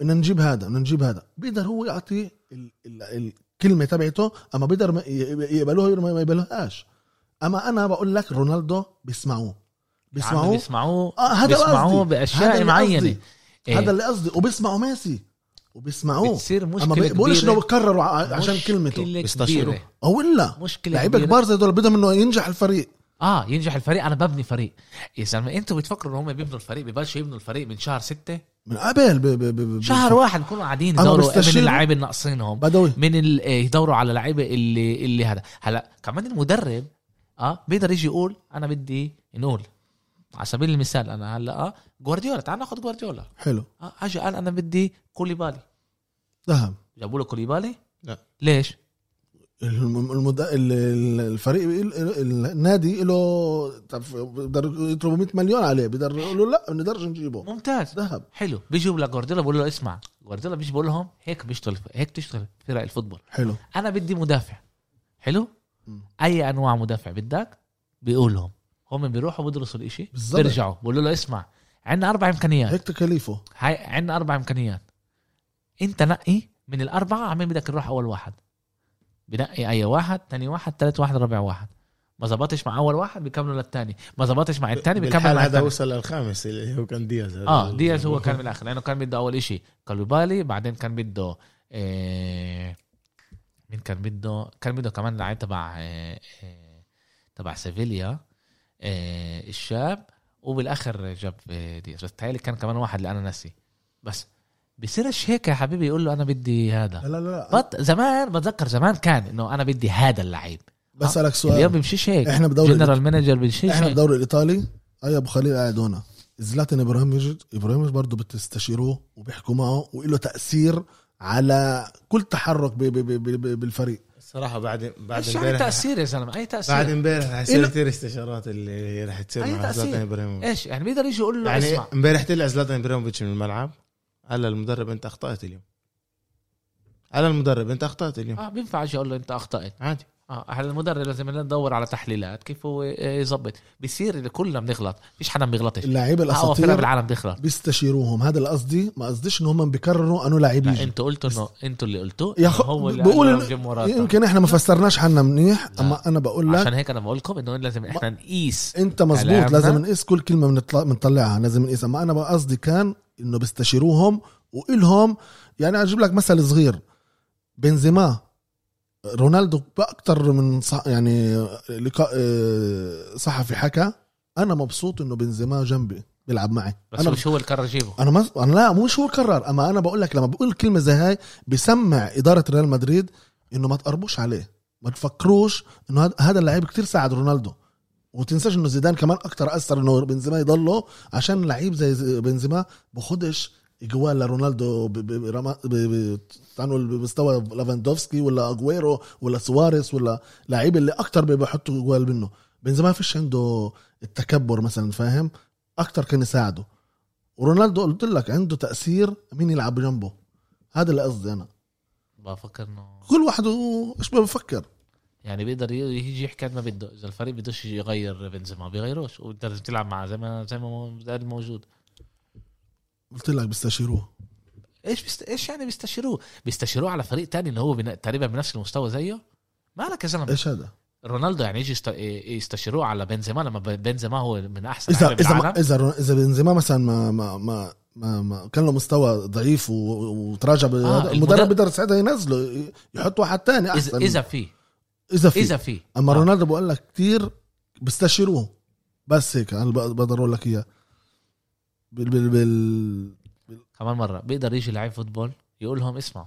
S2: بدنا نجيب هذا بدنا نجيب هذا بيقدر هو يعطي ال- ال- الكلمه تبعته اما بيقدر ما- ي- يقبلوها ولا ما يقبلوهاش اما انا بقول لك رونالدو بيسمعوه
S1: عم
S2: بيسمعوه
S1: يعني بيسمعوه
S2: اه هذا
S1: بيسمعوه
S2: قصدي هذا
S1: باشياء
S2: اللي
S1: معينه
S2: قصدي.
S1: إيه.
S2: هذا اللي قصدي وبيسمعوا ميسي وبيسمعوه
S1: بتصير
S2: اما
S1: مشكله
S2: بقولش
S1: كبيره
S2: انه بكرروا ع- عشان كلمته
S1: مشكله
S3: بيستشيروا.
S1: كبيره
S2: او ولا
S1: مشكله
S2: لعيبه كبار زي دول بدهم انه ينجح الفريق
S1: اه ينجح الفريق انا ببني فريق يا زلمه انتوا بتفكروا ان هم بيبنوا الفريق ببلشوا يبنوا الفريق من شهر ستة
S2: من قبل ب- ب- ب- ب-
S1: شهر واحد بكونوا قاعدين
S2: أما
S1: يدوروا من
S2: بيستشيروا.
S1: اللعيبه اللي ناقصينهم
S2: بدوي
S1: من ال- آه، يدوروا على لعيبه اللي اللي هذا هلا كمان المدرب اه بيقدر يجي يقول انا بدي نقول على سبيل المثال انا هلا اه جوارديولا تعال ناخذ جوارديولا
S2: حلو
S1: اه اجى قال انا بدي كوليبالي
S2: ذهب
S1: جابوا له كوليبالي
S3: لا.
S1: ليش
S2: الم- المد... ال- ال- الفريق ال- ال- النادي له تعرف بقدر يطلبوا 100 مليون عليه بقدر يقول له لا بنقدرش نجيبه
S1: ممتاز
S2: ذهب
S1: حلو بيجوا لجوارديولا بقول له اسمع جوارديولا بيجي بقول لهم هيك بيشتغل هيك تشتغل فرق الفوتبول
S2: حلو
S1: انا بدي مدافع حلو
S2: مم.
S1: اي انواع مدافع بدك بيقولهم هم بيروحوا بدرسوا الاشي
S2: بالظبط.
S1: بيرجعوا بيقولوا له اسمع عندنا اربع امكانيات
S2: هيك تكاليفه
S1: هاي عندنا اربع امكانيات انت نقي من الاربعه على مين بدك نروح اول واحد بنقي اي واحد ثاني واحد ثالث واحد رابع واحد ما زبطش مع اول واحد بيكملوا للثاني ما زبطش مع الثاني بيكمل
S3: بالحال
S1: مع
S3: هذا
S1: الثاني
S3: وصل للخامس اللي هو كان دياز هذا.
S1: اه دياز هو كان من الاخر لانه كان بده اول شيء كالوبالي بعدين كان بده آه مين كان بده كان بده كمان لعيب تبع آه آه تبع سيفيليا آه الشاب وبالاخر جاب آه دياز بس تهيألي كان كمان واحد اللي انا ناسي بس بصيرش هيك يا حبيبي يقول له انا بدي
S2: لا
S1: هذا
S2: لا لا
S1: بط زمان بتذكر زمان كان انه انا بدي هذا اللعيب
S2: بسالك
S1: اليوم
S2: سؤال
S1: بيمشيش هيك
S2: احنا بدوري
S1: جنرال مانجر بيمشيش
S2: احنا
S1: هيك
S2: بالدوري الايطالي اي ابو خليل قاعد هنا زلاتان ابراهيموفيتش ابراهيموفيتش برضه بتستشيروه وبيحكوا معه وله تاثير على كل تحرك ب- ب- ب- ب- بالفريق
S3: الصراحه بعد بعد
S1: ايش يعني
S3: امبارح
S1: تاثير يا زلمه اي تاثير
S3: بعد امبارح حيصير
S2: إله-
S3: كثير استشارات اللي رح تصير
S1: أي
S3: مع
S1: تأثير.
S3: زلاتان ابراهيموفيتش
S1: ايش يعني بيقدر يجي يقول له يعني
S3: يعني
S1: اسمع
S3: امبارح طلع زلاتان ابراهيموفيتش من الملعب قال للمدرب انت اخطات اليوم قال للمدرب انت اخطات اليوم
S1: اه بينفع اجي اقول له انت اخطات
S3: عادي
S1: اه هذا المدرب لازم ندور على تحليلات كيف هو آه، يظبط بصير كلنا بنغلط فيش حدا بيغلطش
S2: اللعيبه
S1: اقوى فرقه
S2: الاساطير
S1: بالعالم بيغلط
S2: بيستشيروهم هذا اللي قصدي ما قصديش ان هم بيكرروا انه لعيب
S1: لا
S2: يجي
S1: انتوا قلتوا انه انتوا اللي قلتوه
S2: يا
S1: إنه
S2: خ-
S1: هو اللي
S2: بقول
S1: بقول
S2: إن-
S1: جيم مراتا
S2: يمكن احنا ما فسرناش حالنا منيح
S1: لا.
S2: اما انا بقول لك
S1: عشان هيك انا بقول لكم انه لازم احنا نقيس
S2: انت مزبوط
S1: كلامنا.
S2: لازم نقيس كل كلمه بنطلع بنطلعها لازم نقيس اما انا بقى قصدي كان انه بيستشيروهم والهم يعني اجيب لك مثل صغير بنزيما رونالدو باكثر من صح يعني لقاء آه، صحفي حكى انا مبسوط انه بنزيما جنبي بيلعب معي
S1: بس
S2: انا
S1: مش هو اللي قرر جيبه
S2: انا مز... انا لا مش هو قرر اما انا بقول لك لما بقول كلمه زي هاي بسمع اداره ريال مدريد انه ما تقربوش عليه ما تفكروش انه هاد- هذا اللعيب كتير ساعد رونالدو وتنساش انه زيدان كمان اكتر اثر انه بنزيما يضله عشان لعيب زي زي بنزيما بخدش جوال لرونالدو ب- ب- برما- ب- ب- تعالوا بمستوى ليفاندوفسكي ولا اجويرو ولا سواريز ولا لعيب اللي اكتر بيحطوا جوال منه بنزيما ما فيش عنده التكبر مثلا فاهم اكتر كان يساعده ورونالدو قلت لك عنده تاثير مين يلعب جنبه هذا اللي قصدي انا
S1: بفكر انه
S2: كل واحد و- ايش ما بفكر
S1: يعني بيقدر ي- يجي يحكي قد ما بده اذا الفريق بدوش يغير بنزيما بيغيروش وبتقدر تلعب معه زي ما زي ما زي ما موجود
S2: قلت لك بيستشيروه
S1: ايش بست... ايش يعني بيستشيروه؟ بيستشيروه على فريق تاني انه هو بن... تقريبا بنفس المستوى زيه؟ مالك يا زلمه
S2: ايش هذا
S1: رونالدو يعني يجي يست... يستشيروه على بنزيما لما ب- بنزيما هو من احسن
S2: اذا
S1: لعيبة
S2: اذا ما
S1: بالعالم؟
S2: اذا رون- اذا بنزيما مثلا ما ما ما ما, ما كان له مستوى ضعيف و- و- وتراجع ب-
S1: آه،
S2: هذا
S1: المدرب-
S2: المدرب بيقدر ساعتها ينزله ي- يحط واحد تاني
S1: اذا
S2: احسن
S1: اذا في
S2: اذا في
S1: اذا في
S2: اما
S1: آه.
S2: رونالدو بقول لك كثير بيستشيروه بس هيك انا بق- بقدر اقول لك اياه بال بال بال
S1: آه، كمان مره بيقدر يجي لعيب فوتبول يقول لهم اسمعوا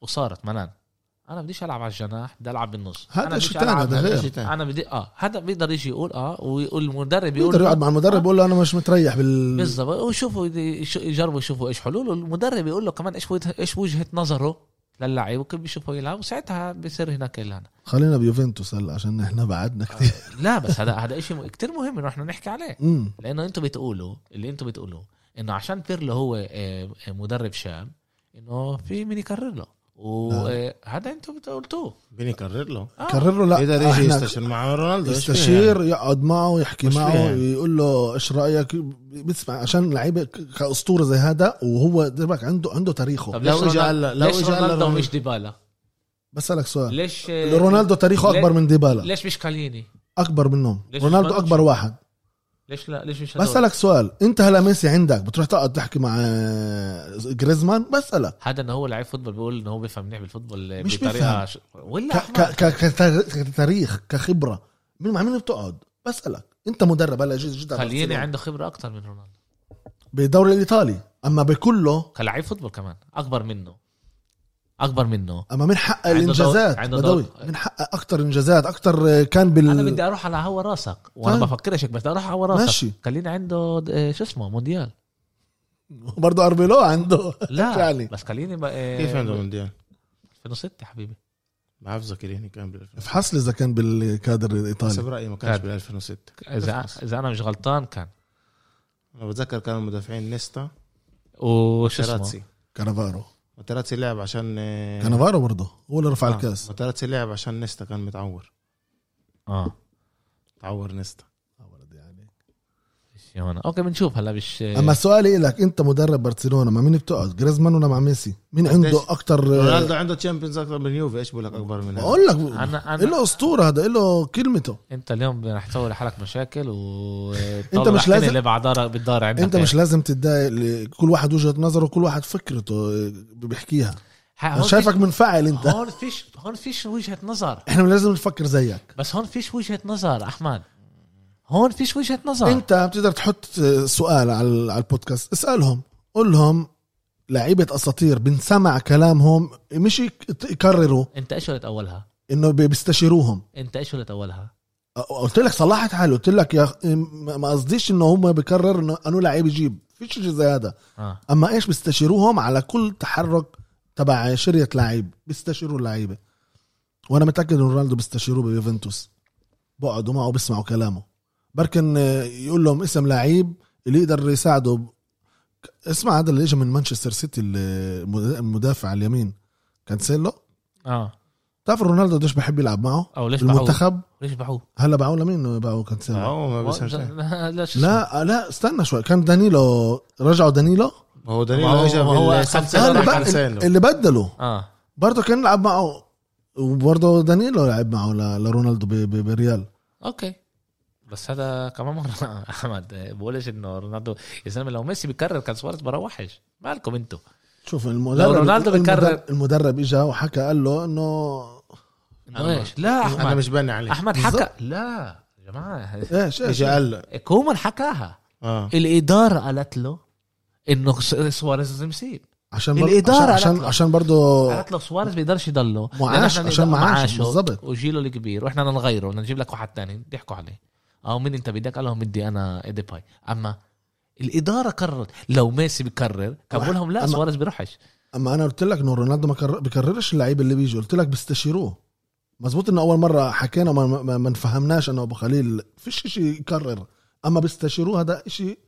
S1: وصارت منان انا بديش العب على الجناح بدي العب بالنص
S2: هذا
S1: انا
S2: شيء
S1: بديش
S2: تاني،
S1: ألعب-
S2: هذا غير.
S3: شيء تاني.
S1: انا بدي اه هذا بيقدر يجي يقول اه ويقول المدرب يقول
S2: بيقدر
S1: له- آه.
S2: يقعد مع المدرب يقول له انا مش متريح بال
S1: بالظبط وشوفوا يدي- يش- يجربوا يشوفوا ايش حلوله المدرب يقول له كمان ايش وجه- ايش وجهه نظره للاعب وكيف بيشوفه يلعب وساعتها بيصير هناك اعلان
S2: خلينا بيوفنتوس هلا عشان احنا بعدنا كثير
S1: لا بس هذا هذا شيء كثير مهم انه احنا نحكي عليه
S2: امم
S1: لانه انتم بتقولوا اللي انتم بتقولوه انه عشان بيرلو هو آه، آه، مدرب شاب انه في من يكرر له
S2: نعم.
S1: آه، وهذا انتم بت- قلتوه
S3: بيني كرر له
S1: آه.
S2: كرر له لا
S3: يقدر يجي
S2: احنا
S3: يستشير مع رونالدو إيش فيه
S2: يستشير
S1: إيه.
S2: يقعد معه يحكي
S3: مش فيها
S2: معه
S3: يعني.
S2: يقول له ايش رايك بيسمع عشان لعيبه ك- كاسطوره زي هذا وهو دبك عنده عنده تاريخه
S1: طب
S3: لو
S1: ليش
S3: إجا
S1: رونالدو-
S3: هلا- لو
S1: ليش
S3: إجا هلا
S1: رونالدو
S3: رونالدو؟
S1: مش ديبالا
S2: بسالك سؤال
S1: ليش آه،
S2: رونالدو تاريخه
S1: ليه-
S2: اكبر من ديبالا
S1: ليش مش كاليني
S2: اكبر منهم
S1: ليش
S2: رونالدو
S1: ما-
S2: اكبر واحد
S1: ليش لا ليش مش هدول؟
S2: بسالك سؤال انت هلا ميسي عندك بتروح تقعد تحكي مع آه، جريزمان بسالك
S1: هذا انه هو لعيب فوتبول بيقول انه هو بيفهم منيح بالفوتبول
S2: مش
S1: بطريقه
S2: بيفهم.
S1: ش... ولا
S2: ك-
S1: أحمد.
S2: ك- ك- كتار- كتاريخ كخبره مين مع مين بتقعد بسالك انت مدرب هلا جد جد
S1: خليني عنده خبره اكثر من رونالدو
S2: بالدوري الايطالي اما بكله
S1: كلاعب فوتبول كمان اكبر منه اكبر منه
S2: اما من حقق
S1: عنده
S2: الانجازات
S1: دور- عنده
S2: بدوي
S1: دور.
S2: من حقق اكتر انجازات اكتر كان بال
S1: انا بدي اروح على هوا راسك وانا
S2: طيب.
S1: بفكرش هيك بس بدي اروح على هوا راسك
S2: ماشي.
S1: خليني عنده آه، شو اسمه مونديال
S2: برضه اربيلو عنده
S1: لا
S2: يعني
S1: بس خليني ب...
S3: كيف عنده
S1: آه،
S3: مونديال
S1: 2006 يا حبيبي
S3: ما حافظك اللي هنا كان بال
S2: افحص لي اذا كان بالكادر
S3: حسب
S2: الايطالي
S3: رايي ما كانش
S1: كان.
S3: بال 2006
S1: اذا اذا انا مش غلطان كان
S3: انا بتذكر كانوا مدافعين نيستا
S1: وش اسمه
S3: وتراتسي
S2: كانافارو
S3: وتراتسي لعب عشان
S1: إيه.
S2: كانافارو برضه هو اللي رفع
S3: آه،
S2: الكاس
S3: وتراتسي لعب عشان نيستا كان متعور
S1: اه
S3: تعور نيستا
S2: آه، ولد يعني.
S1: إيش يا هون. اوكي بنشوف هلا مش
S2: اما سؤالي لك انت مدرب برشلونه مع مين بتقعد جريزمان ولا مع ميسي مين عنده
S3: قديش؟
S2: اكتر
S3: رونالدو عنده تشامبيونز اكثر من يوفي ايش بقول لك اكبر من هذا
S2: بقول لك
S1: انا انا
S2: له اسطوره هذا له كلمته
S1: انت اليوم رح تسوي لحالك مشاكل و
S2: أنت مش لازم-
S1: اللي بعدها بتدار عندك
S2: انت مش لازم تتضايق ل- كل واحد وجهه نظره كل واحد فكرته آه، بيحكيها
S1: إيه.
S2: أنا شايفك منفعل انت
S1: هون فيش هون فيش وجهه نظر
S2: احنا لازم نفكر زيك
S1: بس هون فيش وجهه نظر احمد هون فيش وجهه نظر
S2: انت بتقدر تحط سؤال على على البودكاست اسالهم قول لهم لعيبه اساطير بنسمع كلامهم مش يك- يكرروا
S1: انت ايش قلت اولها
S2: انه بي- بيستشيروهم
S1: انت ايش قلت اولها
S2: أ- قلت لك صلحت حالي قلت لك يا أخ- ما ما قصديش انه هم بيكرر انه انه لعيب يجيب فيش شيء زي هذا
S1: اه
S2: اما ايش بيستشيروهم على كل تحرك تبع شرية لعيب بيستشيروا اللعيبه وانا متاكد ان رونالدو بيستشيروه بيوفنتوس بقعدوا معه بيسمعوا كلامه بركن آه، يقول لهم اسم لعيب اللي يقدر يساعده ب... اسمع هذا اللي اجى من مانشستر سيتي اللي- المدا- المدافع على اليمين كانسيلو
S1: اه
S2: تعرف رونالدو قديش بحب يلعب معه
S1: او ليش باعوه
S2: بالمنتخب
S1: ليش باعوه
S2: هلا باعوه لمين باعوه كانسيلو
S3: هو آه، ما بيسهمش
S1: لا لا شو اسمه؟
S2: لا لا استنى شوي كان دانيلو رجعوا دانيلو
S3: هو
S1: ما هو-
S3: دانيلو اجى
S1: ما هو
S3: بالسلسلة
S1: خمسة-
S3: مع
S2: أنا بقى-
S3: كانسيلو.
S2: اللي بدله
S1: اه
S2: برضه كان لعب معه وبرضه دانيلو لعب معه ل- لرونالدو ب- ب- بريال
S1: اوكي بس هذا كمان مره احمد بقولش انه رونالدو يا زلمه لو ميسي بيكرر كان سواريز بروحش مالكم انتوا
S2: شوف المدرب
S1: رونالدو
S2: المدرب-
S1: بيكرر-
S2: المدرب اجى وحكى قال له انه
S1: انه
S3: أنا-
S1: ايش لا
S3: انا
S1: احمد
S3: مش باني عليه
S1: احمد حكى لا يا جماعه
S2: ايش ايش
S3: اجى قال له
S1: كومان حكاها
S3: اه
S1: الاداره قالت له انه س- سواريز لازم يسيب
S2: عشان
S1: يعني الإدارة
S2: عشان
S1: قالت
S2: عشان,
S1: له.
S2: عشان برضه
S1: قالت له سواريز بيقدرش يضله لأن
S2: معاش-
S1: إحنا نقدر-
S2: عشان معاش،
S1: معاشه
S2: بالظبط.
S1: وجيله الكبير واحنا بدنا نغيره بدنا نجيب لك واحد تاني ضحكوا عليه او مين انت بدك قال لهم بدي انا ايديباي اما الاداره قررت لو ميسي بيكرر كان بقول لهم لا
S2: أما-
S1: سواريز بيروحش
S2: اما انا قلت لك انه رونالدو ما كرر- بكررش اللعيب اللي بيجي قلت لك بيستشيروه مزبوط انه اول مره حكينا ما, ما, ما انفهمناش انه ابو خليل فيش شيء يكرر اما بيستشيروه هذا شيء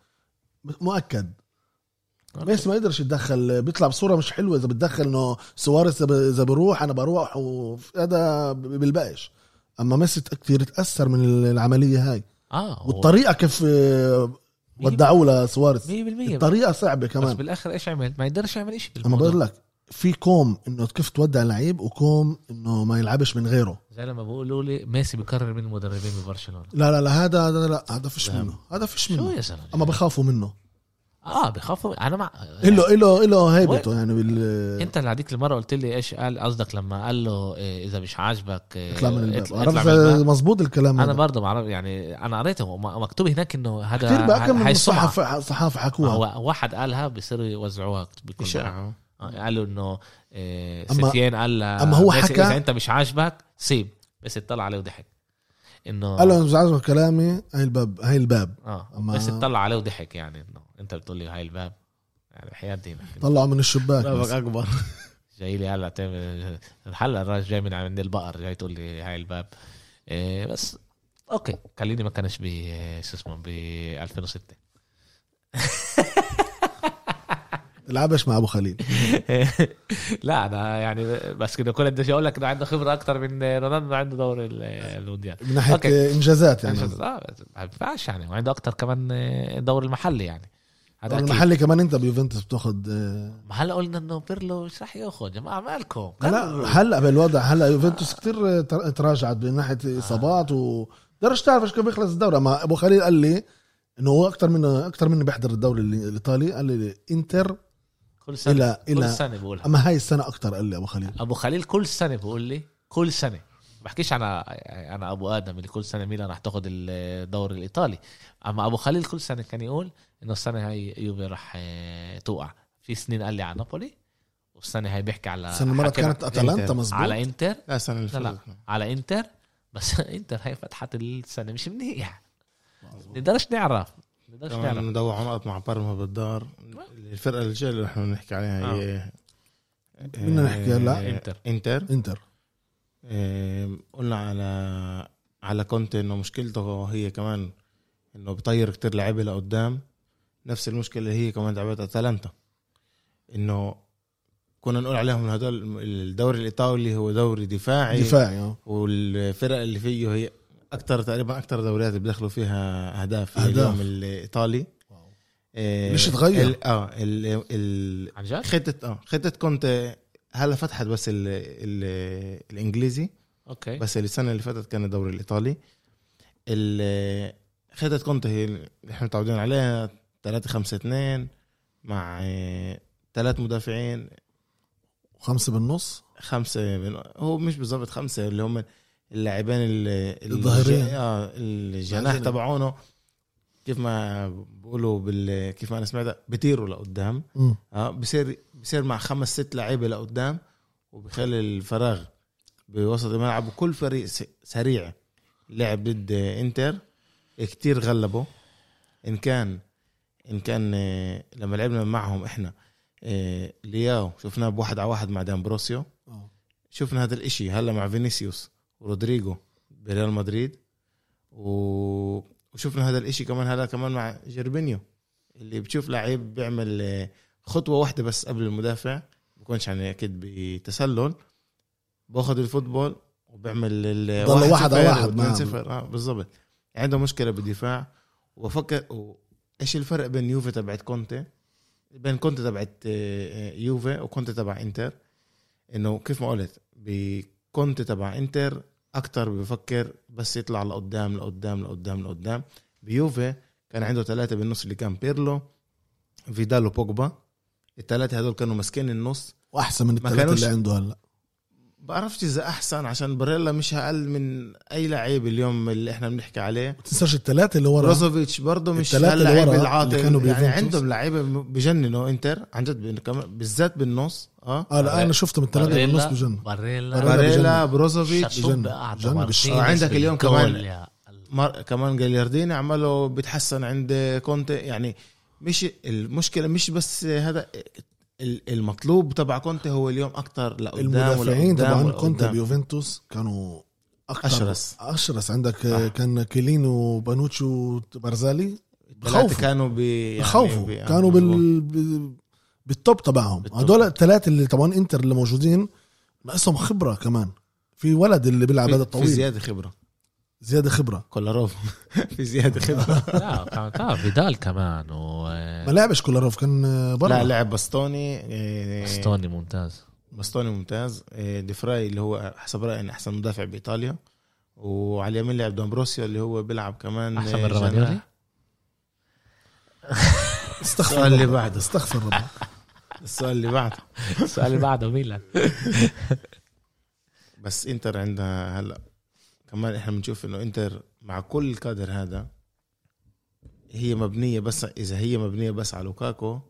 S2: مؤكد ميسي ما يقدرش يتدخل بيطلع بصوره مش حلوه اذا بتدخل انه سواريز إذا ب- اذا بروح انا بروح وهذا ب- بيلبقش اما ميسي كثير تاثر من العمليه هاي
S1: اه هو
S2: والطريقه كيف آه، ودعوه لسواريز
S1: 100% بس
S2: الطريقه صعبه كمان
S1: بالاخر ايش عمل؟ ما يقدرش يعمل شيء
S2: اما
S1: بالموضوع.
S2: بقول لك في كوم انه كيف تودع لعيب وكوم انه ما يلعبش من غيره
S1: زي لما بيقولوا لي ميسي بيكرر من المدربين ببرشلونه
S2: لا لا لا هذا هذا لا هذا فيش منه هذا فيش
S1: شو يعني؟
S2: منه
S1: يا زلمه؟
S2: اما بخافوا منه
S1: اه بخافوا انا مع
S2: اله اله اله هيبته يعني بال
S1: انت اللي هذيك المره قلت لي ايش قال قصدك لما قال له إيه اذا مش عاجبك إيه،
S2: اطلع من الباب
S1: اطلع من
S2: عرفت
S1: الباب.
S2: مظبوط الكلام
S1: انا
S2: هذا
S1: برضه بعرف يعني انا قريته وم- مكتوب هناك انه هذا
S2: كثير بقى كم من
S1: هاي السمعة.
S2: الصحف الصحافه حكوها
S1: هو واحد قالها بصيروا يوزعوها بكل مرة.
S3: اشاعه
S1: آه، قالوا انه إيه،
S2: أما-
S1: ستيان قال
S2: أما هو
S1: بس
S2: حكى-
S1: اذا انت مش عاجبك سيب بس اطلع عليه وضحك انه
S2: قال له انا مش عاجبك كلامي هاي الباب هاي الباب
S1: اه
S2: أما-
S1: بس اطلع عليه وضحك يعني انه انت بتقول لي هاي الباب يعني حياة دينك
S2: طلعوا من الشباك
S3: بابك
S2: بس.
S3: اكبر
S1: جاي لي هلا تعمل هلا الراجل جاي من عند البقر جاي تقول لي هاي الباب إيه بس اوكي خليني ما كانش ب شو اسمه ب 2006
S2: تلعبش مع ابو خليل
S1: لا انا يعني بس كده كل قديش اقول لك انه عنده خبره اكتر من رونالدو عنده دور ال- المونديال
S2: من ناحيه
S1: أوكي.
S2: انجازات يعني
S1: يعني آه، ما ينفعش يعني وعنده اكتر كمان دور المحلي يعني هذا أكيد.
S2: المحلي كمان انت بيوفنتوس بتاخد آه،
S1: ما هلا قلنا انه بيرلو مش راح ياخذ يا جماعه مالكم
S2: هلا هلا بالوضع هلا يوفنتوس كثير تراجعت من ناحيه اصابات و بدرش تعرف ايش كان بيخلص الدوري اما ابو خليل قال لي انه هو اكثر من اكثر مني بيحضر الدوري الإ- الايطالي قال لي انتر
S1: كل سنه
S2: الى
S1: كل
S2: الى
S1: سنه بقولها
S2: اما هاي السنه اكثر قال لي ابو خليل
S1: ابو خليل كل سنه بيقول لي كل سنه بحكيش انا انا ابو ادم اللي كل سنه ميلان رح تاخذ الدوري الايطالي اما ابو خليل كل سنه كان يقول انه السنه هاي يوفي رح آه، توقع في سنين قال لي على نابولي والسنه هاي بيحكي على
S2: السنه المره
S1: حكي
S2: كانت اتلانتا
S3: إنتر.
S1: على
S2: مزبوط
S1: انتر
S3: لا السنه اللي
S1: لا لا
S3: فاتت.
S1: على انتر بس انتر هاي فتحت السنه مش منيح نقدرش نعرف نقدرش
S3: كمان
S1: نعرف
S3: ندوع نقط مع بارما بالدار الفرقه الجايه اللي احنا بنحكي عليها هي
S2: بدنا نحكي هلا.
S3: آه،
S1: آه. إنتر.
S3: انتر
S2: انتر
S3: آه، على على كونتي انه مشكلته هي كمان انه بطير كتير لعيبه لقدام نفس المشكله اللي هي كمان تعبت اتلانتا انه كنا نقول عليهم إنه هدول الدوري الايطالي هو دوري دفاعي
S2: دفاعي اه
S3: والفرق اللي فيه هي اكثر تقريبا اكثر دوريات بيدخلوا فيها اهداف في
S2: أهداف.
S3: اليوم الايطالي إيه،
S2: ليش اتغير؟
S3: ال- اه ال- ال-
S1: عن جد؟
S3: خطه اه خطه كنت هلا فتحت بس ال ال الانجليزي
S1: اوكي
S3: بس السنه اللي فاتت كان الدوري الايطالي ال- خطه كنت هي اللي احنا متعودين عليها 3 5 2 مع ثلاث مدافعين
S2: وخمسه بالنص
S3: خمسه من هو مش بالضبط خمسه اللي هم اللاعبين ال-
S2: الظهيرين.
S3: الج- اه الجناح
S2: الجناح.
S3: تبعونه كيف ما بقولوا بال كيف ما انا سمعت بيطيروا لقدام
S2: مم.
S3: اه بصير بصير مع خمس ست لعيبه لقدام وبخلي الفراغ بوسط الملعب وكل فريق س- سريع لعب ضد انتر كتير غلبه ان كان ان كان آه، لما لعبنا معهم احنا آه، لياو شفناه بواحد على واحد مع دامبروسيو
S2: آه.
S3: شفنا هذا الاشي هلا مع فينيسيوس ورودريجو بريال مدريد و... وشفنا هذا الاشي كمان هلا كمان مع جيربينيو اللي بتشوف لعيب بيعمل آه، خطوه واحده بس قبل المدافع بكونش يعني اكيد بتسلل باخذ الفوتبول وبعمل ال
S2: ضل واحد على واحد نعم. معهم.
S3: 2 0 اه بالضبط عنده مشكله بالدفاع وبفكر و... ايش الفرق بين يوفي تبعت كونتي بين كونتي تبعت آه، آه، يوفي وكونتي تبع انتر انه كيف ما قلت بكونتي تبع انتر اكتر بفكر بس يطلع لقدام لقدام لقدام لقدام بيوفي كان عنده ثلاثة بالنص اللي كان بيرلو فيدال وبوجبا الثلاثة هدول كانوا ماسكين النص
S2: واحسن من
S3: ما
S2: الثلاثه
S3: كانوش-
S2: اللي عنده هلا
S3: بعرفش اذا احسن عشان باريلا مش اقل من اي لعيب اليوم اللي احنا بنحكي عليه
S2: ما تنساش الثلاثه اللي ورا
S3: بروزوفيتش برضه مش
S2: التلاتة اللي
S3: هاللاعب
S2: ورا
S3: العاطل
S2: اللي كانوا
S3: يعني
S2: بيوفنتوس.
S3: عندهم لعيبه بجننوا انتر عن جد بإنه كمان- بالذات بالنص اه
S2: اه لا انا شفتهم الثلاثه بالنص بجن
S1: باريلا
S2: باريلا
S3: باريلا بروزوفيتش
S2: بجنن.
S1: شطب قاعد
S2: بجنن بالشوط.
S3: وعندك اليوم كمان-
S1: كمان
S3: مار... كمان جاليارديني عمله بيتحسن عند كونتي يعني مش المشكله مش بس هذا ال- المطلوب تبع كونتي هو اليوم اكثر لقدام
S2: المدافعين
S3: ولقدام
S2: طبعا
S3: ولقدام.
S2: كونتا بيوفنتوس كانوا اكثر
S3: أشرس.
S2: اشرس عندك آه، كان كيلينو بانوتشو بارزالي
S3: التلاتة
S2: بخوفوا.
S3: كانوا بي يعني
S2: بخوفوا
S3: بي-
S2: كانوا
S3: مظبوط.
S2: بال... بال- بالتوب تبعهم
S3: بالتوب.
S2: هدول الثلاثه اللي طبعا انتر اللي موجودين ناقصهم خبره كمان في ولد اللي بيلعب هذا
S3: في, في
S2: الطويل
S3: زياده خبره
S2: زياده خبره
S3: كولاروف في زياده خبره
S1: لا كان تعرف فيدال كمان و
S2: ما لعبش كولاروف كان آه، برا
S3: لا لعب بستوني إيه،
S1: استوني ممتاز
S3: بستوني ممتاز إيه، ديفراي اللي هو حسب رايي إنه احسن مدافع بايطاليا وعلى اليمين لعب دومبروسيو اللي هو بيلعب كمان
S1: احسن
S3: إيه،
S1: من رامادوري
S3: جناح.
S2: استغفر
S3: السؤال اللي
S2: الله.
S3: بعده.
S2: استغفر الله
S3: السؤال اللي بعده
S1: السؤال اللي بعده ميلان
S3: بس انتر عندها هلا كمان احنا بنشوف انه انتر مع كل الكادر هذا هي مبنيه بس اذا هي مبنيه بس على لوكاكو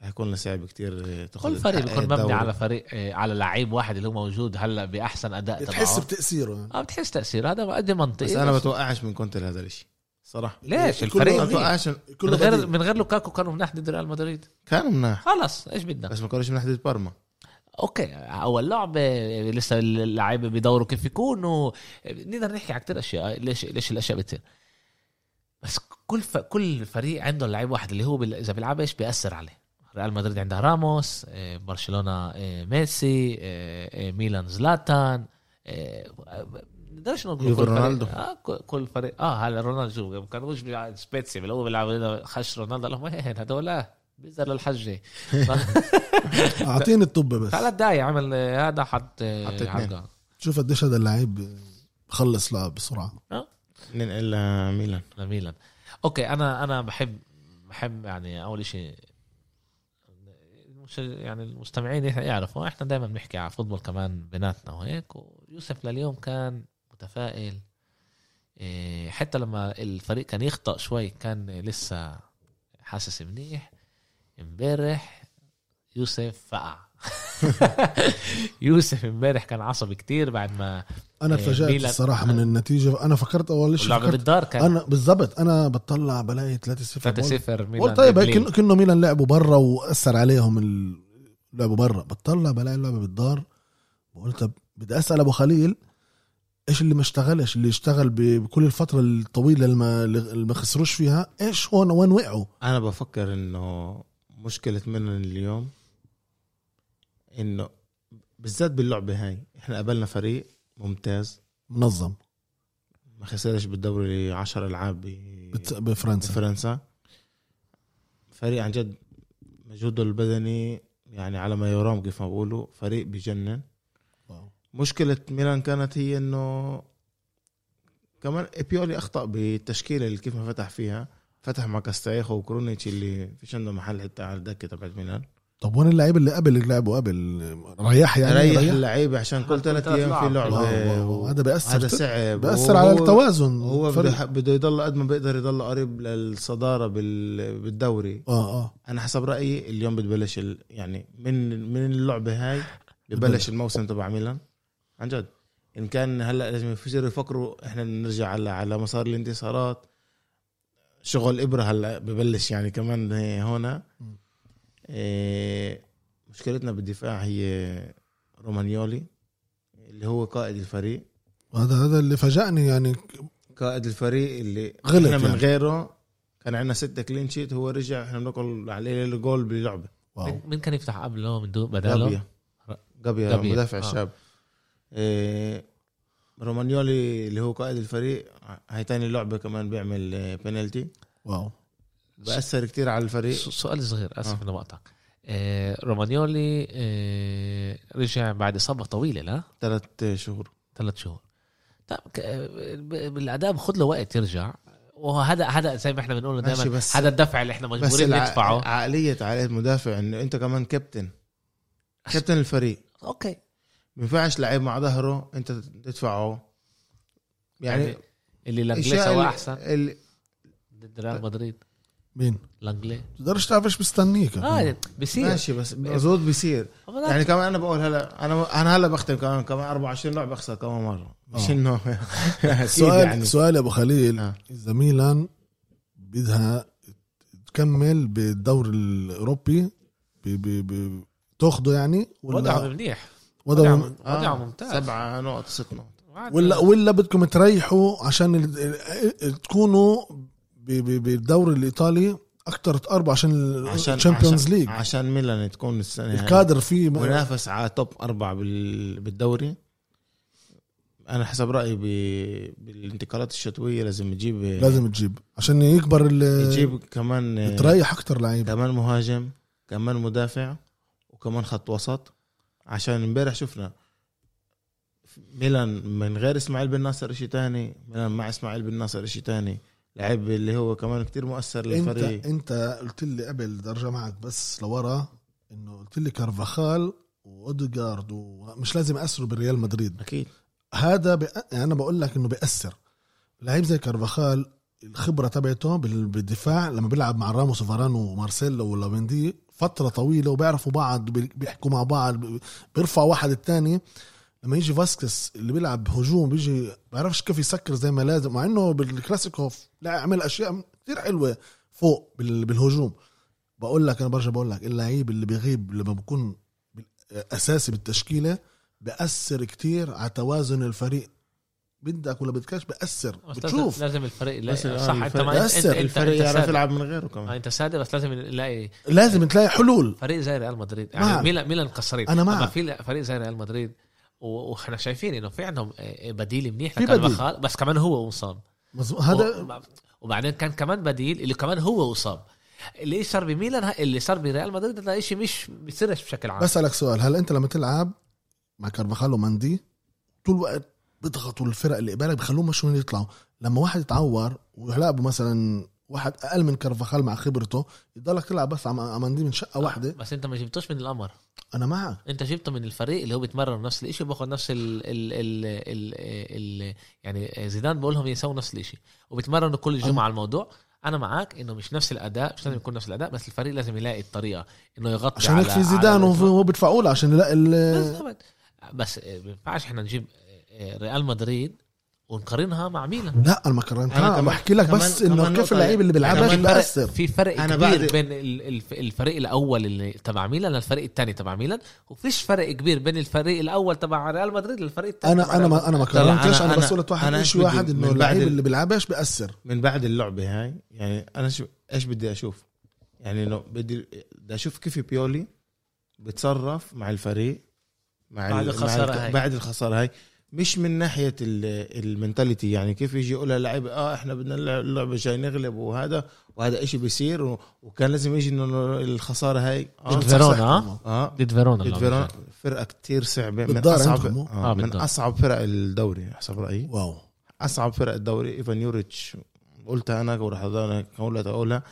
S3: هيكون لها صعب كتير تاخد
S1: كل فريق
S3: الحق-
S1: بيكون مبني
S3: الدوري.
S1: على فريق آه، على لعيب واحد اللي هو موجود هلا باحسن اداء
S2: بتحس
S1: تبعه
S2: بتاثيره يعني.
S1: اه بتحس تاثير هذا قد منطقي
S3: بس انا بتوقعش من كونتر هذا الاشي صراحه
S1: ليش
S2: كله
S1: الفريق
S2: بديل.
S3: ما
S1: من
S3: بتوقعش
S2: كله
S1: غير
S2: بديل.
S1: من غير لوكاكو كانوا مناح ضد ريال مدريد
S3: كان مناح
S1: خلص ايش بدنا
S3: بس ما كانوش من حدود بارما
S1: اوكي اول لعبه لسه اللعيبه بيدوروا كيف يكونوا نقدر نحكي على كثير اشياء ليش ليش الاشياء بتصير بس كل ف... كل فريق عنده لعيب واحد اللي هو بال... اذا بيلعبش بياثر عليه ريال مدريد عندها راموس آه، برشلونه آه، ميسي آه، آه، ميلان زلاتان آه، نقدرش نقول
S3: يوفي
S1: كل فريق-
S3: رونالدو.
S1: آه ك- كل فريق اه هلا رونالدو شوف، كان مش بيلعب سبيتسي اللي هو بيلعب لنا خش رونالدو لهم هين هدول آه، بيزر للحجه
S2: اعطيني الطبه بس
S1: ثلاث دقايق عمل آه، هذا حط
S3: حط اتنين.
S1: حط
S2: شوف قديش هذا اللعيب بخلص لعب بسرعه
S3: ننقل لميلان
S1: لميلان اوكي انا انا بحب بحب يعني اول شيء يعني المستمعين احنا يعرفوا احنا دائما بنحكي على فوتبول كمان بيناتنا وهيك ويوسف لليوم كان متفائل إيه، حتى لما الفريق كان يخطأ شوي كان لسه حاسس منيح امبارح يوسف فقع يوسف امبارح كان عصبي كتير بعد ما
S2: انا
S1: إيه،
S2: تفاجأت
S1: ميلان.
S2: الصراحه من النتيجه انا فكرت اول شيء
S1: اللعبه
S2: فكرت
S1: بالدار كان
S2: انا بالضبط انا بطلع بلاقي 3 0
S1: 3 0
S2: والله طيب هيك كن- كانه ميلان لعبوا برا واثر عليهم ال- لعبوا برا بطلع بلاقي اللعبه بالدار بقول طب بدي اسال ابو خليل ايش اللي ما اشتغلش اللي اشتغل ب- بكل الفتره الطويله اللي ما, اللي ما خسروش فيها ايش هون وين وقعوا
S3: انا بفكر انه مشكله منن اليوم انه بالذات باللعبه هاي احنا قابلنا فريق ممتاز
S2: منظم
S3: ما خسرش بالدوري 10 العاب
S2: بت-
S3: ب-
S2: بفرنسا
S3: بفرنسا فريق عن جد مجهوده البدني يعني على ما يرام كيف ما بقولوا فريق بجنن
S2: واو.
S3: مشكلة ميلان كانت هي انه كمان بيولي اخطا بالتشكيله اللي كيف ما فتح فيها فتح مع كاستايخو وكرونيتش اللي فيش عنده محل حتى على الدكه تبعت ميلان
S2: طب وين اللعيبه اللي قبل اللي لعبوا قبل ريح يعني
S3: ريح
S2: ريح.
S3: اللعيبه عشان كل
S4: كل
S3: ثلاث
S4: تلات
S3: ايام في
S4: لعب.
S2: واو،
S3: لعبه
S2: واو، واو.
S3: و-
S2: هذا بياثر
S3: هذا صعب
S2: بياثر على
S3: وهو-
S2: التوازن
S3: هو
S2: الفريق.
S3: بده بده يضل قد ما بيقدر يضل قريب للصداره بال- بالدوري
S2: اه اه
S3: انا حسب رايي اليوم بتبلش ال... يعني من من اللعبه هاي ببلش
S2: ببلش.
S3: الموسم تبع ميلان عن جد ان كان هلا لازم يصيروا يفكروا احنا نرجع على على مسار الانتصارات شغل ابره هلا ببلش يعني كمان هون
S2: مم.
S3: إيه مشكلتنا بالدفاع هي رومانيولي اللي هو قائد الفريق
S2: هذا هذا اللي فاجأني يعني
S3: قائد الفريق اللي
S2: غلط
S3: احنا من
S2: يعني.
S3: غيره كان عندنا ستة كلين شيت هو رجع احنا بناكل عليه الجول بلعبه
S2: واو
S1: مين كان يفتح قبله من دو بداله
S3: جابيا جابيا
S1: جابيا.
S3: مدافع
S1: آه.
S3: الشاب إيه رومانيولي اللي هو قائد الفريق هاي تاني لعبه كمان بيعمل آه، بينالتي
S2: واو
S3: بأثر كتير على الفريق
S1: س- سؤال صغير اسف
S3: آه.
S1: اني بقطعك آه، رومانيولي آه، رجع بعد اصابه طويله لا
S3: ثلاث شهور
S1: ثلاث شهور طب ك- ب- بالاداء بخد له وقت يرجع وهذا هذا زي ما احنا بنقول
S3: ماشي
S1: دائما
S3: بس-
S1: هذا الدفع اللي احنا
S3: بس
S1: مجبورين
S3: الع...
S1: ندفعه
S3: عقلية عقلية مدافع انه انت كمان كابتن كابتن الفريق
S1: اوكي
S3: ما ينفعش لعيب مع ظهره انت تدفعه يعني
S1: يعني اللي لانجلي
S3: الاشياء
S1: سواه
S3: اللي- آه.
S1: احسن
S3: اللي
S1: ضد ريال مدريد
S2: مين
S1: لانجلي
S2: بتقدرش تعرف ايش مستنيك
S3: آه، يعني
S1: اه بصير
S3: ماشي بس مزود بيصير يعني كمان انا بقول هلا انا انا هلا بختم كمان كمان 24 لعبه اخسر كمان مره مش
S2: آه.
S3: انه أكيد
S2: سؤال
S3: يعني.
S2: يعني. سؤال يا ابو خليل
S3: آه.
S2: اذا ميلان بدها تكمل بالدوري الاوروبي ب- ب- ب- تاخده يعني
S1: وضعه
S2: ولا
S1: منيح
S2: ولا
S1: وضعه- وضعه ممتاز
S3: آه، سبعة نقط ست نقط
S2: ولا ولا بدكم تريحوا عشان ال- ال- تكونوا ب- ب- بالدوري الايطالي اكثر تقربوا عشان الشامبيونز ليج
S3: عشان ميلان تكون السنه هاي
S2: الكادر فيه م-
S3: منافس على توب أربعة بال... بالدوري أنا حسب رأيي ب... بالانتقالات الشتوية لازم يجيب
S2: لازم تجيب عشان يكبر ال-
S3: إيه. يجيب إيه. كمان آه،
S2: تريح اكثر لعيبه
S3: كمان مهاجم كمان مدافع وكمان خط وسط عشان امبارح شفنا ميلان من غير اسماعيل بن ناصر شيء تاني ميلان مع اسماعيل بن ناصر شيء تاني لعيب اللي هو كمان كتير مؤثر
S2: انت
S3: للفريق
S2: انت قلت لي قبل بدي ارجع معك بس لورا انه قلت لي كارفاخال واوديجارد ومش لازم ياثروا بريال مدريد
S3: اكيد
S2: هذا بأ... يعني انا بقول لك انه بياثر لعيب زي كارفاخال الخبره تبعته بال- بالدفاع لما بيلعب مع راموس وفارانو ومارسيلو ولافندي فتره طويله وبيعرفوا بعض بي- بيحكوا مع بعض بي- بيرفعوا واحد الثاني لما يجي فاسكس اللي بيلعب هجوم بيجي بعرفش كيف يسكر زي ما لازم مع انه بالكلاسيكو لا عمل اشياء كثير حلوه فوق بال- بالهجوم بقول لك انا برجع بقول لك اللعيب اللي بيغيب لما بكون بال- اساسي بالتشكيله بأثر كتير على توازن الفريق بدك ولا بدكش بأثر بتشوف
S1: لازم الفريق يلاقي
S3: بس الآن
S1: آه، صح انت
S3: الفريق-
S1: ما انت
S2: يأثر.
S1: انت
S3: الفريق
S1: انت
S3: يعرف
S1: سادة.
S3: يلعب من غيره
S1: آه،
S3: كمان
S1: انت سادة بس لازم نلاقي
S2: لازم تلاقي حلول
S1: فريق زي ريال مدريد
S2: معك.
S1: يعني ميلان ميلان كسرين
S2: أنا
S1: لما
S2: معك.
S1: في فريق زي ريال مدريد و- واحنا شايفين انه في عندهم آه، بديل منيح
S2: في
S1: لكارفاخال بس كمان هو مصاب
S2: مزبوط هذا
S1: و- وبعدين كان كمان بديل اللي كمان هو مصاب اللي صار بميلان ه- اللي صار بريال مدريد هذا شيء مش بيصيرش بشكل عام
S2: بسألك سؤال هل أنت لما تلعب مع كارفاخال وماندي طول الوقت بيضغطوا الفرق اللي قبالك بخلوهم مشون يطلعوا لما واحد يتعور ويلعبوا مثلا واحد أقل من كارفاخال مع خبرته يضلك تلعب بس مع ماندي من شقة واحدة
S1: بس انت ما جبتوش من القمر
S2: أنا معك
S1: انت جبته من الفريق اللي هو بيتمرن نفس الشيء وباخذ نفس ال ال ال ال ال يعني زيدان بقول لهم يسووا نفس الشيء وبيتمرنوا كل جمعه على الموضوع انا معاك انه مش نفس الاداء مش لازم يكون نفس الاداء بس الفريق لازم يلاقي الطريقه انه يغطي
S2: عشان هيك
S1: على-
S2: في
S1: على
S2: زيدان
S1: الإطلاق.
S2: وهو بيدفعوا له عشان يلاقي ال-
S1: بالضبط بس ما ينفعش احنا نجيب ريال مدريد ونقارنها مع ميلان
S2: لا انا ما قارنتها
S3: أنا
S2: انا
S3: كمان-
S2: بحكي لك
S3: كمان-
S2: بس
S3: كمان
S2: انه
S3: نقطة
S2: كيف اللعيب اللي بيلعبها
S3: كمان
S2: بيأثر
S1: في فرق
S3: أنا
S1: أنا
S3: بعد-
S1: كبير بين ال- الف- الفريق الاول اللي تبع ميلان للفريق الثاني تبع ميلان وفيش فرق كبير بين الفريق الاول تبع ريال مدريد للفريق الثاني
S2: انا انا ما انا ما
S3: طلع،
S2: قارنتش
S3: أنا-
S2: انا
S3: أنا-
S2: بس قلت واحد
S3: أنا
S2: شيء
S3: بدي
S2: واحد
S3: من
S2: انه
S3: بعد
S2: اللعيب
S3: ال-
S2: اللي بيلعبهاش بيأثر
S3: من بعد اللعبه هاي يعني انا شو ايش بدي اشوف يعني انه بدي بدي اشوف كيف بيولي بتصرف مع الفريق
S1: بعد
S3: مع ال- مع
S1: الخسارة
S3: الك-
S1: هاي.
S3: بعد الخساره هاي مش من ناحيه المنتاليتي يعني كيف يجي يقول للعيبه اه احنا بدنا نلعب اللعبه جاي نغلب وهذا وهذا إشي بيصير و- وكان لازم يجي انه الخساره هاي
S1: ضد
S3: اه,
S1: فيرونا آه؟
S3: آه
S1: ضد فيرونا
S3: ضد
S1: اللعبة
S3: فيرونا
S1: كانت.
S3: فرقه كتير صعبه من
S2: بالدار
S3: اصعب
S2: عندهم، آه.
S1: آه،
S3: آه من
S1: بالدار.
S3: اصعب فرق الدوري حسب رايي
S2: واو
S3: اصعب فرق الدوري ايفان يوريتش قلتها انا وراح اضلها اقولها اقولها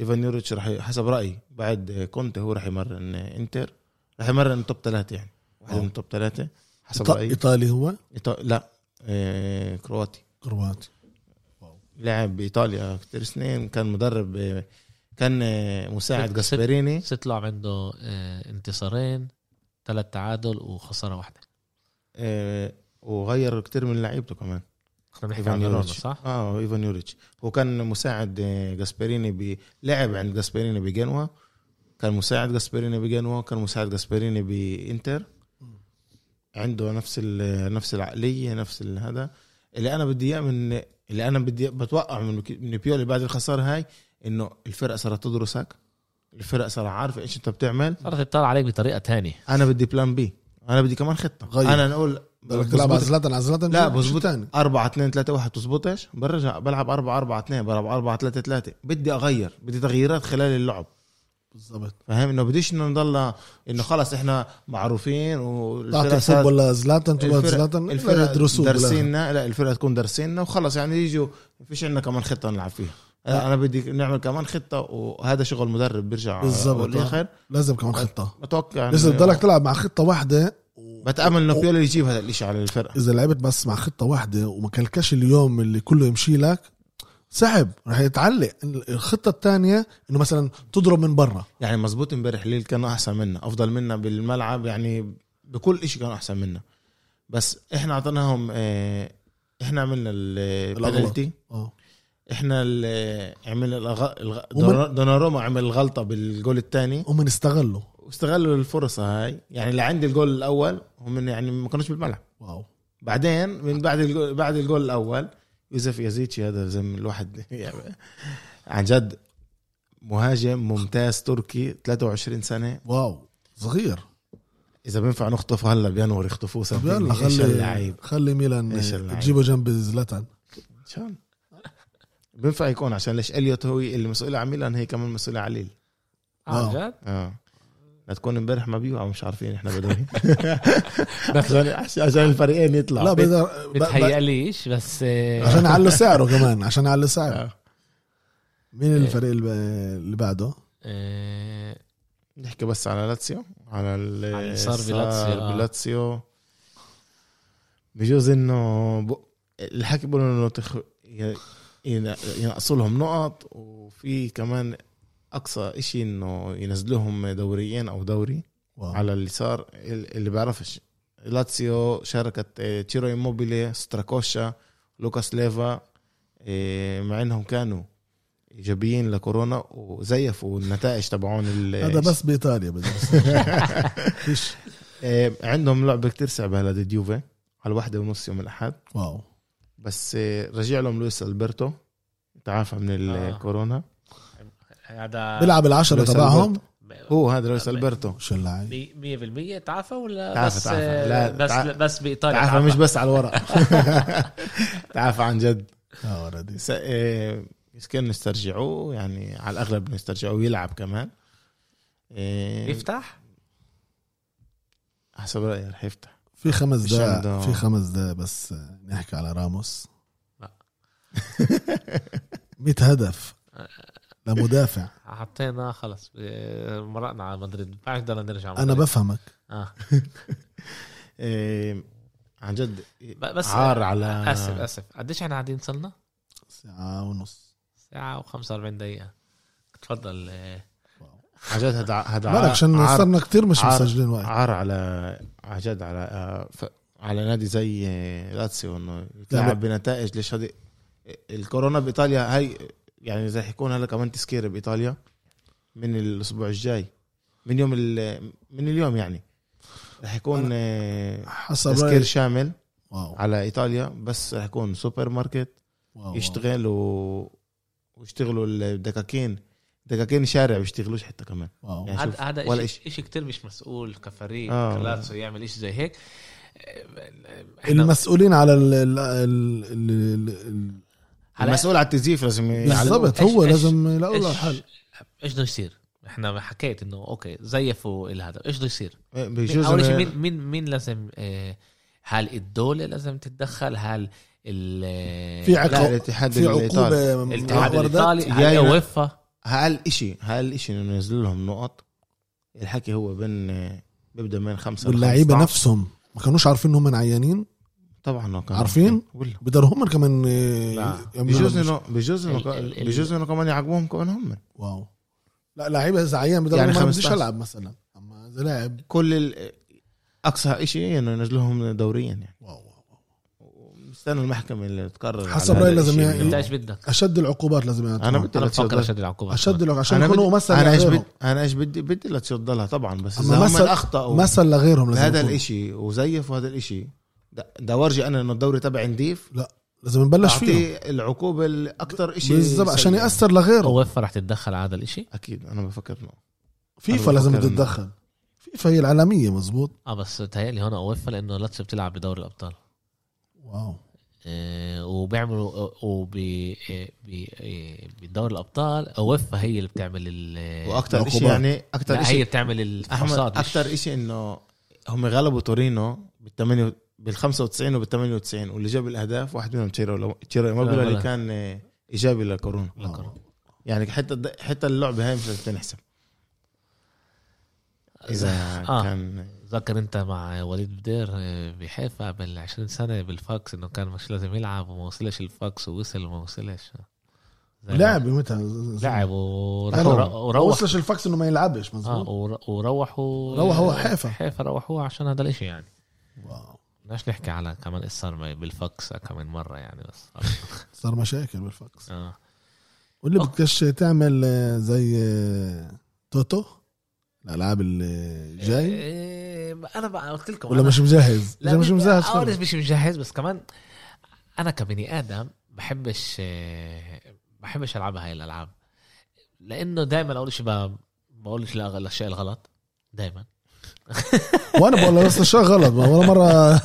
S3: ايفان يوريتش راح ي- حسب رايي بعد كونتي هو راح يمرن انتر راح يمرن توب ثلاثه يعني واحد
S2: آه.
S3: من توب ثلاثه حسب
S2: إيط-
S3: رايي
S2: ايطالي هو
S3: إيطا... لا آه، كرواتي
S2: كرواتي
S3: لعب بايطاليا كتير سنين كان مدرب آه، كان آه، مساعد
S1: ست-
S3: جاسبريني
S1: بس طلع عنده آه، انتصارين ثلاث تعادل وخساره واحده
S3: آه، وغير كتير من لعيبته كمان
S1: احنا بنحكي عن
S3: ايفان
S1: فيرونا
S3: يوريتش
S1: صح؟
S3: صح؟ اه ايفان يوريتش هو كان مساعد آه، جاسبريني ب... لعب عند جاسبريني بجنوا كان مساعد جاسبريني بجنوا كان مساعد جاسبريني بانتر عنده نفس ال... نفس العقليه نفس ال- هذا اللي انا بدي اياه من اللي انا بدي بتوقع من من بيولي بعد الخساره هاي انه الفرقه صارت تدرسك الفرقه صار عارفه ايش انت بتعمل
S1: صارت تطلع عليك بطريقه تانية
S3: انا بدي بلان بي انا بدي كمان خطه
S2: غير.
S3: انا نقول
S2: بدك تلعب طيب. على
S3: بظبط-
S2: زلاتان على زلاتان شو-
S3: لا
S2: شو
S3: بظبط
S2: تاني
S3: 4 2 3 1 بتزبطش برجع بلعب 4 4 2 بلعب 4 3 3 بدي اغير بدي تغييرات خلال اللعب
S2: بالضبط
S3: فاهم انه بديش انه نضل انه خلص احنا معروفين والفرقه
S2: تعطي
S3: صارت-
S2: فوتبول لزلاتان تبعت زلاتان
S3: الفرقه
S2: الفرق يدرسوه بالآخر.
S3: درسينا لا الفرقه تكون درسينا وخلص يعني يجوا فيش عندنا كمان خطه نلعب فيها لا، انا بدي نعمل كمان خطه وهذا شغل مدرب بيرجع
S2: بالظبط،
S3: بالاخر
S2: لازم كمان خطه
S3: بتوقع
S2: لازم
S3: إنه-
S2: تضلك تلعب مع خطه واحده و-
S3: بتامل انه بيولي يجيب هذا الشيء على الفرقه
S2: اذا لعبت بس مع خطه واحده وما كلكش اليوم اللي كله يمشي لك صعب رح يتعلق الخطه الثانيه انه مثلا تضرب من برا
S3: يعني مزبوط امبارح ليل كانوا احسن منا افضل منا بالملعب يعني بكل إشي كانوا احسن منا بس احنا اعطيناهم آه، احنا عملنا
S2: الأغلاط.
S3: البنالتي
S2: اه
S3: احنا ال- عملنا الأغ... الغ...
S2: ومن-
S3: دونا- دوناروما عمل الغلطه بالجول الثاني
S2: ومن استغلوا
S3: واستغلوا الفرصه هاي يعني اللي عند الجول الاول هم يعني ما كانوش بالملعب
S2: واو
S3: بعدين من بعد الجول بعد الجول الاول يوسف يزيتشي هذا زي ما الواحد يعني عن جد مهاجم ممتاز تركي 23 سنه
S2: واو صغير
S3: اذا بينفع نخطفه هلا بينور يخطفوه
S2: طب
S3: صدقني.
S2: يلا
S3: ايش
S2: خلي
S3: اللعيب
S2: خلي ميلان
S3: إيش اللعيب.
S2: تجيبه جنب زلاتان
S3: ان شاء الله بينفع يكون عشان ليش اليوت هو المسؤول عن ميلان هي كمان مسؤولة على ليل
S1: عن
S2: واو.
S1: جد؟
S3: اه لا تكون امبارح ما بيوعوا مش عارفين احنا بدوي
S1: بس-
S3: عشان عشان الفريقين يطلعوا
S2: لا بقدر ب- ب-
S1: بتهيأليش بس آه،
S3: إيه.
S2: عشان يعلوا سعره كمان عشان يعلوا سعره
S3: آه.
S2: مين
S3: إيه.
S2: الفريق اللي ب- اللي بعده؟
S1: آه،
S3: نحكي بس على لاتسيو على
S1: على
S3: ال
S1: اللي صار بلاتسيو، آه.
S3: بلاتسيو بجوز انه ب... الحكي بقولوا انه تخ... ي- ين- ينقصوا لهم نقط وفي كمان اقصى إشي انه ينزلوهم دوريين او دوري
S2: واو.
S3: على اللي صار ال- اللي بعرفش لاتسيو شاركت آه، تشيرو ايموبيلي ستراكوشا لوكاس ليفا آه، مع انهم كانوا ايجابيين لكورونا وزيفوا النتائج تبعون ال-
S2: هذا بس بايطاليا بدرس فيش
S3: آه، عندهم لعبه كتير صعبه هلا ضد يوفي على الواحدة ونص يوم الاحد
S2: واو
S3: بس آه، رجع لهم لويس البرتو تعافى من
S1: آه.
S3: الكورونا
S1: هذا
S2: بيلعب العشرة
S3: لويس
S2: تبعهم
S3: ألبرتو. هو هذا لويس
S1: آه،
S3: البرتو
S2: شو اللعيب
S1: 100% تعافى ولا
S3: تعافى،
S1: بس
S3: تعافى.
S1: آه،
S3: لا،
S1: بس
S3: تعافى.
S1: بس بايطاليا
S3: تعافى مش بس على الورق تعافى عن جد
S2: اه اوريدي
S3: س- آه، كانوا يسترجعوه يعني على الاغلب انه يسترجعوه ويلعب كمان آه،
S1: يفتح
S3: حسب رايي رح يفتح
S2: في خمس
S3: مش
S2: دقائق
S3: عنده-
S2: في خمس دقائق بس آه، نحكي على راموس
S1: لا.
S2: 100 هدف لمدافع
S1: حطينا خلص آه، مرقنا على مدريد ما بدنا نرجع
S2: انا
S1: مدريد.
S2: بفهمك
S1: آه.
S3: آه، عن جد
S1: ب- بس
S3: عار على
S1: اسف اسف قديش احنا قاعدين صرنا؟
S2: ساعة ونص
S1: ساعة و45 دقيقة تفضل آه،
S3: عن جد هذا هذا
S2: بالك عشان
S3: عار
S2: صرنا كتير مش
S3: عار-
S2: مسجلين وقت
S3: عار على عن جد على آه، ف- على نادي زي آه، لاتسيو انه
S2: لا،
S3: يتلعب بنتائج ليش هذه الكورونا بايطاليا هاي يعني زي حيكون هلا كمان تسكير بايطاليا من الاسبوع الجاي من يوم ال- من اليوم يعني رح يكون آه،
S2: حسب
S3: تسكير
S2: رأيي
S3: شامل
S2: واو
S3: على ايطاليا بس رح يكون سوبر ماركت
S2: واو
S3: يشتغل و... ويشتغلوا الدكاكين دكاكين شارع بيشتغلوش حتى كمان
S2: واو
S3: يعني شوف،
S1: هذا هذا
S3: ولا
S1: شيء شيء كثير مش مسؤول كفريق
S3: آه.
S1: كلاتسو يعمل شيء زي هيك احنا
S2: المسؤولين على ال ال ال ال- ال-
S1: على-
S3: المسؤول على التزييف
S2: ال-
S3: لازم يعلموه.
S2: بالضبط
S1: إيش-
S2: هو
S1: إيش-
S2: لازم يلاقوا له
S1: ايش
S2: حل
S1: ايش بده يصير؟ احنا حكيت انه اوكي زيفوا الهدف ايش بده يصير؟ مين-
S3: بيجوز
S1: اول شيء
S3: إنه-
S1: مين مين مين لازم آه، هل الدوله لازم تتدخل هل ال
S2: في
S3: لا،
S2: عقاب
S3: الاتحاد
S2: في
S3: الإيطالي.
S2: عقوبه من
S1: الاتحاد
S2: الوردات؟
S1: الايطالي هل
S3: جاينا-
S1: اوفا
S3: هل إشي هل إشي انه ينزل لهم نقط الحكي هو بين بيبدا من خمسة
S2: واللعيبه
S3: ل 15.
S2: نفسهم ما كانوش عارفين انهم عيانين
S3: طبعا هو كان-
S2: عارفين؟
S3: ولا
S2: بدهم هم كمان
S1: لا.
S2: يعملوا
S3: بجوز
S2: لهم-
S3: انه بجوز انه
S1: ال-
S3: كمان-
S1: ال- ال-
S3: بجوز انه كمان يعاقبوهم كمان هم
S2: واو لا لعيبه اذا عيان بدهم
S3: يعني
S2: يعني ما بديش
S3: 15.
S2: العب مثلا اما اذا لاعب
S3: كل ال... اقصى إشي انه ينزلوهم دوريا يعني
S2: واو واو واو.
S3: مستنى المحكمة اللي تقرر
S2: حسب
S3: على هذا
S2: رأيي لازم
S3: الإشي.
S2: يعني-
S1: انت ايش بدك؟
S2: اشد العقوبات لازم يعطوهم.
S3: أنا بدي
S1: انا
S3: لاتسيو
S1: بفكر
S3: تضل-
S1: اشد العقوبه
S2: اشد لك عشان
S3: أنا
S2: يكونوا
S3: بدي-
S2: مثل
S3: انا ايش بدي
S2: لغيرهم.
S3: انا ايش بدي بدي لاتسيو تضلها طبعا بس
S2: أما
S3: اذا هم
S2: مثل-
S3: اخطاوا
S2: مثل لغيرهم لازم
S3: بهذا
S2: يكونوا.
S3: الإشي وزيفوا هذا الإشي ده- ده ورجي انا انه الدوري تبعي نضيف
S2: لازم نبلش فيه
S3: اعطيه العقوبه الاكثر شيء
S2: بالضبط عشان ياثر لغيره
S1: اوفا رح تتدخل على هذا الشيء؟
S3: اكيد انا بفكر انه
S2: فيفا
S3: أنا
S2: لازم
S3: بفكر إنه-
S2: تتدخل فيفا هي العالميه مزبوط
S1: اه بس تهيألي هون اوفا لانه لاتسيو بتلعب بدوري الابطال
S2: واو
S1: آه، وبيعملوا وب آه، ب- آه، بدوري الابطال اوفا هي اللي بتعمل ال
S3: واكثر شيء
S2: العقوبات.
S3: يعني
S1: إيه، لا،
S3: اكثر
S1: هي
S3: شيء
S1: بتعمل
S3: احمد
S1: الفحوصات مش-
S3: اكثر شيء انه هم غلبوا تورينو بالثمانية بال 95 وبال 98 واللي جاب الاهداف واحد منهم تشيرو تشيرو
S1: لا،
S3: إيموبيلا
S1: لا.
S3: اللي كان آه، ايجابي لكورونا
S1: لكن-
S3: يعني حتى الد- حتى اللعبه هاي مش لازم تنحسب اذا
S1: آه.
S3: كان
S1: ذكر انت مع وليد بدير آه، بحيفا قبل 20 سنه بالفاكس انه كان مش لازم يلعب وما وصلش الفاكس ووصل وما وصلش زي ما-
S2: لعب متى
S1: لعب و-
S2: حلو.
S1: وروح
S2: ما
S1: وروح
S2: وصلش الفاكس انه ما يلعبش
S1: اه
S2: مزبوط
S1: ور- وروحوا
S2: روح هو حيفا.
S1: حيفا روحوا عشان هذا الاشي يعني
S2: واو
S1: بدناش نحكي على كمان اصرار بالفاكس كمان مره يعني بس
S2: صار مشاكل بالفاكس
S1: اه
S2: واللي
S1: أوكي.
S2: بدكش تعمل آه، زي آه، توتو الالعاب اللي جاي
S1: إيه، انا بقى قلت لكم
S2: ولا
S1: أنا-
S2: مش مجهز
S1: لا
S2: اذا مش مجهز خلص.
S1: اول مش مجهز بس كمان انا كبني ادم بحبش آه، بحبش العب هاي الالعاب لانه دائما اول شيء ب- بقولش لا- الاشياء الغلط دائما
S2: وانا بقول نفس الشيء غلط ما ولا مره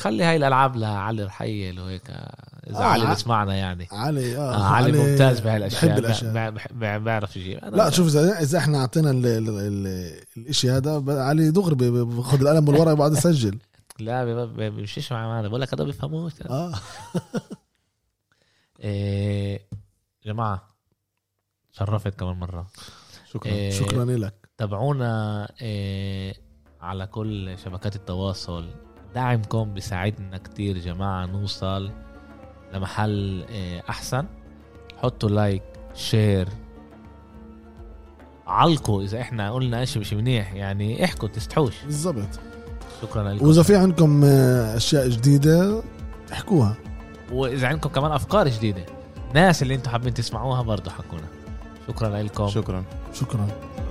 S1: خلي هاي الالعاب لعلي رحيل وهيك آه، اذا
S2: آه،
S1: علي
S2: ع-
S1: بسمعنا يعني
S2: علي اه,
S1: آه علي ممتاز بهاي الاشياء
S2: بحب الاشياء
S1: بع- بع- بع- بعرف يجيب أنا
S2: لا شوف اذا اذا احنا اعطينا ال- ال- ال- الاشي هذا ب- علي دغري ب- بخد القلم والورقه وبقعد يسجل
S1: لا ما بيمشيش مع معنا بقول لك هذا بيفهموش
S2: اه
S1: إيه، جماعه شرفت كمان مره
S3: شكرا
S1: إيه،
S2: شكرا لك
S1: تابعونا آه، على كل شبكات التواصل دعمكم بيساعدنا كتير جماعة نوصل لمحل آه، أحسن حطوا لايك شير علقوا إذا إحنا قلنا إشي مش منيح يعني احكوا تستحوش
S2: بالضبط
S1: شكرا لكم
S2: واذا في عندكم آه، اشياء جديده احكوها
S1: وإذا عندكم كمان أفكار آه. جديدة ناس اللي أنتم حابين تسمعوها برضه حكونا شكرا لكم
S3: شكرا
S2: شكرا